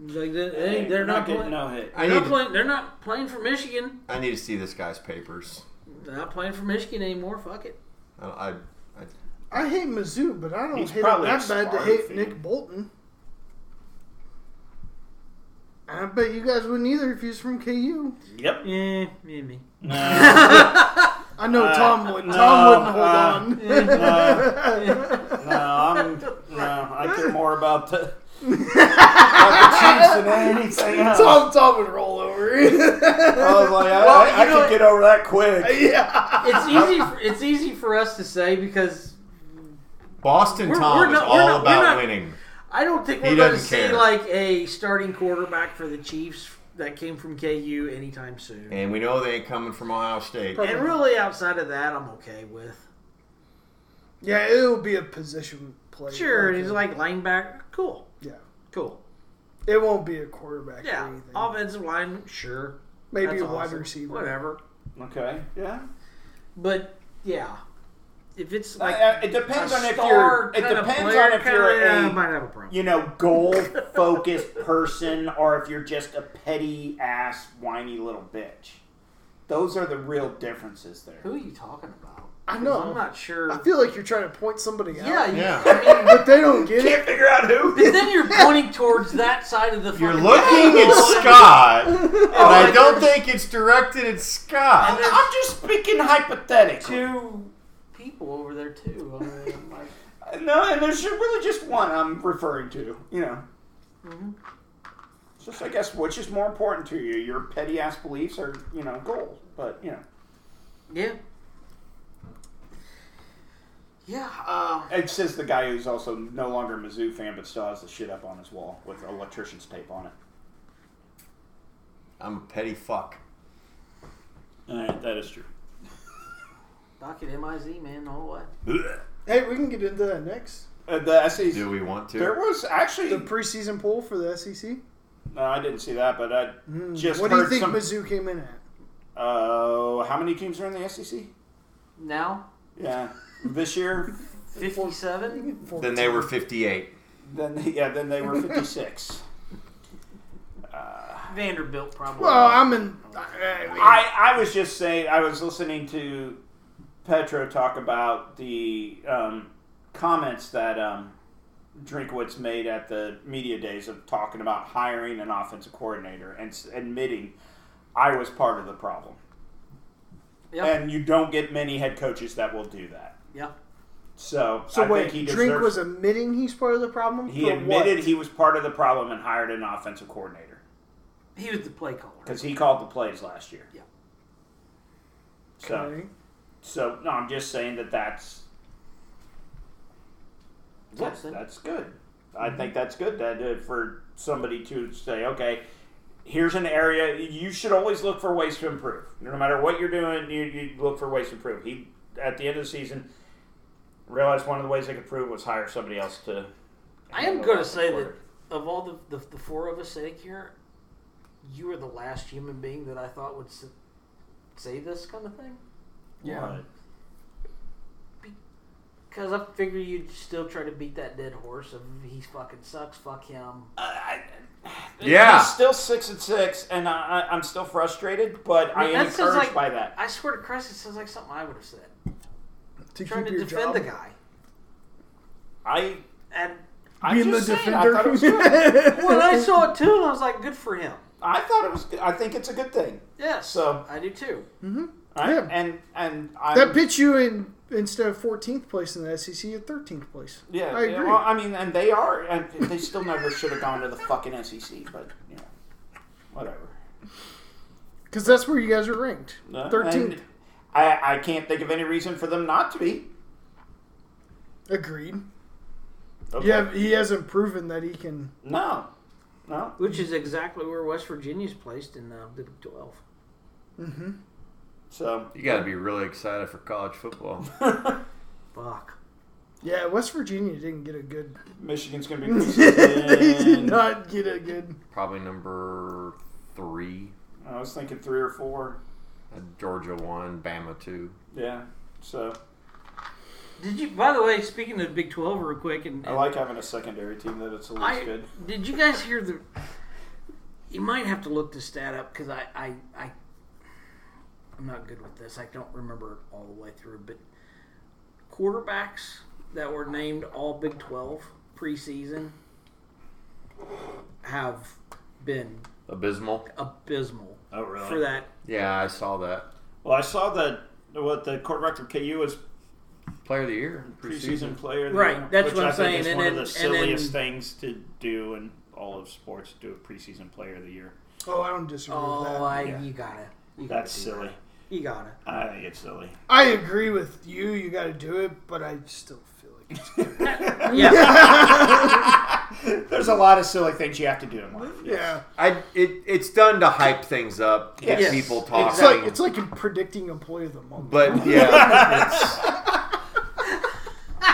[SPEAKER 2] He's like, they, they,
[SPEAKER 3] Hey,
[SPEAKER 2] they're
[SPEAKER 3] we're
[SPEAKER 2] not
[SPEAKER 3] getting
[SPEAKER 2] playing.
[SPEAKER 3] no hit.
[SPEAKER 5] I
[SPEAKER 2] They're
[SPEAKER 5] need.
[SPEAKER 2] not playing. They're not playing for Michigan.
[SPEAKER 5] I need to see this guy's papers.
[SPEAKER 2] They're not playing for Michigan anymore. Fuck it.
[SPEAKER 5] I, I, I
[SPEAKER 1] I hate Mizzou, but I don't
[SPEAKER 3] He's
[SPEAKER 1] hate him
[SPEAKER 3] probably
[SPEAKER 1] that bad to
[SPEAKER 3] smart
[SPEAKER 1] hate
[SPEAKER 3] if he-
[SPEAKER 1] Nick Bolton. I bet you guys wouldn't either if he's from KU.
[SPEAKER 2] [laughs]
[SPEAKER 3] Yep.
[SPEAKER 2] Yeah, Eh, maybe.
[SPEAKER 5] [laughs]
[SPEAKER 3] No.
[SPEAKER 1] I know
[SPEAKER 3] Uh,
[SPEAKER 1] Tom wouldn't.
[SPEAKER 3] no,
[SPEAKER 1] Tom wouldn't
[SPEAKER 3] uh,
[SPEAKER 1] hold on. [laughs]
[SPEAKER 3] [laughs] no, I'm, no, I care more about the, about the Chiefs than
[SPEAKER 2] [laughs]
[SPEAKER 3] anything else.
[SPEAKER 8] Tom Tom would roll
[SPEAKER 1] [laughs]
[SPEAKER 8] over.
[SPEAKER 3] I was like, I,
[SPEAKER 2] Well,
[SPEAKER 3] I, I
[SPEAKER 2] you know
[SPEAKER 3] could get over that quick.
[SPEAKER 8] yeah.
[SPEAKER 2] It's easy. For, it's easy for us to say because
[SPEAKER 5] Boston
[SPEAKER 2] We're-
[SPEAKER 5] Tom
[SPEAKER 2] we're
[SPEAKER 5] is
[SPEAKER 2] not- we're
[SPEAKER 5] all
[SPEAKER 2] not-
[SPEAKER 5] about
[SPEAKER 2] we're not-
[SPEAKER 5] winning.
[SPEAKER 2] I don't think
[SPEAKER 5] He
[SPEAKER 2] we're going to
[SPEAKER 5] doesn't
[SPEAKER 2] see
[SPEAKER 5] care.
[SPEAKER 2] like a starting quarterback for the Chiefs that came from KU anytime soon.
[SPEAKER 5] And we know they ain't coming from Ohio State.
[SPEAKER 2] And really, outside of that, I'm okay with.
[SPEAKER 1] yeah, it would be a position play.
[SPEAKER 2] Sure, and he's like linebacker. Cool.
[SPEAKER 1] Yeah.
[SPEAKER 2] Cool.
[SPEAKER 1] it won't be a quarterback.
[SPEAKER 2] Yeah.
[SPEAKER 1] Or anything.
[SPEAKER 2] Offensive line. Sure.
[SPEAKER 1] Maybe
[SPEAKER 2] That's
[SPEAKER 1] a wide
[SPEAKER 2] awesome.
[SPEAKER 1] receiver.
[SPEAKER 2] Whatever.
[SPEAKER 3] Okay. Yeah.
[SPEAKER 2] But yeah, if it's like
[SPEAKER 3] Uh, it depends
[SPEAKER 2] a
[SPEAKER 3] on if
[SPEAKER 2] star
[SPEAKER 3] you're. It
[SPEAKER 2] kinda
[SPEAKER 3] depends
[SPEAKER 2] player,
[SPEAKER 3] on if you're
[SPEAKER 2] kinda,
[SPEAKER 3] a.
[SPEAKER 2] yeah, I might have a problem.
[SPEAKER 3] you know, goal focused [laughs] person or if you're just a petty ass, whiny little bitch. Those are the real differences there.
[SPEAKER 2] Who are you talking about?
[SPEAKER 1] I
[SPEAKER 2] 'Cause
[SPEAKER 1] know.
[SPEAKER 2] I'm not sure.
[SPEAKER 1] I feel like you're trying to point somebody out.
[SPEAKER 2] yeah, you-
[SPEAKER 5] Yeah.
[SPEAKER 2] I mean,
[SPEAKER 1] But they don't get it.
[SPEAKER 5] figure out who.
[SPEAKER 2] but
[SPEAKER 3] [laughs]
[SPEAKER 2] then you're pointing towards that side of the.
[SPEAKER 5] You're
[SPEAKER 2] fucking-
[SPEAKER 5] looking at [laughs] Scott, and I don't think it's directed at
[SPEAKER 3] I'm,
[SPEAKER 5] Scott.
[SPEAKER 3] I'm just speaking hypothetical.
[SPEAKER 2] two people over there too. I mean, I'm like,
[SPEAKER 3] No, and there's really just one I'm referring to, you know. Mm-hmm.
[SPEAKER 2] Mhm.
[SPEAKER 3] It's Just, I guess, which is more important to you, your petty ass beliefs or, you know, goals. But, you know,
[SPEAKER 2] yeah. Yeah, uh,
[SPEAKER 3] it says the guy who's also no longer a Mizzou fan but still has the shit up on his wall with electrician's tape on it.
[SPEAKER 5] I'm a petty fuck.
[SPEAKER 3] All right, that is true.
[SPEAKER 2] Doc at MIZ, man, all what?
[SPEAKER 1] Hey, we can get into that next.
[SPEAKER 3] Uh, the SEC,
[SPEAKER 5] Do we want
[SPEAKER 3] there
[SPEAKER 5] to?
[SPEAKER 3] was actually
[SPEAKER 1] The preseason poll for the SEC.
[SPEAKER 3] No, I didn't see that, but I just
[SPEAKER 1] Hmm. what do
[SPEAKER 3] heard
[SPEAKER 1] you think
[SPEAKER 3] some.
[SPEAKER 1] Mizzou came in at?
[SPEAKER 3] uh, how many teams are in the SEC?
[SPEAKER 2] Now,
[SPEAKER 3] Yeah,
[SPEAKER 1] [laughs]
[SPEAKER 3] this year.
[SPEAKER 2] fifty-seven.
[SPEAKER 5] Then they were 58.
[SPEAKER 3] Then they, yeah, then they were fifty six. Uh,
[SPEAKER 2] Vanderbilt probably.
[SPEAKER 1] Well, I'm in. I, I mean,
[SPEAKER 3] I I was just saying I was listening to Petro talk about the um, comments that um, Drinkwitz made at the media days of talking about hiring an offensive coordinator and s- admitting I was part of the problem.
[SPEAKER 2] yeah,
[SPEAKER 3] And you don't get many head coaches that will do that.
[SPEAKER 2] yeah.
[SPEAKER 3] So,
[SPEAKER 1] so
[SPEAKER 3] I
[SPEAKER 1] wait,
[SPEAKER 3] think he
[SPEAKER 1] Drink
[SPEAKER 3] deserves-
[SPEAKER 1] was admitting he's part of the problem.
[SPEAKER 3] he
[SPEAKER 1] For
[SPEAKER 3] admitted
[SPEAKER 1] what?
[SPEAKER 3] he was part of the problem and hired an offensive coordinator
[SPEAKER 2] He was the play caller.
[SPEAKER 3] because he called the plays last year.
[SPEAKER 2] Yeah.
[SPEAKER 3] So,
[SPEAKER 1] Okay.
[SPEAKER 3] so no, I'm just saying that that's yes,
[SPEAKER 2] Something.
[SPEAKER 3] that's good.
[SPEAKER 2] Mm-hmm.
[SPEAKER 3] I think that's good that uh, for somebody to say, okay, here's an area you should always look for ways to improve. No matter what you're doing, you, you look for ways to improve. He at the end of the season realized one of the ways they could improve was hire somebody else to.
[SPEAKER 2] I am going to
[SPEAKER 3] to
[SPEAKER 2] say that of all the, the the four of us sitting here, you are the last human being that I thought would s- say this kind of thing.
[SPEAKER 1] Yeah.
[SPEAKER 2] Because I figure you'd still try to beat that dead horse of he fucking sucks, fuck him.
[SPEAKER 3] I,
[SPEAKER 5] Yeah.
[SPEAKER 3] he's still six and six, and I, I, I'm still frustrated, but I,
[SPEAKER 2] mean,
[SPEAKER 3] am
[SPEAKER 2] that sounds
[SPEAKER 3] encouraged
[SPEAKER 2] like-
[SPEAKER 3] by that.
[SPEAKER 2] I swear to Christ, it sounds like something I would have said.
[SPEAKER 1] to
[SPEAKER 2] Trying to
[SPEAKER 1] keep your
[SPEAKER 2] defend
[SPEAKER 1] job.
[SPEAKER 2] the guy.
[SPEAKER 3] I,
[SPEAKER 2] And
[SPEAKER 3] I'm
[SPEAKER 1] Being the
[SPEAKER 3] just saying, I thought it was
[SPEAKER 1] [laughs]
[SPEAKER 3] good.
[SPEAKER 1] defender.
[SPEAKER 2] when I saw it too, I was like, good for him.
[SPEAKER 3] I thought it was. Good. I think it's a good thing.
[SPEAKER 2] Yes.
[SPEAKER 3] So-
[SPEAKER 2] I do too.
[SPEAKER 3] I,
[SPEAKER 1] Yeah.
[SPEAKER 3] And and I
[SPEAKER 1] Mm-hmm. that puts you in instead of 14th place in the E SEC, at 13th place.
[SPEAKER 3] yeah.
[SPEAKER 1] I
[SPEAKER 3] yeah,
[SPEAKER 1] agree.
[SPEAKER 3] well, I mean, and they are, and they still never should have gone to the fucking SEC, but you know, whatever.
[SPEAKER 1] Because that's where you guys are ranked.
[SPEAKER 3] No,
[SPEAKER 1] 13th.
[SPEAKER 3] and I I can't think of any reason for them not to be.
[SPEAKER 1] Agreed.
[SPEAKER 3] Okay.
[SPEAKER 1] Yeah, he hasn't proven that he can.
[SPEAKER 3] No. No.
[SPEAKER 2] Which is exactly where West Virginia's placed in uh, the Big 12.
[SPEAKER 1] Mm-hmm.
[SPEAKER 3] So.
[SPEAKER 5] You got to be really excited for college football.
[SPEAKER 2] Fuck.
[SPEAKER 1] Yeah, West Virginia didn't get a good.
[SPEAKER 3] Michigan's gonna
[SPEAKER 1] [laughs]
[SPEAKER 3] be.
[SPEAKER 1] they did
[SPEAKER 3] preseason.
[SPEAKER 1] not get a good.
[SPEAKER 5] Probably number three.
[SPEAKER 3] I was thinking three or four.
[SPEAKER 5] Georgia one, Bama two.
[SPEAKER 3] Yeah. So
[SPEAKER 2] Did you, by the way, speaking of the Big 12 real quick, and,
[SPEAKER 3] I like having a secondary team that it's at least
[SPEAKER 2] I-
[SPEAKER 3] good.
[SPEAKER 2] Did you guys hear the? You might have to look this stat up because I, I, I, I'm not good with this. I don't remember it all the way through. But quarterbacks that were named All Big 12 preseason have been
[SPEAKER 5] Abysmal.
[SPEAKER 2] abysmal
[SPEAKER 3] Oh really?
[SPEAKER 2] for that.
[SPEAKER 5] Yeah, I saw that.
[SPEAKER 3] Well, I saw that what the quarterback for KU was
[SPEAKER 5] Player of the year in
[SPEAKER 3] preseason
[SPEAKER 5] preseason.
[SPEAKER 3] player, of the
[SPEAKER 2] Right,
[SPEAKER 3] year,
[SPEAKER 2] that's
[SPEAKER 3] which
[SPEAKER 2] what I'm
[SPEAKER 3] I think
[SPEAKER 2] saying,
[SPEAKER 3] Is
[SPEAKER 2] and
[SPEAKER 3] one
[SPEAKER 2] then-
[SPEAKER 3] of the
[SPEAKER 2] and then-
[SPEAKER 3] silliest things to do in all of sports do a preseason player of the year.
[SPEAKER 1] Oh, I don't disagree with that.
[SPEAKER 2] Oh, I,
[SPEAKER 3] Yeah.
[SPEAKER 2] you gotta. You gotta
[SPEAKER 3] That's
[SPEAKER 2] do
[SPEAKER 3] silly.
[SPEAKER 2] that. You
[SPEAKER 3] [laughs]
[SPEAKER 2] gotta.
[SPEAKER 3] I think it's silly.
[SPEAKER 1] I agree with you. You got to do it, but I still feel like it's
[SPEAKER 2] Yeah.
[SPEAKER 3] There's a lot of silly things you have to do in life.
[SPEAKER 1] [laughs]
[SPEAKER 3] [laughs]
[SPEAKER 1] yeah.
[SPEAKER 5] I it, it's done to hype things up, get
[SPEAKER 3] Yes.
[SPEAKER 5] people talking.
[SPEAKER 1] It's like it's like in predicting employee of the month.
[SPEAKER 5] but yeah, it's,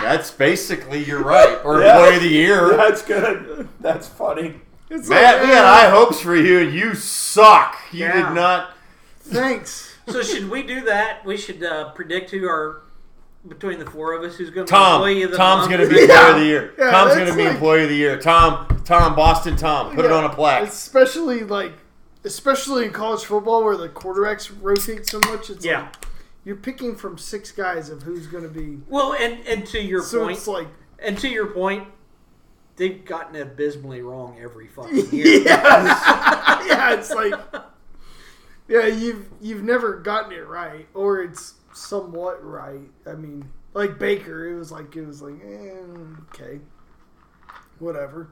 [SPEAKER 5] that's basically you're right. Or
[SPEAKER 3] Yeah.
[SPEAKER 5] employee of the year.
[SPEAKER 3] That's good. That's funny.
[SPEAKER 1] It's
[SPEAKER 5] Matt,
[SPEAKER 1] like,
[SPEAKER 5] we had
[SPEAKER 1] eh,
[SPEAKER 5] high hopes for you, and you suck. You
[SPEAKER 2] Yeah.
[SPEAKER 5] did not.
[SPEAKER 1] [laughs] Thanks.
[SPEAKER 2] So should we do that? We should uh, predict who our between the four of us who's going to
[SPEAKER 5] Tom.
[SPEAKER 2] employee of the
[SPEAKER 5] Tom's
[SPEAKER 2] month.
[SPEAKER 5] going to
[SPEAKER 2] [laughs]
[SPEAKER 5] be employee of the year.
[SPEAKER 1] Yeah,
[SPEAKER 5] Tom's
[SPEAKER 1] that's
[SPEAKER 5] going to be
[SPEAKER 1] like-
[SPEAKER 5] employee of the year. Tom, Tom, Boston Tom. Put it
[SPEAKER 1] Yeah.
[SPEAKER 5] on a plaque.
[SPEAKER 1] Especially like, especially in college football where the quarterbacks rotate so much. It's
[SPEAKER 2] Yeah.
[SPEAKER 1] like you're picking from six guys of who's going to be.
[SPEAKER 2] Well, and and to your
[SPEAKER 1] So
[SPEAKER 2] point,
[SPEAKER 1] it's like,
[SPEAKER 2] and to your point, they've gotten abysmally wrong
[SPEAKER 1] [laughs]
[SPEAKER 2] every fucking [laughs] year.
[SPEAKER 1] yeah, [laughs] yeah, it's like, yeah, you've you've never gotten it right, or it's somewhat right. I mean, like Baker, it was like it was like, eh, okay, whatever,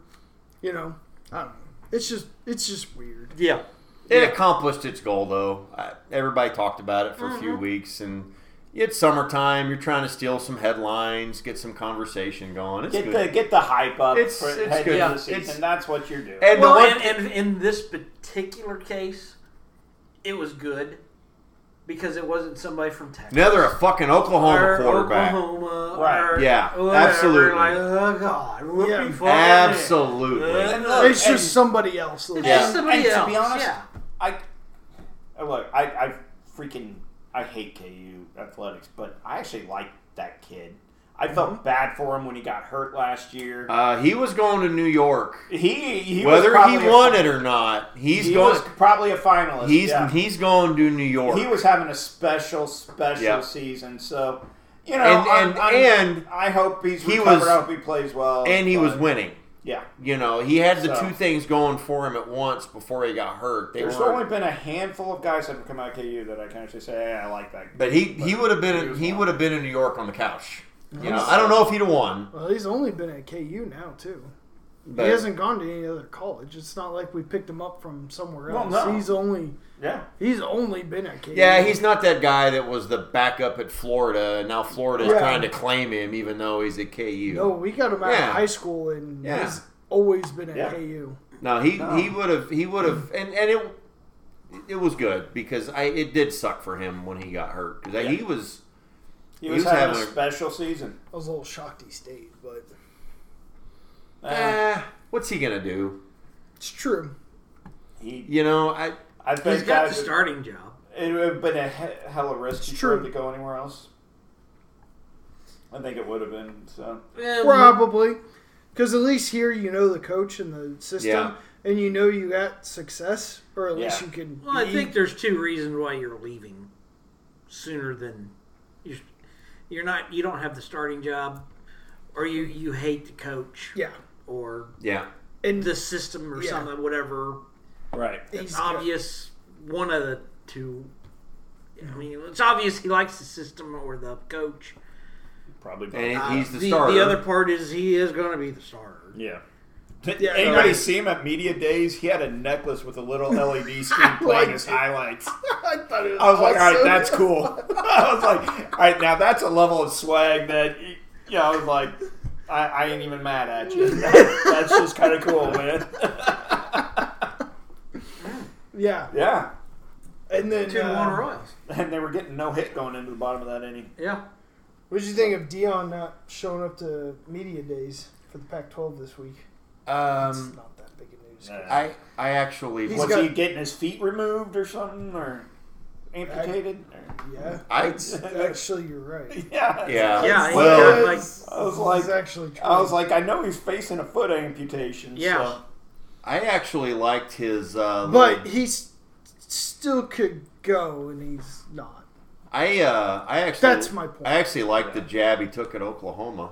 [SPEAKER 1] you know. I don't know. It's just it's just weird.
[SPEAKER 2] yeah.
[SPEAKER 5] It accomplished its goal, though. I, everybody talked about it for a
[SPEAKER 2] Mm-hmm.
[SPEAKER 5] few weeks, and it's summertime. You're trying to steal some headlines, get some conversation going. It's
[SPEAKER 3] Get
[SPEAKER 5] good.
[SPEAKER 3] the get the hype up
[SPEAKER 5] It's-
[SPEAKER 3] for
[SPEAKER 5] it's
[SPEAKER 3] heading
[SPEAKER 5] good.
[SPEAKER 3] into
[SPEAKER 5] Yeah,
[SPEAKER 3] the season.
[SPEAKER 5] it's-
[SPEAKER 3] That's what you're doing.
[SPEAKER 5] and
[SPEAKER 2] well,
[SPEAKER 5] the one,
[SPEAKER 2] and, and in this particular case, it was good because it wasn't somebody from Texas.
[SPEAKER 5] another a fucking Oklahoma
[SPEAKER 2] or
[SPEAKER 5] quarterback.
[SPEAKER 2] Oklahoma,
[SPEAKER 3] Right.
[SPEAKER 2] or
[SPEAKER 5] Yeah,
[SPEAKER 2] whatever.
[SPEAKER 5] absolutely.
[SPEAKER 2] Like, oh god, whoopee
[SPEAKER 1] Yeah. uh,
[SPEAKER 2] fucking
[SPEAKER 5] Absolutely.
[SPEAKER 2] ass.
[SPEAKER 3] And look,
[SPEAKER 1] It's
[SPEAKER 3] and-
[SPEAKER 1] just somebody else.
[SPEAKER 2] It's
[SPEAKER 5] Yeah.
[SPEAKER 2] just somebody
[SPEAKER 3] And to
[SPEAKER 2] else.
[SPEAKER 3] be honest,
[SPEAKER 2] yeah.
[SPEAKER 3] I oh, look. I, I freaking I hate KU athletics, but I actually like that kid. I
[SPEAKER 2] Mm-hmm.
[SPEAKER 3] felt bad for him when he got hurt last year.
[SPEAKER 5] Uh, he was going to New York,
[SPEAKER 3] he, he was
[SPEAKER 5] whether he
[SPEAKER 3] probably a-
[SPEAKER 5] won it or not. He's
[SPEAKER 3] he
[SPEAKER 5] going.
[SPEAKER 3] was probably a finalist.
[SPEAKER 5] He's
[SPEAKER 3] yeah.
[SPEAKER 5] he's going to New York.
[SPEAKER 3] he was having a special special
[SPEAKER 5] Yeah.
[SPEAKER 3] season. So you know,
[SPEAKER 5] And-
[SPEAKER 3] I'm-
[SPEAKER 5] and-
[SPEAKER 3] I'm-
[SPEAKER 5] and
[SPEAKER 3] I hope he's
[SPEAKER 5] he
[SPEAKER 3] recovered.
[SPEAKER 5] was-
[SPEAKER 3] I hope he plays well.
[SPEAKER 5] and he was
[SPEAKER 3] but-
[SPEAKER 5] winning.
[SPEAKER 3] Yeah,
[SPEAKER 5] You know, he had the
[SPEAKER 3] So.
[SPEAKER 5] two things going for him at once before he got hurt. They
[SPEAKER 3] there's
[SPEAKER 5] were,
[SPEAKER 3] only been a handful of guys that have come out of KU that I can actually say, hey, I like that.
[SPEAKER 5] but he he would have
[SPEAKER 3] he
[SPEAKER 5] been
[SPEAKER 3] was
[SPEAKER 5] he
[SPEAKER 3] wrong.
[SPEAKER 5] would have been in New York on the couch. You know, I don't know if he'd have won.
[SPEAKER 1] Well, he's only been at KU now too.
[SPEAKER 5] But
[SPEAKER 1] he hasn't gone to any other college. It's not like we picked him up from somewhere
[SPEAKER 3] Well,
[SPEAKER 1] else.
[SPEAKER 3] no.
[SPEAKER 1] He's only
[SPEAKER 3] yeah,
[SPEAKER 1] he's only been at KU.
[SPEAKER 5] yeah, he's not that guy that was the backup at Florida, and now Florida's
[SPEAKER 1] Yeah.
[SPEAKER 5] trying to claim him, even though he's at KU.
[SPEAKER 1] no. Oh, We got him out
[SPEAKER 5] Yeah.
[SPEAKER 1] of high school, and
[SPEAKER 5] Yeah.
[SPEAKER 1] he's always been at
[SPEAKER 3] Yeah.
[SPEAKER 1] KU.
[SPEAKER 5] No, he
[SPEAKER 3] No.
[SPEAKER 5] he would have he would have and and it it was good because I it did suck for him when he got hurt because he was
[SPEAKER 3] he,
[SPEAKER 5] He
[SPEAKER 3] was,
[SPEAKER 5] was
[SPEAKER 3] having,
[SPEAKER 5] having
[SPEAKER 3] a
[SPEAKER 5] a-
[SPEAKER 3] special season.
[SPEAKER 1] I was a little shocked he stayed, but
[SPEAKER 3] Uh,
[SPEAKER 2] Uh-huh.
[SPEAKER 5] eh, what's he gonna do?
[SPEAKER 1] it's true.
[SPEAKER 3] he,
[SPEAKER 5] You know, I
[SPEAKER 3] I think
[SPEAKER 2] He's got the
[SPEAKER 3] guys-
[SPEAKER 2] starting job.
[SPEAKER 3] It would have been a he- hella risky
[SPEAKER 1] It's
[SPEAKER 3] for
[SPEAKER 1] true.
[SPEAKER 3] him to go anywhere else. I think it would have been. So
[SPEAKER 2] Eh,
[SPEAKER 1] Probably because at least here you know the coach and the system,
[SPEAKER 5] Yeah.
[SPEAKER 1] and you know you got success, or at least
[SPEAKER 3] Yeah.
[SPEAKER 1] you can.
[SPEAKER 2] Well, I
[SPEAKER 1] be-
[SPEAKER 2] think there's two reasons why you're leaving sooner than you're, you're not. You don't have the starting job, or you you hate the coach,
[SPEAKER 1] yeah,
[SPEAKER 2] or
[SPEAKER 5] yeah
[SPEAKER 1] and
[SPEAKER 2] the system, or
[SPEAKER 1] Yeah.
[SPEAKER 2] something, whatever.
[SPEAKER 3] right,
[SPEAKER 1] he's got-
[SPEAKER 2] obvious one of the two. I mean, it's obvious he likes the system or the coach.
[SPEAKER 3] probably. both.
[SPEAKER 1] Uh,
[SPEAKER 5] and he's the,
[SPEAKER 2] the,
[SPEAKER 5] starter.
[SPEAKER 2] the other part is he is going to be the starter.
[SPEAKER 3] yeah. Did
[SPEAKER 1] Yeah,
[SPEAKER 3] anybody
[SPEAKER 1] no.
[SPEAKER 3] see him at media days? He had a necklace with a little
[SPEAKER 1] [laughs]
[SPEAKER 3] LED screen playing his highlights.
[SPEAKER 1] I thought it was.
[SPEAKER 3] I was like, all right,
[SPEAKER 1] awesome.
[SPEAKER 3] that's cool.
[SPEAKER 1] [laughs]
[SPEAKER 3] [laughs] I was like, all right, now that's a level of swag that, you know, I was like, I, I ain't even mad at
[SPEAKER 1] [laughs]
[SPEAKER 3] you. that's just kind of cool, man. [laughs]
[SPEAKER 1] Yeah,
[SPEAKER 3] yeah.
[SPEAKER 1] and then
[SPEAKER 2] Two to one
[SPEAKER 1] uh,
[SPEAKER 2] Royals.
[SPEAKER 3] And they were getting no hit going into the bottom of that inning.
[SPEAKER 2] Yeah.
[SPEAKER 1] What did you think of Dion not showing up to media days for the Pac-12 this week? It's
[SPEAKER 5] um,
[SPEAKER 1] not that big of news.
[SPEAKER 3] Yeah.
[SPEAKER 5] I I actually
[SPEAKER 1] He's
[SPEAKER 3] was
[SPEAKER 1] got-
[SPEAKER 3] he getting his feet removed or something or amputated? Or-
[SPEAKER 1] Yeah,
[SPEAKER 5] I
[SPEAKER 1] [laughs] actually, you're right.
[SPEAKER 3] [laughs] yeah.
[SPEAKER 5] Yeah.
[SPEAKER 2] Yeah. he
[SPEAKER 5] Well-
[SPEAKER 2] got, like,
[SPEAKER 3] I was
[SPEAKER 1] It's
[SPEAKER 3] like,
[SPEAKER 1] actually true.
[SPEAKER 3] I was like, I know he's facing a foot amputation.
[SPEAKER 2] Yeah.
[SPEAKER 5] I actually liked his uh,
[SPEAKER 1] but
[SPEAKER 5] little-
[SPEAKER 1] he's still could go, and he's not.
[SPEAKER 5] I uh I actually
[SPEAKER 1] That's my point.
[SPEAKER 5] I actually liked the jab he took at Oklahoma.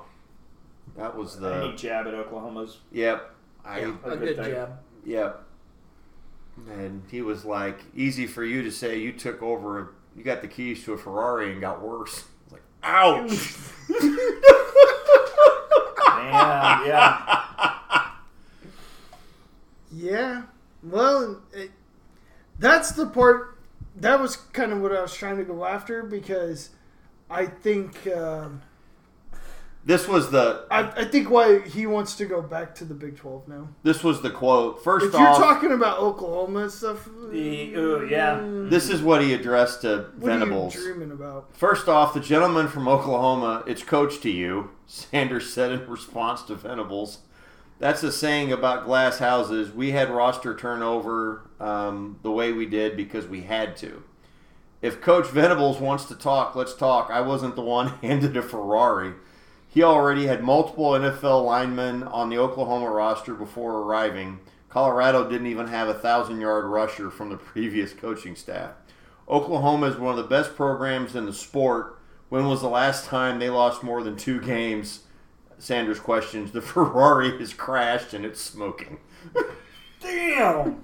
[SPEAKER 5] That was
[SPEAKER 3] So. Any
[SPEAKER 5] the
[SPEAKER 3] jab at Oklahoma's
[SPEAKER 5] yep. I
[SPEAKER 3] a
[SPEAKER 2] a
[SPEAKER 3] good
[SPEAKER 2] good
[SPEAKER 3] thing.
[SPEAKER 2] job.
[SPEAKER 5] Yep. And he was like, "Easy for you to say. You took over. You got the keys to a Ferrari and got worse." I was like,
[SPEAKER 1] [laughs]
[SPEAKER 5] "Ouch!"
[SPEAKER 3] Man, yeah.
[SPEAKER 1] Yeah. Well, it, that's the part. That was kind of what I was trying to go after because I think um,
[SPEAKER 5] this was the
[SPEAKER 1] I, I think why he wants to go back to the Big 12 now.
[SPEAKER 5] this was the quote. First
[SPEAKER 1] If you're
[SPEAKER 5] off,
[SPEAKER 1] talking about Oklahoma and stuff,
[SPEAKER 3] The- ooh, yeah.
[SPEAKER 5] this is what he addressed to
[SPEAKER 1] what
[SPEAKER 5] Venables.
[SPEAKER 1] are you dreaming about?
[SPEAKER 5] First off, the gentleman from Oklahoma, it's coach to you, Sanders said in response to Venables. that's the saying about glass houses. We had roster turnover um, the way we did because we had to. If Coach Venables wants to talk, let's talk. I wasn't the one [laughs] handed a Ferrari. He already had multiple NFL linemen on the Oklahoma roster before arriving. Colorado didn't even have a thousand yard rusher from the previous coaching staff. Oklahoma is one of the best programs in the sport. When was the last time they lost more than two games? Sanders questions. The [laughs] Ferrari has crashed and it's smoking.
[SPEAKER 3] Damn.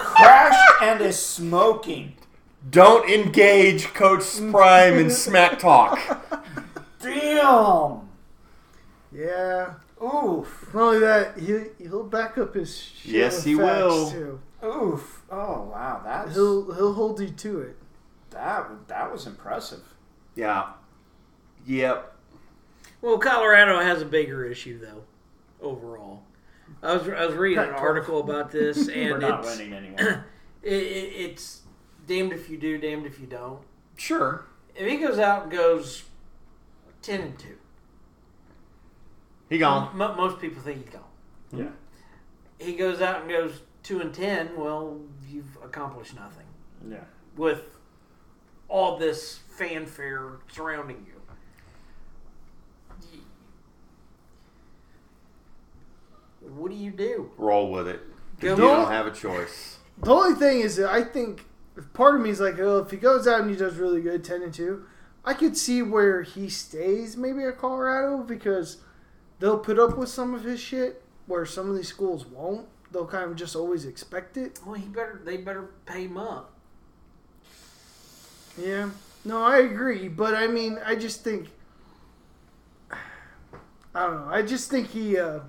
[SPEAKER 3] Crash and is smoking.
[SPEAKER 5] Don't engage Coach Prime in smack talk.
[SPEAKER 3] Damn.
[SPEAKER 1] Yeah.
[SPEAKER 3] Oof.
[SPEAKER 1] Not only that, he he'll back up his shit
[SPEAKER 5] Yes,
[SPEAKER 1] with
[SPEAKER 5] he
[SPEAKER 1] facts,
[SPEAKER 5] will.
[SPEAKER 1] Too.
[SPEAKER 3] Oof. Oh wow, that's
[SPEAKER 1] He'll he'll hold you to it.
[SPEAKER 3] that that was impressive.
[SPEAKER 5] Yeah. Yep.
[SPEAKER 2] Well, Colorado has a bigger issue though, overall. I was I was reading an
[SPEAKER 1] Pac-12.
[SPEAKER 2] article about this,
[SPEAKER 3] [laughs] We're
[SPEAKER 2] and
[SPEAKER 3] not
[SPEAKER 2] it's
[SPEAKER 3] winning anymore.
[SPEAKER 2] [clears throat] it, it, it's damned if you do, damned if you don't.
[SPEAKER 5] Sure.
[SPEAKER 2] If he goes out and goes ten and two,
[SPEAKER 5] He gone.
[SPEAKER 2] mo- most people think he's gone.
[SPEAKER 3] yeah.
[SPEAKER 2] He goes out and goes two and ten. Well, you've accomplished nothing
[SPEAKER 3] Yeah.
[SPEAKER 2] with all this fanfare surrounding you. What do you do?
[SPEAKER 5] Roll with it.
[SPEAKER 2] Go-
[SPEAKER 5] 'Cause You don't have a choice.
[SPEAKER 1] The only thing is that I think part of me is like, oh, if he goes out and he does really good, ten and two, I could see where he stays maybe at Colorado because they'll put up with some of his shit where some of these schools won't. They'll kind of just always expect it.
[SPEAKER 2] Well, he better they better pay him up.
[SPEAKER 1] Yeah. No, I agree, but I mean, I just think [sighs] I don't know. I just think he uh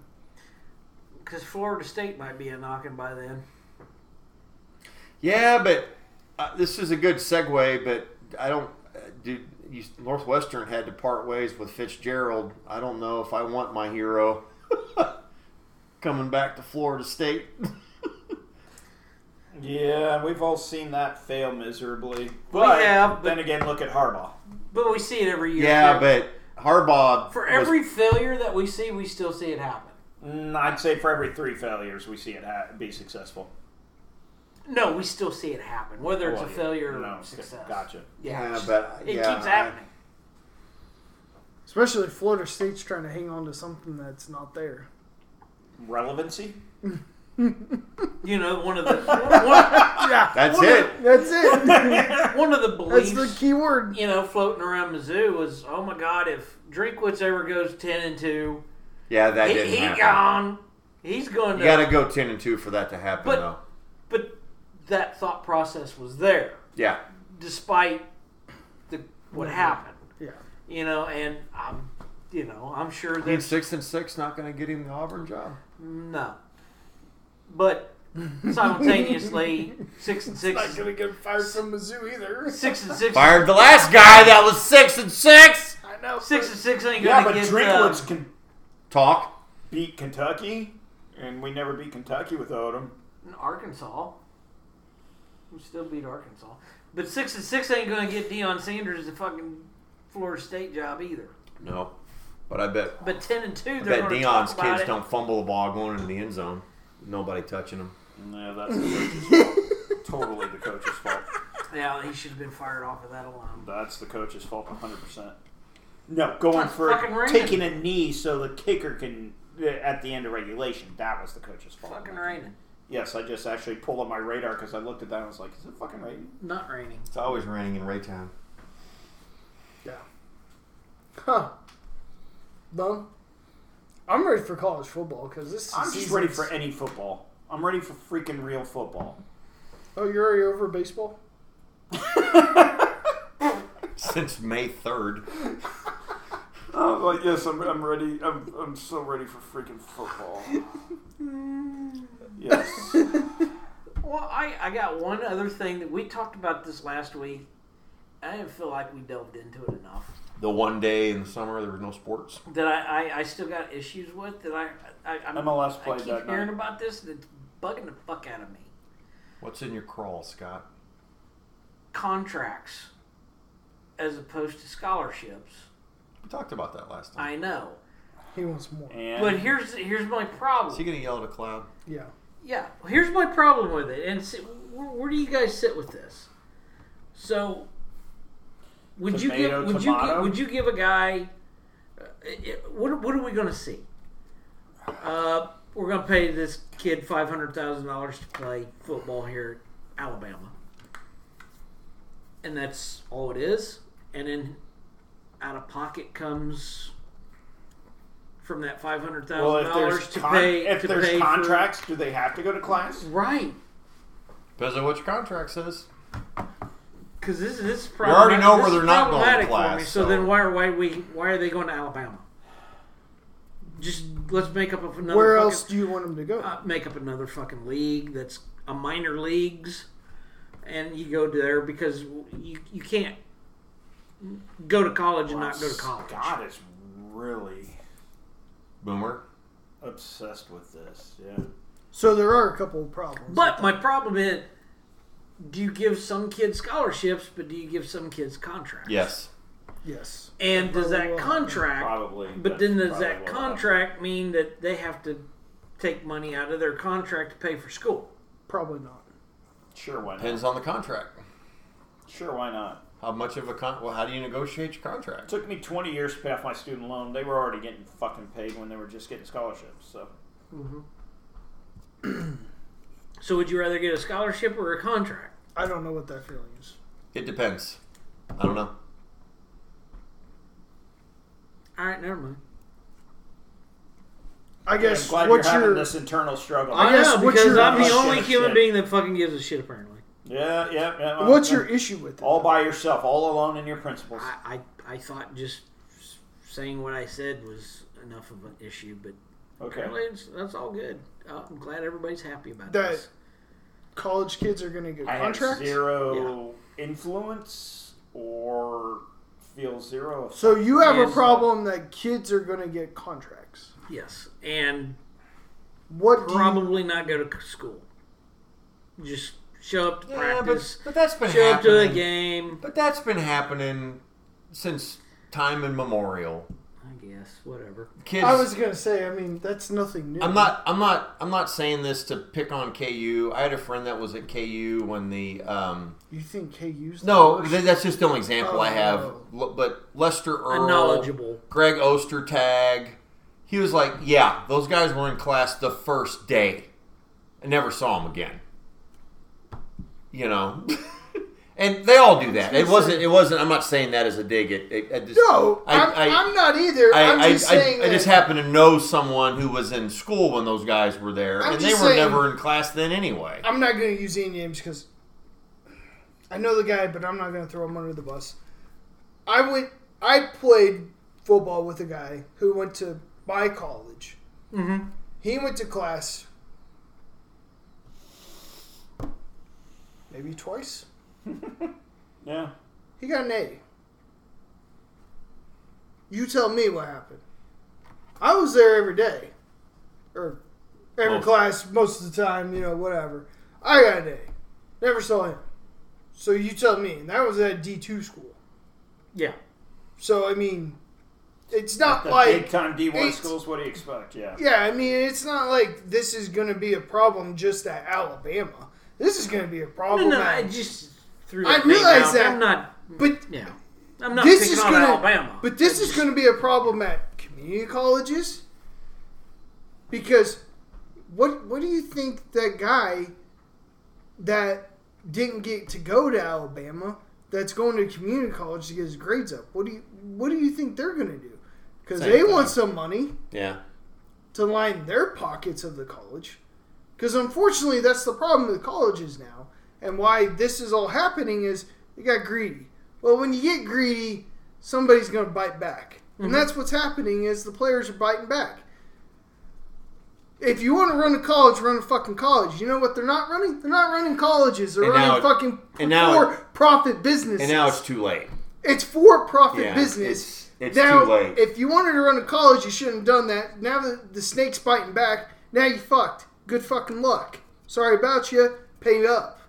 [SPEAKER 2] Because Florida State might be a knocking by then.
[SPEAKER 5] Yeah, but uh, this is a good segue. But I don't. Uh, do you, Northwestern had to part ways with Fitzgerald. I don't know if I want my hero [laughs] coming back to Florida State. [laughs]
[SPEAKER 3] Yeah, we've all seen that fail miserably.
[SPEAKER 2] We
[SPEAKER 3] But,
[SPEAKER 2] have,
[SPEAKER 3] then
[SPEAKER 2] but-
[SPEAKER 3] again, look at Harbaugh.
[SPEAKER 2] But we see it every year.
[SPEAKER 5] yeah,
[SPEAKER 2] For-
[SPEAKER 5] but Harbaugh.
[SPEAKER 2] for
[SPEAKER 5] was-
[SPEAKER 2] every failure that we see, we still see it happen.
[SPEAKER 3] Mm, I'd say for every three failures, we see it ha- be successful.
[SPEAKER 2] No, we still see it happen, whether it's
[SPEAKER 3] Well,
[SPEAKER 2] a
[SPEAKER 3] Oh, yeah.
[SPEAKER 2] failure
[SPEAKER 3] No,
[SPEAKER 2] or success.
[SPEAKER 3] Gotcha.
[SPEAKER 2] Yeah,
[SPEAKER 5] Yeah, but
[SPEAKER 2] it
[SPEAKER 5] yeah,
[SPEAKER 2] keeps
[SPEAKER 5] I-
[SPEAKER 2] happening.
[SPEAKER 1] especially if Florida State's trying to hang on to something that's not there.
[SPEAKER 3] Relevancy?
[SPEAKER 2] You know, one of
[SPEAKER 5] [laughs]
[SPEAKER 2] the one,
[SPEAKER 5] that's it.
[SPEAKER 1] That's
[SPEAKER 2] [laughs]
[SPEAKER 1] it.
[SPEAKER 2] one, one of the
[SPEAKER 1] that's
[SPEAKER 2] beliefs
[SPEAKER 1] the key word.
[SPEAKER 2] you know floating around Mizzou was, oh my God, if Drinkwitz ever goes ten and two,
[SPEAKER 5] Yeah, that
[SPEAKER 2] he,
[SPEAKER 5] didn't
[SPEAKER 2] he
[SPEAKER 5] happen.
[SPEAKER 2] gone. He's going to.
[SPEAKER 5] You got to go ten and two for that to happen,
[SPEAKER 2] But-
[SPEAKER 5] though.
[SPEAKER 2] but that thought process was there.
[SPEAKER 5] Yeah,
[SPEAKER 2] despite the what happened.
[SPEAKER 1] Yeah.
[SPEAKER 2] You know, and I'm, you know, I'm sure
[SPEAKER 5] I mean,
[SPEAKER 2] that
[SPEAKER 5] six and six not going to get him the Auburn job.
[SPEAKER 2] no, but simultaneously, six and six,
[SPEAKER 9] gonna get fired from Mizzou either.
[SPEAKER 2] six and six,
[SPEAKER 5] Fired the last guy that was six and six.
[SPEAKER 9] I know.
[SPEAKER 2] six and six ain't
[SPEAKER 3] Yeah,
[SPEAKER 2] gonna
[SPEAKER 3] but
[SPEAKER 2] get.
[SPEAKER 3] Drinkwitz
[SPEAKER 2] uh,
[SPEAKER 3] can
[SPEAKER 5] Talk.
[SPEAKER 3] beat Kentucky, and we never beat Kentucky with Odom.
[SPEAKER 2] Arkansas. We still beat Arkansas, but six and six ain't gonna get Deion Sanders the fucking Florida State job either.
[SPEAKER 5] No, but I bet
[SPEAKER 2] But ten and two,
[SPEAKER 5] I
[SPEAKER 2] they're
[SPEAKER 5] bet
[SPEAKER 2] gonna
[SPEAKER 5] Dion's
[SPEAKER 2] talk about
[SPEAKER 5] kids
[SPEAKER 2] it.
[SPEAKER 5] don't fumble the ball going into the end zone. Nobody touching them.
[SPEAKER 3] No, that's the
[SPEAKER 2] [laughs]
[SPEAKER 3] coach's fault. Totally the coach's fault.
[SPEAKER 2] Yeah, he should have been fired off of that alone.
[SPEAKER 3] That's the coach's fault 100%. No, going
[SPEAKER 2] That's
[SPEAKER 3] for
[SPEAKER 2] fucking
[SPEAKER 3] it,
[SPEAKER 2] raining.
[SPEAKER 3] taking a knee so the kicker can, uh, at the end of regulation, that was the coach's fault.
[SPEAKER 2] Fucking raining,
[SPEAKER 3] Yes, I just actually pulled up my radar because I looked at that and was like, is it fucking raining?
[SPEAKER 2] not raining.
[SPEAKER 5] It's always raining in Raytown.
[SPEAKER 9] Huh.
[SPEAKER 1] Dumb.
[SPEAKER 9] I'm ready for college football because this.
[SPEAKER 3] I'm just
[SPEAKER 9] season's-
[SPEAKER 3] ready for any football. I'm ready for freaking real football.
[SPEAKER 9] Oh, you're already over baseball.
[SPEAKER 5] [laughs] Since May third,
[SPEAKER 3] Oh, like, yes, I'm, I'm ready. I'm, I'm so ready for
[SPEAKER 1] [laughs]
[SPEAKER 3] freaking football. yes.
[SPEAKER 2] Well, I, I got one other thing that we talked about this last week. I didn't feel like we delved into it enough.
[SPEAKER 5] the one day in the summer there was no sports.
[SPEAKER 2] That I, I, I still got issues with that I, I I'm,
[SPEAKER 3] MLS
[SPEAKER 2] I
[SPEAKER 3] played
[SPEAKER 2] keep
[SPEAKER 3] that
[SPEAKER 2] hearing
[SPEAKER 3] night.
[SPEAKER 2] about this and it's bugging the fuck out of me.
[SPEAKER 5] What's in your crawl, Scott?
[SPEAKER 2] Contracts, as opposed to scholarships.
[SPEAKER 5] We talked about that last time.
[SPEAKER 2] I know,
[SPEAKER 1] He wants more.
[SPEAKER 3] And
[SPEAKER 2] But here's here's my problem.
[SPEAKER 5] Is he gonna yell at a cloud?
[SPEAKER 1] Yeah.
[SPEAKER 2] Yeah, here's my problem with it, and see, where, where do you guys sit with this? So, would you
[SPEAKER 3] Tomato,
[SPEAKER 2] give would you
[SPEAKER 3] tomato?
[SPEAKER 2] give, would you give a guy? Uh, it- what what are we going to see? Uh, we're going to pay this kid five hundred thousand dollars to play football here at Alabama, and that's all it is. And then out of pocket comes from that five hundred thousand
[SPEAKER 3] well, if
[SPEAKER 2] dollars
[SPEAKER 3] there's
[SPEAKER 2] to
[SPEAKER 3] con-
[SPEAKER 2] pay
[SPEAKER 3] if
[SPEAKER 2] to
[SPEAKER 3] there's
[SPEAKER 2] pay for-
[SPEAKER 3] contracts, do they have to go to class?
[SPEAKER 2] right.
[SPEAKER 5] Depends on what your contract says.
[SPEAKER 2] Because this, this is
[SPEAKER 5] We
[SPEAKER 2] problematic-
[SPEAKER 5] already know
[SPEAKER 2] this
[SPEAKER 5] where
[SPEAKER 2] is
[SPEAKER 5] they're not going to
[SPEAKER 2] problematic for
[SPEAKER 5] class,
[SPEAKER 2] me, so,
[SPEAKER 5] so-
[SPEAKER 2] then why are why we why are they going to Alabama? Just let's make up another.
[SPEAKER 1] Where
[SPEAKER 2] fucking,
[SPEAKER 1] else do you want him to go?
[SPEAKER 2] Uh, make up another fucking league that's a minor leagues, and you go to there because you you can't go to college and not go to college.
[SPEAKER 3] God is really
[SPEAKER 5] Boomer.
[SPEAKER 3] obsessed with this. Yeah.
[SPEAKER 1] so there are a couple of problems.
[SPEAKER 2] But my problem is, do you give some kids scholarships, but do you give some kids contracts?
[SPEAKER 5] Yes.
[SPEAKER 1] yes.
[SPEAKER 2] And does that
[SPEAKER 1] Well,
[SPEAKER 2] contract
[SPEAKER 3] Probably.
[SPEAKER 2] But
[SPEAKER 3] that's
[SPEAKER 2] then does
[SPEAKER 3] probably
[SPEAKER 2] that
[SPEAKER 3] what
[SPEAKER 2] contract mean that they have to take money out of their contract to pay for school?
[SPEAKER 1] Probably not.
[SPEAKER 3] happened. Sure, why not?
[SPEAKER 5] Depends on the contract.
[SPEAKER 3] Sure, why not?
[SPEAKER 5] How much of a con? Well, how do you negotiate your
[SPEAKER 3] It
[SPEAKER 5] contract?
[SPEAKER 3] took me 20 years to pay off my student loan. They were already getting fucking paid when they were just getting scholarships. So
[SPEAKER 2] So would you rather get a scholarship or a contract?
[SPEAKER 1] I don't know what that feeling is.
[SPEAKER 5] It depends. I don't know.
[SPEAKER 2] All right, never mind.
[SPEAKER 1] I guess
[SPEAKER 3] I'm glad
[SPEAKER 1] what's
[SPEAKER 3] you're having
[SPEAKER 1] your
[SPEAKER 3] this internal struggle.
[SPEAKER 1] I
[SPEAKER 2] yeah,
[SPEAKER 1] guess what's
[SPEAKER 2] because
[SPEAKER 1] your-
[SPEAKER 2] I'm the
[SPEAKER 3] Shit,
[SPEAKER 2] only
[SPEAKER 3] shit.
[SPEAKER 2] human being that fucking gives a shit. Apparently,
[SPEAKER 3] yeah, yeah, yeah. well,
[SPEAKER 1] what's your issue with it?
[SPEAKER 3] all by yourself, all alone in your principles?
[SPEAKER 2] I I, I thought just s- saying what I said was enough of an issue, but
[SPEAKER 3] Okay.
[SPEAKER 2] apparently it's, that's all good. Uh, I'm glad everybody's happy about
[SPEAKER 1] That-
[SPEAKER 2] this.
[SPEAKER 1] College kids are going to get
[SPEAKER 3] I have
[SPEAKER 1] contracts.
[SPEAKER 3] zero influence or feel zero.
[SPEAKER 1] So you have a
[SPEAKER 2] Yes.
[SPEAKER 1] problem that kids are going to get contracts.
[SPEAKER 2] Yes, and
[SPEAKER 1] What do you-
[SPEAKER 2] probably not go to c- school. Just show up to practice.
[SPEAKER 5] but that's been
[SPEAKER 2] Show up to a
[SPEAKER 5] happening.
[SPEAKER 2] game.
[SPEAKER 5] But that's been happening since time immemorial.
[SPEAKER 2] I guess whatever.
[SPEAKER 5] Kids.
[SPEAKER 1] I was going to say, I mean, that's nothing new.
[SPEAKER 5] I'm not. I'm not. I'm not saying this to pick on KU. I had a friend that was at KU when the. Um,
[SPEAKER 1] You think KU's the
[SPEAKER 5] no,
[SPEAKER 1] worst?
[SPEAKER 5] th- that's just the only example I have.
[SPEAKER 1] Oh.
[SPEAKER 5] L- But Lester
[SPEAKER 2] A
[SPEAKER 5] Earl,
[SPEAKER 2] knowledgeable.
[SPEAKER 5] Greg Ostertag, he was like, yeah, those guys were in class the first day. I never saw them again. You know, [laughs] and they all do that. It wasn't. It wasn't. I'm not saying that as a dig. It. it, I just,
[SPEAKER 1] No,
[SPEAKER 5] I-
[SPEAKER 1] I'm,
[SPEAKER 5] I-
[SPEAKER 1] I'm not either.
[SPEAKER 5] I,
[SPEAKER 1] am
[SPEAKER 5] I,
[SPEAKER 1] just
[SPEAKER 5] I,
[SPEAKER 1] saying.
[SPEAKER 5] I just
[SPEAKER 1] that-
[SPEAKER 5] happen to know someone who was in school when those guys were there,
[SPEAKER 1] I'm
[SPEAKER 5] and they
[SPEAKER 1] just
[SPEAKER 5] were
[SPEAKER 1] saying-
[SPEAKER 5] never in class then anyway.
[SPEAKER 1] I'm not going to use any names because I know the guy, but I'm not going to throw him under the bus. I went. I played football with a guy who went to my college.
[SPEAKER 2] Mm-hmm.
[SPEAKER 1] He went to class maybe twice.
[SPEAKER 3] yeah.
[SPEAKER 1] He got an A. You tell me what happened. I was there every day, or every
[SPEAKER 5] Most-
[SPEAKER 1] class, most of the time, you know, whatever. I got an A. Never saw him. So you tell me, and that was at D two school.
[SPEAKER 2] Yeah.
[SPEAKER 1] So I mean, it's not
[SPEAKER 3] The
[SPEAKER 1] like
[SPEAKER 3] big time D1
[SPEAKER 1] eight-
[SPEAKER 3] schools, what do you expect? Yeah.
[SPEAKER 1] yeah, I mean, it's not like this is going to be a problem just at Alabama. This is going to be a
[SPEAKER 2] No,
[SPEAKER 1] problem.
[SPEAKER 2] no, I
[SPEAKER 1] at,
[SPEAKER 2] just threw.
[SPEAKER 1] I
[SPEAKER 2] that name
[SPEAKER 1] realize
[SPEAKER 2] out.
[SPEAKER 1] that,
[SPEAKER 2] I'm not.
[SPEAKER 1] but
[SPEAKER 2] Yeah. I'm not
[SPEAKER 1] This
[SPEAKER 2] picking
[SPEAKER 1] is
[SPEAKER 2] on
[SPEAKER 1] gonna-
[SPEAKER 2] Alabama.
[SPEAKER 1] But this is going to be a problem at community colleges because what what do you think that guy that didn't get to go to Alabama that's going to community college to get his grades up? What do you what do you think they're going to do? Because
[SPEAKER 5] Same
[SPEAKER 1] they
[SPEAKER 5] thing.
[SPEAKER 1] want some money
[SPEAKER 5] Yeah.
[SPEAKER 1] to line their pockets of the college. Because unfortunately, that's the problem with colleges now, and why this is all happening is they got greedy. Well, when you get greedy, somebody's going to bite back,
[SPEAKER 5] Mm-hmm.
[SPEAKER 1] and that's what's happening is the players are biting back. If you want to run a college, run a fucking college. You know what they're not running? They're not running colleges. They're
[SPEAKER 5] And
[SPEAKER 1] running
[SPEAKER 5] now it-
[SPEAKER 1] fucking
[SPEAKER 5] and now it-
[SPEAKER 1] for-profit businesses.
[SPEAKER 5] And now it's too late.
[SPEAKER 1] it's for-profit
[SPEAKER 5] Yeah,
[SPEAKER 1] business.
[SPEAKER 5] It's, it's
[SPEAKER 1] Now,
[SPEAKER 5] too late.
[SPEAKER 1] if you wanted to run a college, you shouldn't have done that. Now that the snake's biting back, now you fucked. Good fucking luck. Sorry about you. Pay up.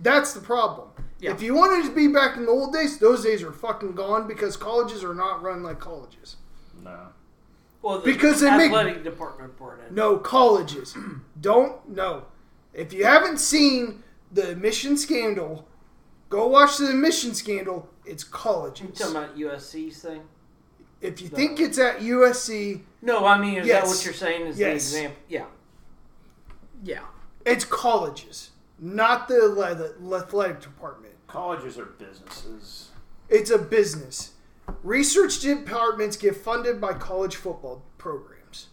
[SPEAKER 1] That's the problem.
[SPEAKER 2] Yeah.
[SPEAKER 1] If you wanted to be back in the old days, those days are fucking gone because colleges are not run like colleges.
[SPEAKER 3] No.
[SPEAKER 2] Well, the
[SPEAKER 1] Because they make-
[SPEAKER 2] athletic department part of it.
[SPEAKER 1] No, colleges. [clears throat] Don't no. If you haven't seen the admission scandal, go watch the admission scandal. It's
[SPEAKER 2] You
[SPEAKER 1] colleges.
[SPEAKER 2] talking about USC's thing?
[SPEAKER 1] If you think it's at USC,
[SPEAKER 2] No, I mean, is that what
[SPEAKER 1] Yes.
[SPEAKER 2] you're saying? Is
[SPEAKER 1] Yes.
[SPEAKER 2] the example? Yeah. Yeah.
[SPEAKER 1] it's colleges, not the le- athletic department.
[SPEAKER 3] Colleges are businesses.
[SPEAKER 1] It's a business. Research departments get funded by college football programs.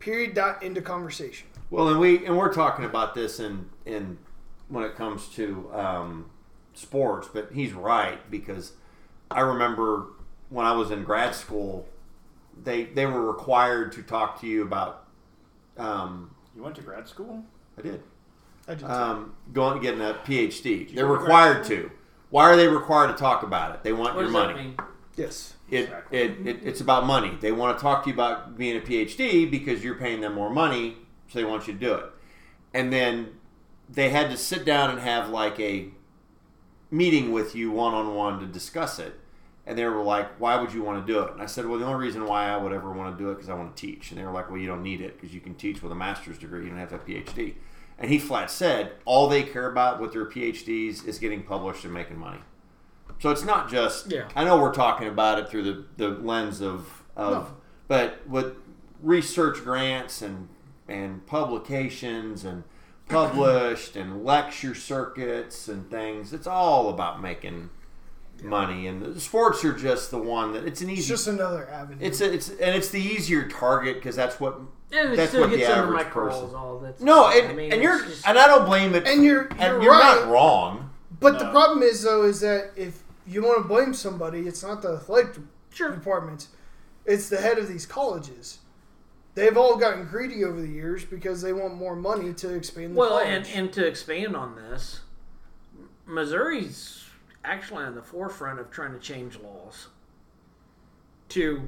[SPEAKER 1] Period. Dot. End of conversation.
[SPEAKER 5] Well, and we and we're talking about this in in when it comes to um, sports, but he's right because I remember when I was in grad school, they they were required to talk to you about. Um,
[SPEAKER 3] You went to grad school?
[SPEAKER 5] I did
[SPEAKER 1] I did.
[SPEAKER 5] um, going getting a PhD. They're required to. Why are they required to talk about it? They want
[SPEAKER 2] What
[SPEAKER 5] your
[SPEAKER 2] does
[SPEAKER 5] money.
[SPEAKER 2] that mean?
[SPEAKER 1] yes.
[SPEAKER 5] It,
[SPEAKER 3] Exactly.
[SPEAKER 5] it, it it's about money. They want to talk to you about being a PhD because you're paying them more money, so they want you to do it. And then they had to sit down and have like a meeting with you one on one to discuss it. And they were like, "Why would you want to do it?" And I said, "Well, the only reason why I would ever want to do it because I want to teach." And they were like, "Well, you don't need it because you can teach with a master's degree. You don't have to have a PhD." And he flat said, "All they care about with their PhDs is getting published and making money." So it's not just.
[SPEAKER 2] Yeah.
[SPEAKER 5] I know we're talking about it through the, the lens of of, but with research grants and and publications and published and lecture circuits and things, it's all about making money. And the sports are just the one that it's an
[SPEAKER 1] It's
[SPEAKER 5] easy.
[SPEAKER 1] just another avenue.
[SPEAKER 5] it's a, it's and it's the easier target because that's what.
[SPEAKER 2] And it
[SPEAKER 5] That's
[SPEAKER 2] still
[SPEAKER 5] what the
[SPEAKER 2] gets under my
[SPEAKER 5] average
[SPEAKER 2] crawls,
[SPEAKER 5] person-
[SPEAKER 2] all that stuff.
[SPEAKER 5] No, and,
[SPEAKER 2] I mean,
[SPEAKER 5] and
[SPEAKER 2] it's
[SPEAKER 5] you're
[SPEAKER 2] just-
[SPEAKER 5] and I don't blame it.
[SPEAKER 1] and you're
[SPEAKER 5] and
[SPEAKER 1] you're,
[SPEAKER 5] you're
[SPEAKER 1] right.
[SPEAKER 5] not wrong.
[SPEAKER 1] But the
[SPEAKER 3] No.
[SPEAKER 1] problem is though is that if you want to blame somebody, it's not the athletic
[SPEAKER 2] Sure.
[SPEAKER 1] departments, it's the head of these colleges. They've all gotten greedy over the years because they want more money to expand the
[SPEAKER 2] Well,
[SPEAKER 1] college.
[SPEAKER 2] and, and to expand on this, Missouri's actually on the forefront of trying to change laws to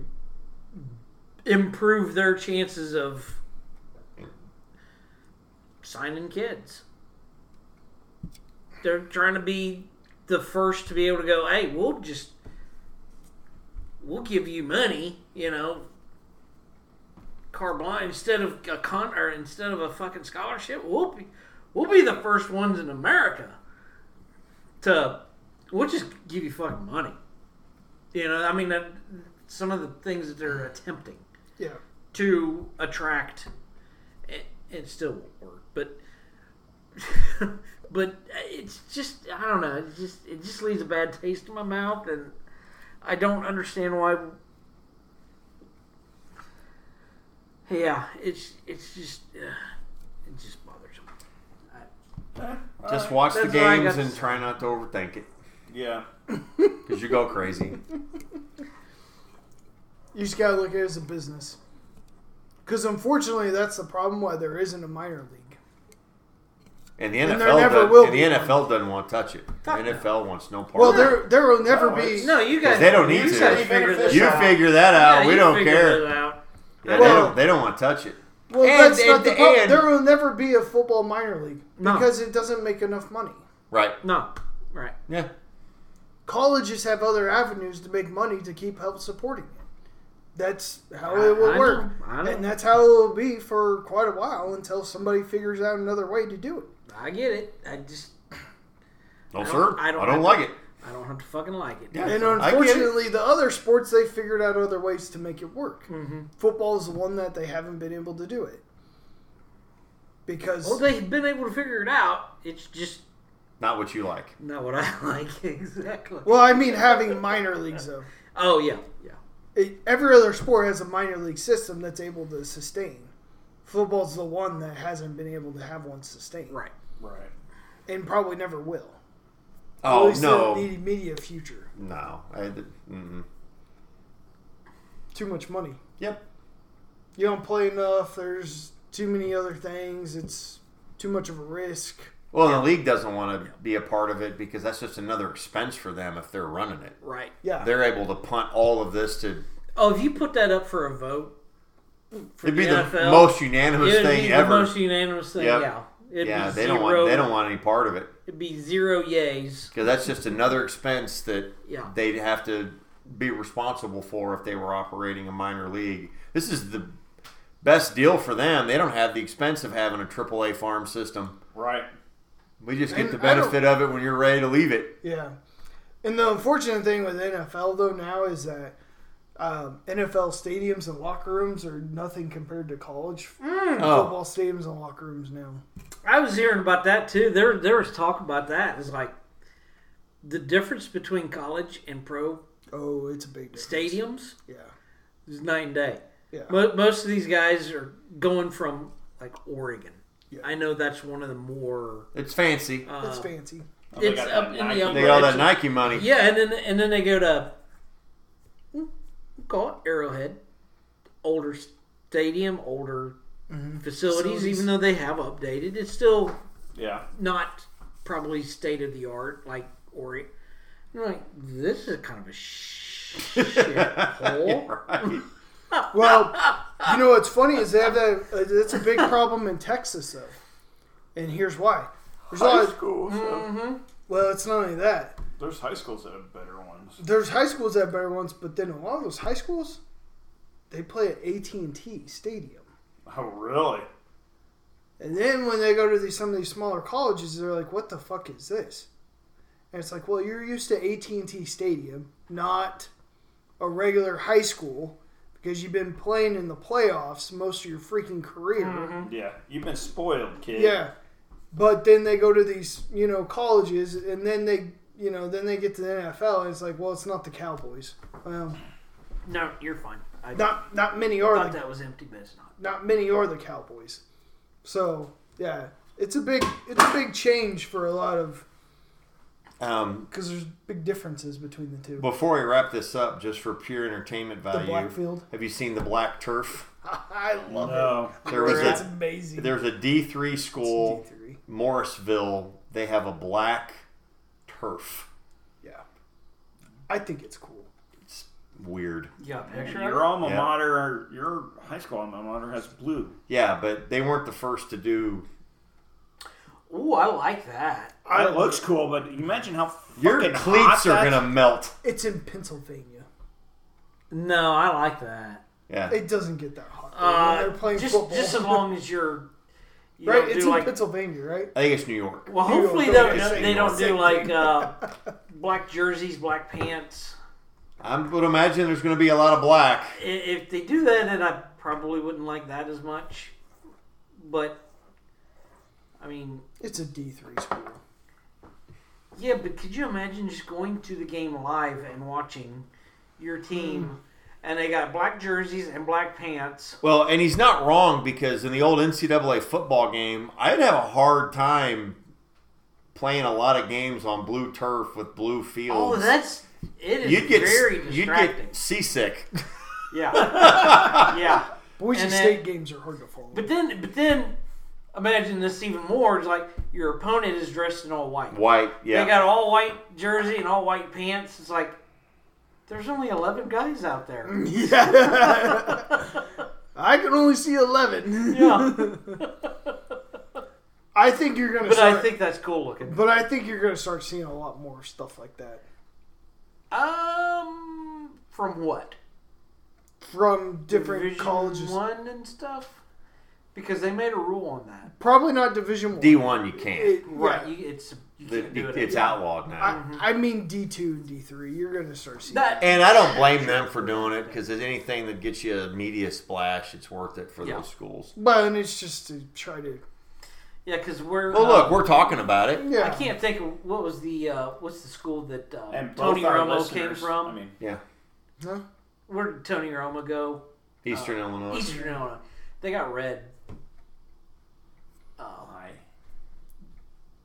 [SPEAKER 2] improve their chances of signing kids. They're trying to be the first to be able to go, hey, we'll just we'll give you money, you know, carte blanche instead of a con or instead of a fucking scholarship. We'll be we'll be the first ones in America to we'll just give you fucking money. You know, I mean, that, some of the things that they're attempting
[SPEAKER 1] yeah,
[SPEAKER 2] to attract it, it still won't work, but. [laughs] but it's just I don't know. It just it just leaves a bad taste in my mouth, and I don't understand why. Yeah, it's it's just uh, it just bothers me.
[SPEAKER 5] Just watch the
[SPEAKER 2] That's what I
[SPEAKER 5] games
[SPEAKER 2] got to
[SPEAKER 5] and
[SPEAKER 2] say.
[SPEAKER 5] try not to overthink it
[SPEAKER 3] Yeah.
[SPEAKER 5] because you go crazy.
[SPEAKER 1] you just gotta look at it as a business. Because unfortunately, that's the problem why there isn't a minor league.
[SPEAKER 5] And the
[SPEAKER 1] And there
[SPEAKER 5] NFL,
[SPEAKER 1] never
[SPEAKER 5] doesn't,
[SPEAKER 1] will
[SPEAKER 5] and
[SPEAKER 1] be
[SPEAKER 5] the NFL doesn't want to touch it. The
[SPEAKER 2] Fuck no.
[SPEAKER 5] NFL wants no part
[SPEAKER 1] Well,
[SPEAKER 5] of it.
[SPEAKER 1] there there will never
[SPEAKER 3] No,
[SPEAKER 1] be.
[SPEAKER 3] it's-
[SPEAKER 2] No, you guys.
[SPEAKER 5] they don't need
[SPEAKER 2] you
[SPEAKER 5] to.
[SPEAKER 2] Guys figure this
[SPEAKER 5] You
[SPEAKER 2] out.
[SPEAKER 5] figure that
[SPEAKER 2] Yeah,
[SPEAKER 5] out. we
[SPEAKER 2] you
[SPEAKER 5] don't
[SPEAKER 2] figure
[SPEAKER 5] care.
[SPEAKER 2] this out.
[SPEAKER 5] Yeah, they
[SPEAKER 1] Well-
[SPEAKER 5] don't. They don't want to touch it.
[SPEAKER 1] Well,
[SPEAKER 5] And-
[SPEAKER 1] that's not
[SPEAKER 5] and-
[SPEAKER 1] the problem.
[SPEAKER 5] and-
[SPEAKER 1] there will never be a football minor league
[SPEAKER 2] No.
[SPEAKER 1] because it doesn't make enough money.
[SPEAKER 5] Right.
[SPEAKER 2] No, right.
[SPEAKER 5] Yeah.
[SPEAKER 1] colleges have other avenues to make money to keep help supporting it. That's how
[SPEAKER 2] I-
[SPEAKER 1] it will
[SPEAKER 2] I
[SPEAKER 1] work,
[SPEAKER 2] know, I know.
[SPEAKER 1] and that's how it will be for quite a while until somebody figures out another way to do it.
[SPEAKER 2] I get it. I just
[SPEAKER 5] No,
[SPEAKER 2] don't-
[SPEAKER 5] sir.
[SPEAKER 2] I
[SPEAKER 5] I
[SPEAKER 2] don't
[SPEAKER 5] don't,
[SPEAKER 2] have
[SPEAKER 5] like
[SPEAKER 2] to-
[SPEAKER 5] it.
[SPEAKER 2] I don't have to fucking like it.
[SPEAKER 5] Yeah.
[SPEAKER 1] And
[SPEAKER 5] I get it.
[SPEAKER 1] unfortunately, the other sports they figured out other ways to make it work.
[SPEAKER 5] Mm-hmm.
[SPEAKER 1] Football is the one that they haven't been able to do it because
[SPEAKER 2] Well, they've been able to figure it out. It's just
[SPEAKER 5] Not what you like.
[SPEAKER 2] not what I [laughs] like exactly.
[SPEAKER 1] well, I mean, having minor leagues though.
[SPEAKER 2] Oh yeah, yeah.
[SPEAKER 1] it, every other sport has a minor league system that's able to sustain. Football's the one that hasn't been able to have one sustain,
[SPEAKER 2] Right.
[SPEAKER 3] Right.
[SPEAKER 1] and probably never will. At
[SPEAKER 5] Oh
[SPEAKER 1] least
[SPEAKER 5] no,
[SPEAKER 1] in the immediate future.
[SPEAKER 5] no. I, mm-mm.
[SPEAKER 1] Too much money.
[SPEAKER 5] Yep.
[SPEAKER 1] You don't play enough. There's too many other things. It's too much of a risk.
[SPEAKER 5] Well, the league doesn't want to be a part of it because that's just another expense for them if they're running it.
[SPEAKER 2] Right.
[SPEAKER 1] Yeah,
[SPEAKER 5] They're able to punt all of this to.
[SPEAKER 2] Oh, if you put that up for a vote for
[SPEAKER 5] It'd be
[SPEAKER 2] the
[SPEAKER 5] the,
[SPEAKER 2] NFL,
[SPEAKER 5] most unanimous
[SPEAKER 2] it'd
[SPEAKER 5] thing
[SPEAKER 2] be
[SPEAKER 5] ever.
[SPEAKER 2] the most unanimous thing.
[SPEAKER 5] Yep.
[SPEAKER 2] Yeah. It'd
[SPEAKER 5] yeah,
[SPEAKER 2] be
[SPEAKER 5] they
[SPEAKER 2] 0
[SPEAKER 5] don't want. They don't want any part of it
[SPEAKER 2] It'd be zero yays.
[SPEAKER 5] because that's just another expense that
[SPEAKER 2] Yeah.
[SPEAKER 5] they'd have to be responsible for if they were operating a minor league This is the best deal for them. They don't have the expense of having a AAA farm system.
[SPEAKER 3] Right.
[SPEAKER 5] We just get
[SPEAKER 1] And
[SPEAKER 5] the
[SPEAKER 1] I don't-
[SPEAKER 5] benefit of it when you're ready to leave it.
[SPEAKER 2] [laughs]
[SPEAKER 1] Yeah. And the unfortunate thing with NFL though now is that um, NFL stadiums and locker rooms are nothing compared to college
[SPEAKER 5] Oh,
[SPEAKER 1] football stadiums and locker rooms now.
[SPEAKER 2] I was hearing about that too. There, there was talk about that. It's like the difference between college and pro
[SPEAKER 1] Oh, it's a big difference.
[SPEAKER 2] stadiums
[SPEAKER 1] Yeah.
[SPEAKER 2] is night and day.
[SPEAKER 1] Yeah.
[SPEAKER 2] Mo- most of these guys are going from like Oregon.
[SPEAKER 1] Yeah.
[SPEAKER 2] I know that's one of the more
[SPEAKER 5] it's fancy.
[SPEAKER 2] uh,
[SPEAKER 1] It's fancy. [laughs]
[SPEAKER 3] Oh, they
[SPEAKER 2] it's
[SPEAKER 3] got
[SPEAKER 2] up
[SPEAKER 3] that
[SPEAKER 2] in
[SPEAKER 3] Nike.
[SPEAKER 2] the upper
[SPEAKER 5] They got all that
[SPEAKER 2] echelon.
[SPEAKER 5] Nike money.
[SPEAKER 2] [laughs] Yeah, and then and then they go to mm, call it Arrowhead, older stadium, older facilities.
[SPEAKER 1] Mm-hmm. Facilities.
[SPEAKER 2] Even though they have updated, it's still
[SPEAKER 3] Yeah.
[SPEAKER 2] not probably state of the art like Ori. And I'm like, this is kind of a sh-
[SPEAKER 5] [laughs]
[SPEAKER 2] shit hole.
[SPEAKER 5] Right.
[SPEAKER 1] Well, you know what's funny is they have that. Uh, that's a big problem in Texas though, and here's why. There's a lot.
[SPEAKER 3] High
[SPEAKER 1] Of,
[SPEAKER 3] schools. though.
[SPEAKER 1] well, it's not only that.
[SPEAKER 3] There's high schools that have better ones.
[SPEAKER 1] There's high schools that have better ones, but then a lot of those high schools, they play at AT and T Stadium.
[SPEAKER 3] Oh, really?
[SPEAKER 1] And then when they go to these, some of these smaller colleges, they're like, "What the fuck is this?" And it's like, "Well, you're used to AT&T Stadium, not a regular high school, because you've been playing in the playoffs most of your freaking career."
[SPEAKER 3] Yeah. You've been spoiled, kid.
[SPEAKER 1] Yeah. But then they go to these, you know, colleges, and then they, you know, then they get to the NFL, and it's like, well, it's not the Cowboys. Well,
[SPEAKER 2] No, you're fine. I
[SPEAKER 1] not not many are
[SPEAKER 2] thought
[SPEAKER 1] the,
[SPEAKER 2] that was empty, but it's not.
[SPEAKER 1] not many are the Cowboys. So yeah, it's a big it's a big change for a lot of
[SPEAKER 5] Um,
[SPEAKER 1] because there's big differences between the two.
[SPEAKER 5] before we wrap this up, just for pure entertainment
[SPEAKER 1] The
[SPEAKER 5] value,
[SPEAKER 1] Blackfield,
[SPEAKER 5] have you seen the black turf?
[SPEAKER 1] I love
[SPEAKER 3] No.
[SPEAKER 5] There was
[SPEAKER 1] That's
[SPEAKER 5] a,
[SPEAKER 1] amazing.
[SPEAKER 5] there's a D3
[SPEAKER 1] It's
[SPEAKER 5] school
[SPEAKER 1] D3.
[SPEAKER 5] Morrisville, they have a black turf.
[SPEAKER 1] Yeah, I think it's cool.
[SPEAKER 5] Weird.
[SPEAKER 2] Yeah, picture.
[SPEAKER 3] Your alma
[SPEAKER 5] Yeah.
[SPEAKER 3] mater, your high school alma mater has blue.
[SPEAKER 5] Yeah, but they weren't the first to do.
[SPEAKER 2] Ooh, I like that.
[SPEAKER 3] It looks cool, but imagine how
[SPEAKER 5] Your
[SPEAKER 3] fucking
[SPEAKER 5] cleats
[SPEAKER 3] hot
[SPEAKER 5] are
[SPEAKER 3] that-
[SPEAKER 5] gonna melt.
[SPEAKER 1] It's in Pennsylvania.
[SPEAKER 2] No, I like that.
[SPEAKER 5] Yeah,
[SPEAKER 1] It doesn't get that hot
[SPEAKER 2] Uh,
[SPEAKER 1] when they're playing
[SPEAKER 2] just,
[SPEAKER 1] football.
[SPEAKER 2] just as long as you're. You
[SPEAKER 1] right,
[SPEAKER 2] don't
[SPEAKER 1] it's
[SPEAKER 2] do
[SPEAKER 1] in
[SPEAKER 2] like
[SPEAKER 1] Pennsylvania, right?
[SPEAKER 5] I think it's New York.
[SPEAKER 2] Well,
[SPEAKER 1] You
[SPEAKER 2] hopefully they
[SPEAKER 1] don't
[SPEAKER 2] don't,
[SPEAKER 1] do
[SPEAKER 2] they,
[SPEAKER 1] the
[SPEAKER 2] don't
[SPEAKER 1] same
[SPEAKER 2] do like
[SPEAKER 1] thing.
[SPEAKER 2] uh,
[SPEAKER 1] [laughs]
[SPEAKER 2] black jerseys, black pants.
[SPEAKER 5] I would imagine there's gonna be a lot of black.
[SPEAKER 2] I- If they do that, then I probably wouldn't like that as much. But I mean,
[SPEAKER 1] It's a D three school.
[SPEAKER 2] yeah. But could you imagine just going to the game live and watching your team,
[SPEAKER 1] Hmm.
[SPEAKER 2] and they got black jerseys and black pants?
[SPEAKER 5] Well, and he's not wrong because in the old NCAA football game, I'd have a hard time playing a lot of games on blue turf with blue
[SPEAKER 2] Oh,
[SPEAKER 5] fields.
[SPEAKER 2] that's it is
[SPEAKER 5] you'd get
[SPEAKER 2] very
[SPEAKER 5] you'd
[SPEAKER 2] distracting.
[SPEAKER 5] get seasick. [laughs]
[SPEAKER 2] Yeah, [laughs] yeah.
[SPEAKER 1] Boise
[SPEAKER 2] And then-
[SPEAKER 1] State games are hard to follow.
[SPEAKER 2] But then, but then, imagine this even more. It's like your opponent is dressed in all white.
[SPEAKER 5] White, yeah.
[SPEAKER 2] They got all white jersey and all white pants. It's like there's only eleven guys out
[SPEAKER 5] Mm.
[SPEAKER 2] there.
[SPEAKER 1] Yeah. [laughs] I can only see 11.
[SPEAKER 2] [laughs] Yeah,
[SPEAKER 5] [laughs]
[SPEAKER 1] I think you're going to
[SPEAKER 2] but
[SPEAKER 1] start
[SPEAKER 2] I think that's cool looking.
[SPEAKER 1] but I think you're going to start seeing a lot more stuff like that
[SPEAKER 2] Um, from what
[SPEAKER 1] from different
[SPEAKER 2] Division
[SPEAKER 1] colleges.
[SPEAKER 2] one and stuff? Because they made a rule on that.
[SPEAKER 1] Probably not Division 1.
[SPEAKER 5] D one, you can't.
[SPEAKER 1] It-
[SPEAKER 2] Right,
[SPEAKER 1] yeah.
[SPEAKER 2] you, it's you
[SPEAKER 5] The-
[SPEAKER 2] can't do it.
[SPEAKER 5] it's
[SPEAKER 2] anymore.
[SPEAKER 5] outlawed now.
[SPEAKER 1] I, I mean D2, D3. You're going to start seeing
[SPEAKER 2] Mm-hmm. That-
[SPEAKER 5] And I don't blame them for doing it because anything that gets you a media splash, it's worth it for
[SPEAKER 2] Yeah.
[SPEAKER 5] those schools.
[SPEAKER 1] But and it's just to try to
[SPEAKER 2] yeah, because we're
[SPEAKER 5] Well,
[SPEAKER 2] uh,
[SPEAKER 5] look, we're talking about it.
[SPEAKER 1] yeah.
[SPEAKER 2] I can't think of what was the uh, what's the school that uh,
[SPEAKER 3] And both
[SPEAKER 2] Tony
[SPEAKER 3] our
[SPEAKER 2] Romo
[SPEAKER 3] listeners,
[SPEAKER 2] came from?
[SPEAKER 3] I mean,
[SPEAKER 5] Yeah,
[SPEAKER 2] Where did Tony Romo go?
[SPEAKER 5] Eastern
[SPEAKER 2] Uh,
[SPEAKER 5] Illinois.
[SPEAKER 2] Eastern Illinois. They got red uh,
[SPEAKER 3] I,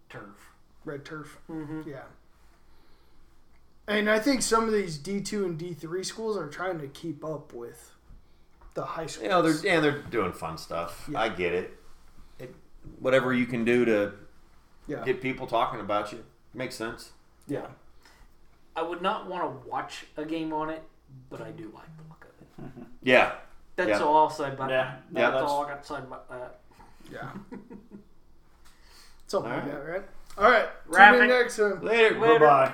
[SPEAKER 2] turf.
[SPEAKER 1] red turf.
[SPEAKER 2] Mm-hmm.
[SPEAKER 1] Yeah. And I think some of these D2 and D3 schools are trying to keep up with the high schools.
[SPEAKER 5] You know, they're and they're doing fun stuff. I get it. it. Whatever you can do to
[SPEAKER 1] Yeah.
[SPEAKER 5] get people talking about you makes sense.
[SPEAKER 1] yeah.
[SPEAKER 2] I would not want to watch a game on it, but I do like the look of it.
[SPEAKER 5] Yeah,
[SPEAKER 2] That's
[SPEAKER 5] Yeah.
[SPEAKER 2] all I'll say about
[SPEAKER 3] yeah,
[SPEAKER 2] that.
[SPEAKER 3] no,
[SPEAKER 5] Yeah.
[SPEAKER 2] That's
[SPEAKER 3] that's
[SPEAKER 2] all I got to say about that. [laughs]
[SPEAKER 1] Yeah. Something
[SPEAKER 5] All
[SPEAKER 1] like
[SPEAKER 5] right.
[SPEAKER 1] that, right? All right.
[SPEAKER 2] Wrap
[SPEAKER 1] Tune
[SPEAKER 2] it.
[SPEAKER 1] in next time.
[SPEAKER 5] later.
[SPEAKER 2] Later.
[SPEAKER 3] bye.